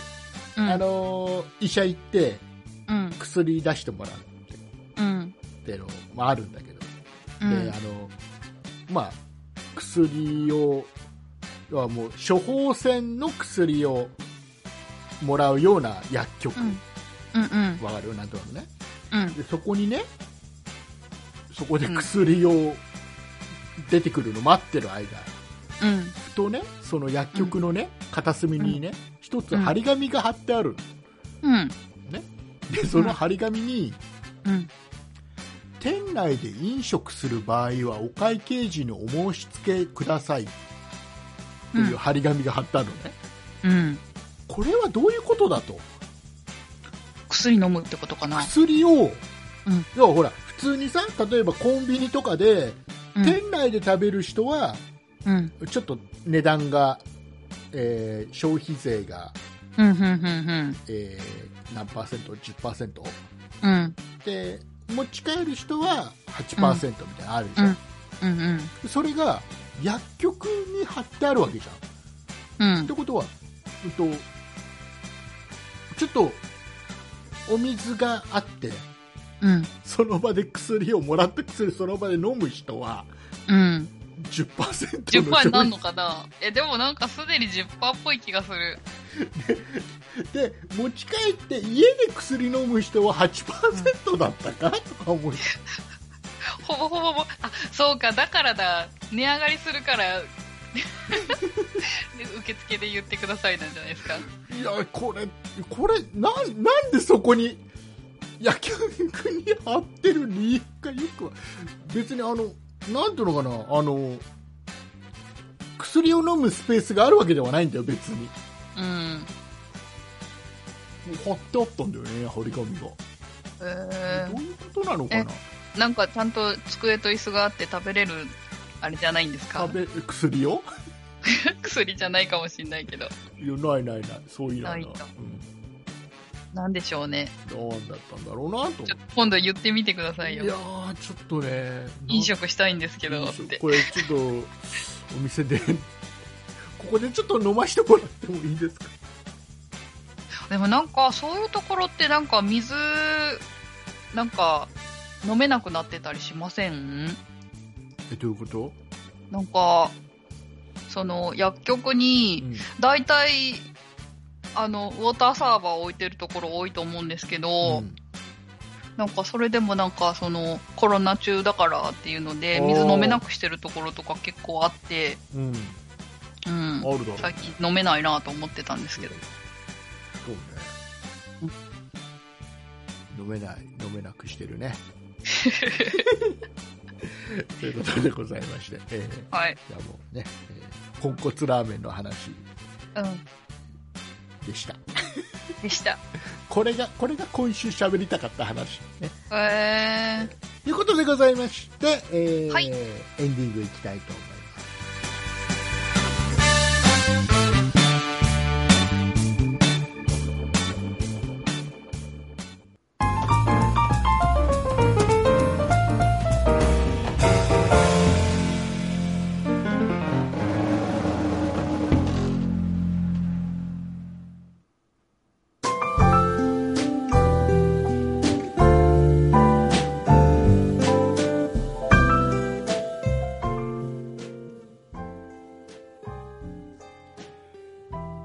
Speaker 1: う
Speaker 2: あ
Speaker 1: ん
Speaker 2: の医者行って
Speaker 1: うん
Speaker 2: 薬出してもらうっていう
Speaker 1: うん
Speaker 2: っていうのもあるんだけど、
Speaker 1: う
Speaker 2: で
Speaker 1: ん
Speaker 2: あのまあ薬を要はもう処方箋の薬をもらうような薬局、
Speaker 1: うんうんうん
Speaker 2: わかるなんとなくね
Speaker 1: うん
Speaker 2: でそこにねそこで薬を出てくるの待ってる間、
Speaker 1: うん
Speaker 2: ふとねその薬局のね、片隅にね一つ
Speaker 1: うん
Speaker 2: 張り紙が貼ってある
Speaker 1: うん
Speaker 2: のでその張り紙に
Speaker 1: うん
Speaker 2: 店内で飲食する場合はお会計時にお申し付けくださいという張り紙が貼ってあるのね、
Speaker 1: うん
Speaker 2: これはどういうことだと
Speaker 1: 薬飲むってことかな
Speaker 2: 薬を、
Speaker 1: うん
Speaker 2: 要はほら普通にさ例えばコンビニとかで、
Speaker 1: うん
Speaker 2: 店内で食べる人は
Speaker 1: うん
Speaker 2: ちょっと値段が、えー消費税が、
Speaker 1: うんうんうん
Speaker 2: えー何パーセント10%
Speaker 1: うんうん
Speaker 2: で持ち帰る人は8%みたいなのあるじゃん、
Speaker 1: うんうん
Speaker 2: それが薬局に貼ってあるわけじゃん
Speaker 1: うん
Speaker 2: ってことは、うんと、ちょっとお水があって
Speaker 1: うん
Speaker 2: その場で薬をもらった薬その場で飲む人は
Speaker 1: うん
Speaker 2: 10%の
Speaker 1: 10%にな
Speaker 2: 消
Speaker 1: ん
Speaker 2: 費
Speaker 1: のかなえでもなんかすでに10%っぽい気がする
Speaker 2: で持ち帰って家で薬飲む人は8%だったか、とか思い
Speaker 1: ほぼほぼもあそうかだからだ値上がりするから受付で言ってくださいなんじゃないですか
Speaker 2: いやこれこれなんなんでそこに野球服に貼ってる理由がよくわ別にあのなんていうのかなあの薬を飲むスペースがあるわけではないんだよ別に
Speaker 1: うん
Speaker 2: もう貼ってあったんだよね貼り紙が、
Speaker 1: え
Speaker 2: どういうことなのかな
Speaker 1: ー、なんかちゃんと机と椅子があって食べれるあれじゃないんですか
Speaker 2: 食べ薬を
Speaker 1: 薬じゃないかもしんないけど
Speaker 2: いやないないないそういうの
Speaker 1: ない
Speaker 2: が
Speaker 1: んだ
Speaker 2: う
Speaker 1: なんでしょうね
Speaker 2: ん、なんだったんだろうなと思って
Speaker 1: ちょっと今度言ってみてください
Speaker 2: いや
Speaker 1: よ
Speaker 2: ーちょっとね
Speaker 1: 飲食したいんですけどっ
Speaker 2: 飲食
Speaker 1: て
Speaker 2: これちょっとお店で ここでちょっと飲ましてもらってもいいですか
Speaker 1: でもなんかそういうところってなんか水なんか飲めなくなってたりしません
Speaker 2: えどういうこと、
Speaker 1: なんかその薬局に
Speaker 2: ん
Speaker 1: 大体あのウォーターサーバーを置いてるところ多いと思うんですけど、なんかそれでもなんかそのコロナ中だからっていうので
Speaker 2: おー
Speaker 1: 水飲めなくしてるところとか結構あって、
Speaker 2: うんう
Speaker 1: う
Speaker 2: ん、
Speaker 1: ん
Speaker 2: あるだ、ろうね
Speaker 1: 最近飲めないなと思ってたんですけど、
Speaker 2: そうね飲めない飲めなくしてるね ということでございまして、えー
Speaker 1: はい、
Speaker 2: じゃあもうね、えー、豚骨ラーメンの話
Speaker 1: うん、
Speaker 2: でした
Speaker 1: でした
Speaker 2: これがこれが今週喋りたかった話ね
Speaker 1: えー、
Speaker 2: ということでございまして、えー
Speaker 1: はい
Speaker 2: エンディングいきたいと思います。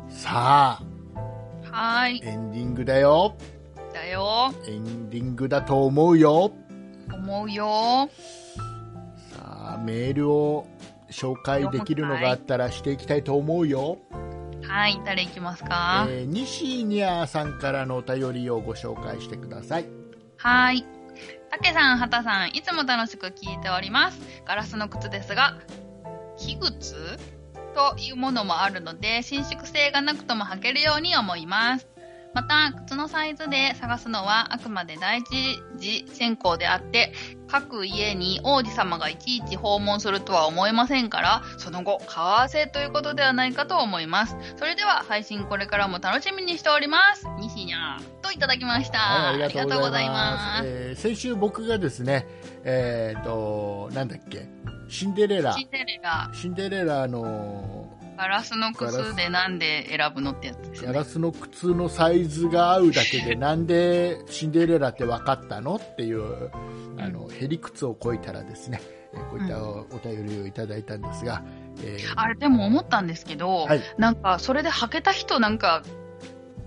Speaker 2: さあ、
Speaker 1: はーい
Speaker 2: エンディングだよ。
Speaker 1: だよ
Speaker 2: エンディングだと思うよ。
Speaker 1: 思うよ
Speaker 2: さあ、メールを紹介できるのがあったらしていきたいと思うよ。
Speaker 1: はい誰行きます
Speaker 2: え
Speaker 1: か、
Speaker 2: ー、西ニアさんからのお便りをご紹介してください。
Speaker 1: はーい。たけさん、はたさん、いつも楽しく聞いております。ガラスの靴ですが、木靴というものもあるので、伸縮性がなくとも履けるように思います。また、靴のサイズで探すのはあくまで第一次選考であって、各家に王子様がいちいち訪問するとは思えませんから、その後、買わせということではないかと思います。それでは、配信これからも楽しみにしております。西にゃーといただきました。
Speaker 2: はい、ありがとうございます。
Speaker 1: ありがとうござい
Speaker 2: えー先週僕がですね、えっ、と、なんだっけ、シンデレ
Speaker 1: ま
Speaker 2: ラ
Speaker 1: す。シ、ンデレラ、
Speaker 2: シンデレラの
Speaker 1: ガラスの靴でなんで選ぶのってやつです
Speaker 2: ガ
Speaker 1: よ
Speaker 2: ラ
Speaker 1: ね。
Speaker 2: スの靴のサイズが合うだけでなんでシンデレラって分かったのっていうあのへりくつをこいたらですね えーこういったおお便りをいただいたんですが、えー
Speaker 1: あれ、でも思ったんですけど、
Speaker 2: はい、
Speaker 1: なんか、それで履けた人なんか、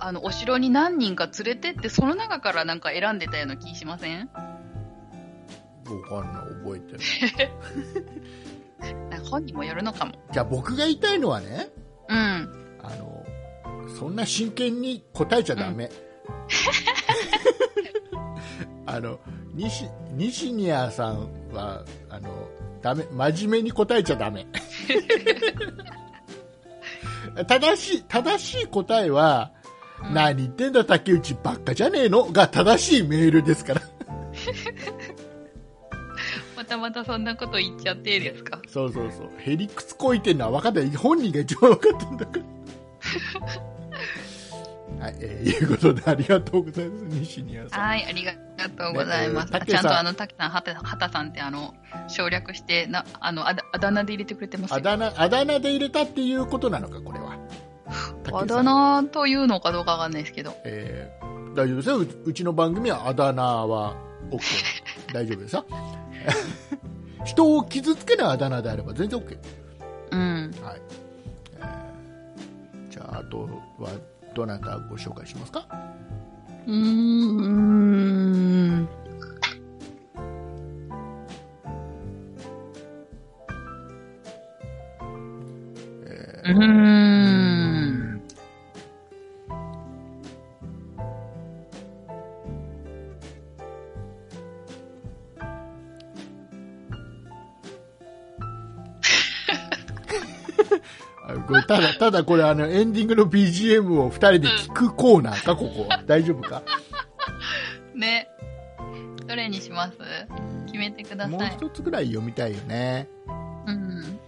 Speaker 1: あの、お城に何人か連れてって、その中からなんか選んでたような気しません
Speaker 2: わかんない覚えてない
Speaker 1: なんか本にもよるのかも。
Speaker 2: じゃあ僕が言いたいのはね
Speaker 1: うん。
Speaker 2: あのそんな真剣に答えちゃダ メ、あの西西ニアさんはあのダメ真面目に答えち ゃダメ正しい正しい答えは、
Speaker 1: うん
Speaker 2: 何言ってんだ竹内ばっかじゃねえのが正しいメールですから
Speaker 1: またまたそんなこと言っちゃっていいですか
Speaker 2: そうそうそうへりくつこいてんのは分かってない本人が一番分かってんだから はい、えーいうことでありがとうございます西ニアさん
Speaker 1: はい、ありがとうございます。
Speaker 2: ねえー
Speaker 1: ちゃん
Speaker 2: たけさん
Speaker 1: とあの、たけさん、はたはたさんってあの、省略して、な、あの、あだあだ名で入れてくれてます
Speaker 2: あ
Speaker 1: よ。
Speaker 2: だ名あだ名で入れたっていうことなのか、これは。
Speaker 1: あだ名というのかどうかわかんないですけど。
Speaker 2: えー大丈夫ですよう、うちの番組はあだ名は OK、大丈夫ですよ。 人を傷つけないあだ名であれば全然 OK、
Speaker 1: うん。
Speaker 2: はいえーじゃあ、あとはどなたご紹介しますか、
Speaker 1: うーん。
Speaker 2: え
Speaker 1: うーん。
Speaker 2: ーあこれただただこれあの、エンディングの BGM を2人で聞くコーナ ーか、ここは、大丈夫か、
Speaker 1: ね。どれにします決めてくだ
Speaker 2: もう
Speaker 1: さい。
Speaker 2: 一つぐらい読みたいよね。
Speaker 1: うん。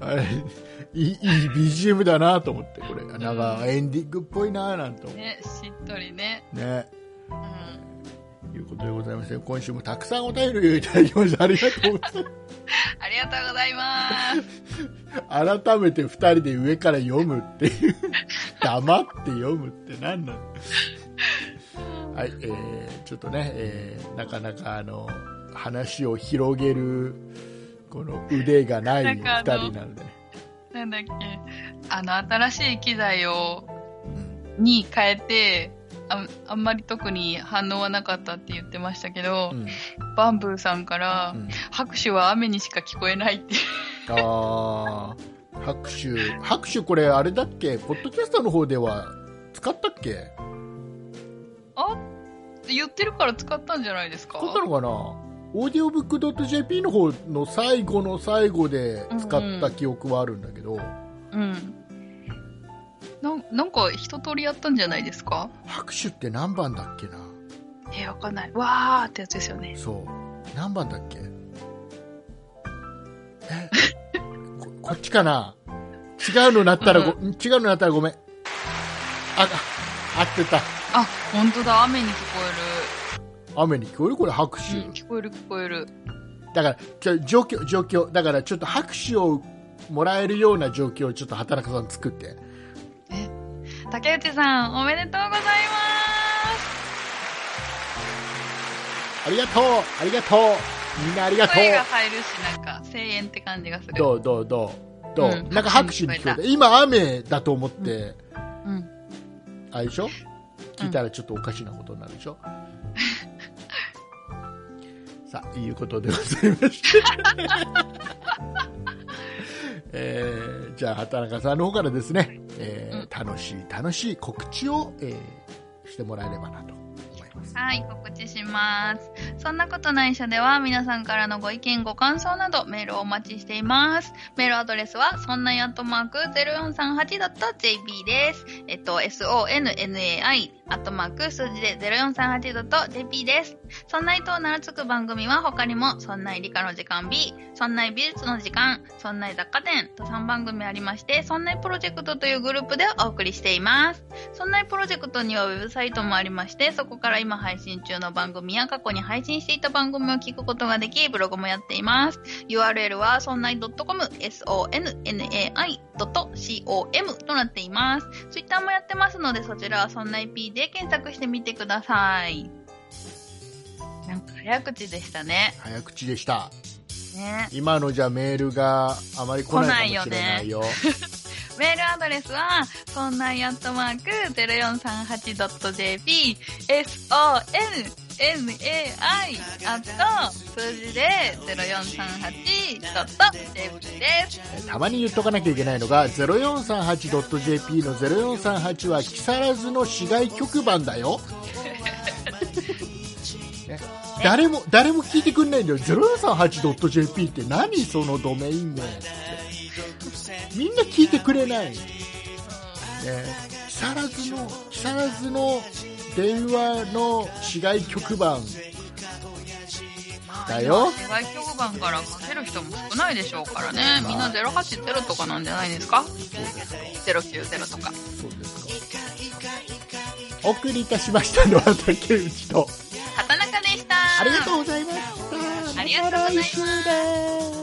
Speaker 2: あれいいいい BGM だなと思ってこれなんかエンディングっぽいななんて思っ
Speaker 1: ね、しっとりね。
Speaker 2: てね
Speaker 1: うん。
Speaker 2: いうことでございまして今週もたくさんお便りをいただきましてありがとうござい
Speaker 1: ありがとうございます。
Speaker 2: ます改めて2人で上から読むっていう黙って読むって何なのはいえー、ちょっとね、えーなかなかあの話を広げるこの腕がない
Speaker 1: なんか
Speaker 2: 2
Speaker 1: あの
Speaker 2: 人なのでね
Speaker 1: なんだっけ。あの、新しい機材を、
Speaker 2: うん
Speaker 1: に変えて、ああんまり特に反応はなかったって言ってましたけど、
Speaker 2: うん
Speaker 1: バンブーさんから、
Speaker 2: うん
Speaker 1: 拍手は雨にしか聞こえないって
Speaker 2: ああ、拍手、拍手、これ、あれだっけ、ポッドキャスターの方では使ったっけ、
Speaker 1: あ言ってるから使ったんじゃないですか
Speaker 2: 使ったのかな、オーディオブックドット JP の方の最後の最後で使った記憶はあるんだけど、
Speaker 1: うん。なんなんか一通りやったんじゃないですか
Speaker 2: 拍手って何番だっけな、
Speaker 1: えー、わかんない。わーってやつですよね。
Speaker 2: そう、何番だっけ、えこ こっちかな、違うのなったらご、違うのなったらごめん、あ、あ合ってた、
Speaker 1: あ、本当だ。雨に聞こ
Speaker 2: 雨に聞こえる、これ、拍
Speaker 1: え
Speaker 2: 手。
Speaker 1: る。うん、聞こえる聞こえる。
Speaker 2: だから、ちょ状況、状況、だからちょっと拍手をもらえるような状況をちょっと畑中さん作って。
Speaker 1: 竹内さん、おめでとうございます。
Speaker 2: ありがとうありがとうみんなありがと
Speaker 1: 声が
Speaker 2: う
Speaker 1: 入るし、なんか声援って感じがする。
Speaker 2: どうどうどうどう、
Speaker 1: うん
Speaker 2: なんか拍手に
Speaker 1: 拍手に聞
Speaker 2: 聞こ
Speaker 1: こ
Speaker 2: えて。今雨だと思って、
Speaker 1: うん。
Speaker 2: あれでしょ聞いたらちょっとおかしなことになるで しょ、さあ、いうことでございまして。 えーじゃあ、畑中さんの方からですね、えー楽しい楽しい告知を、えーしてもらえればなと思います。
Speaker 1: はい、告知します。そんなことない社では皆さんからのご意見、ご感想などメールをお待ちしています。メールアドレスは、そんなやっとマーク 0438.jp です。えっと、sonnai アットマーク数字で 0438.jp です。そんないと名のつく番組は他にも、そんない理科の時間 B、そんない美術の時間、そんない雑貨店と3番組ありまして、そんないプロジェクトというグループでお送りしています。そんなプロジェクトにはウェブサイトもありまして、そこから今配信中の番組や過去に配信していた番組を聞くことができ、ブログもやっています。URL はそんない .com、sonnai.com となっています。ツイッターもやってますので、そちらはそんない P で検索してみてください。なんか早口でしたね。
Speaker 2: 早口でした。
Speaker 1: ね。
Speaker 2: 今のじゃメールがあまり来ないかもしれないよ。
Speaker 1: メールアドレスは、そんないアットマーク 0438.jp、sonnai アット数字で 0438.jp です。
Speaker 2: たまに言っとかなきゃいけないのが 0438.jp の0438は木更津の市街局番だよね誰も誰も聞いてくんないんだよ 0438.jp って何そのドメイン名ってみんな聞いてくれない、ね、木更津の木更津の電話の市街局番だよ
Speaker 1: 外局番からかける人も少ないでしょうからね。みんな080とかなんじゃないですか
Speaker 2: そうですか
Speaker 1: ?090 とか。
Speaker 2: そうですかお送りいたしましたのは竹内と
Speaker 1: 畑中でした。
Speaker 2: ありがとうございました。
Speaker 1: ありがとうございます
Speaker 2: 来週です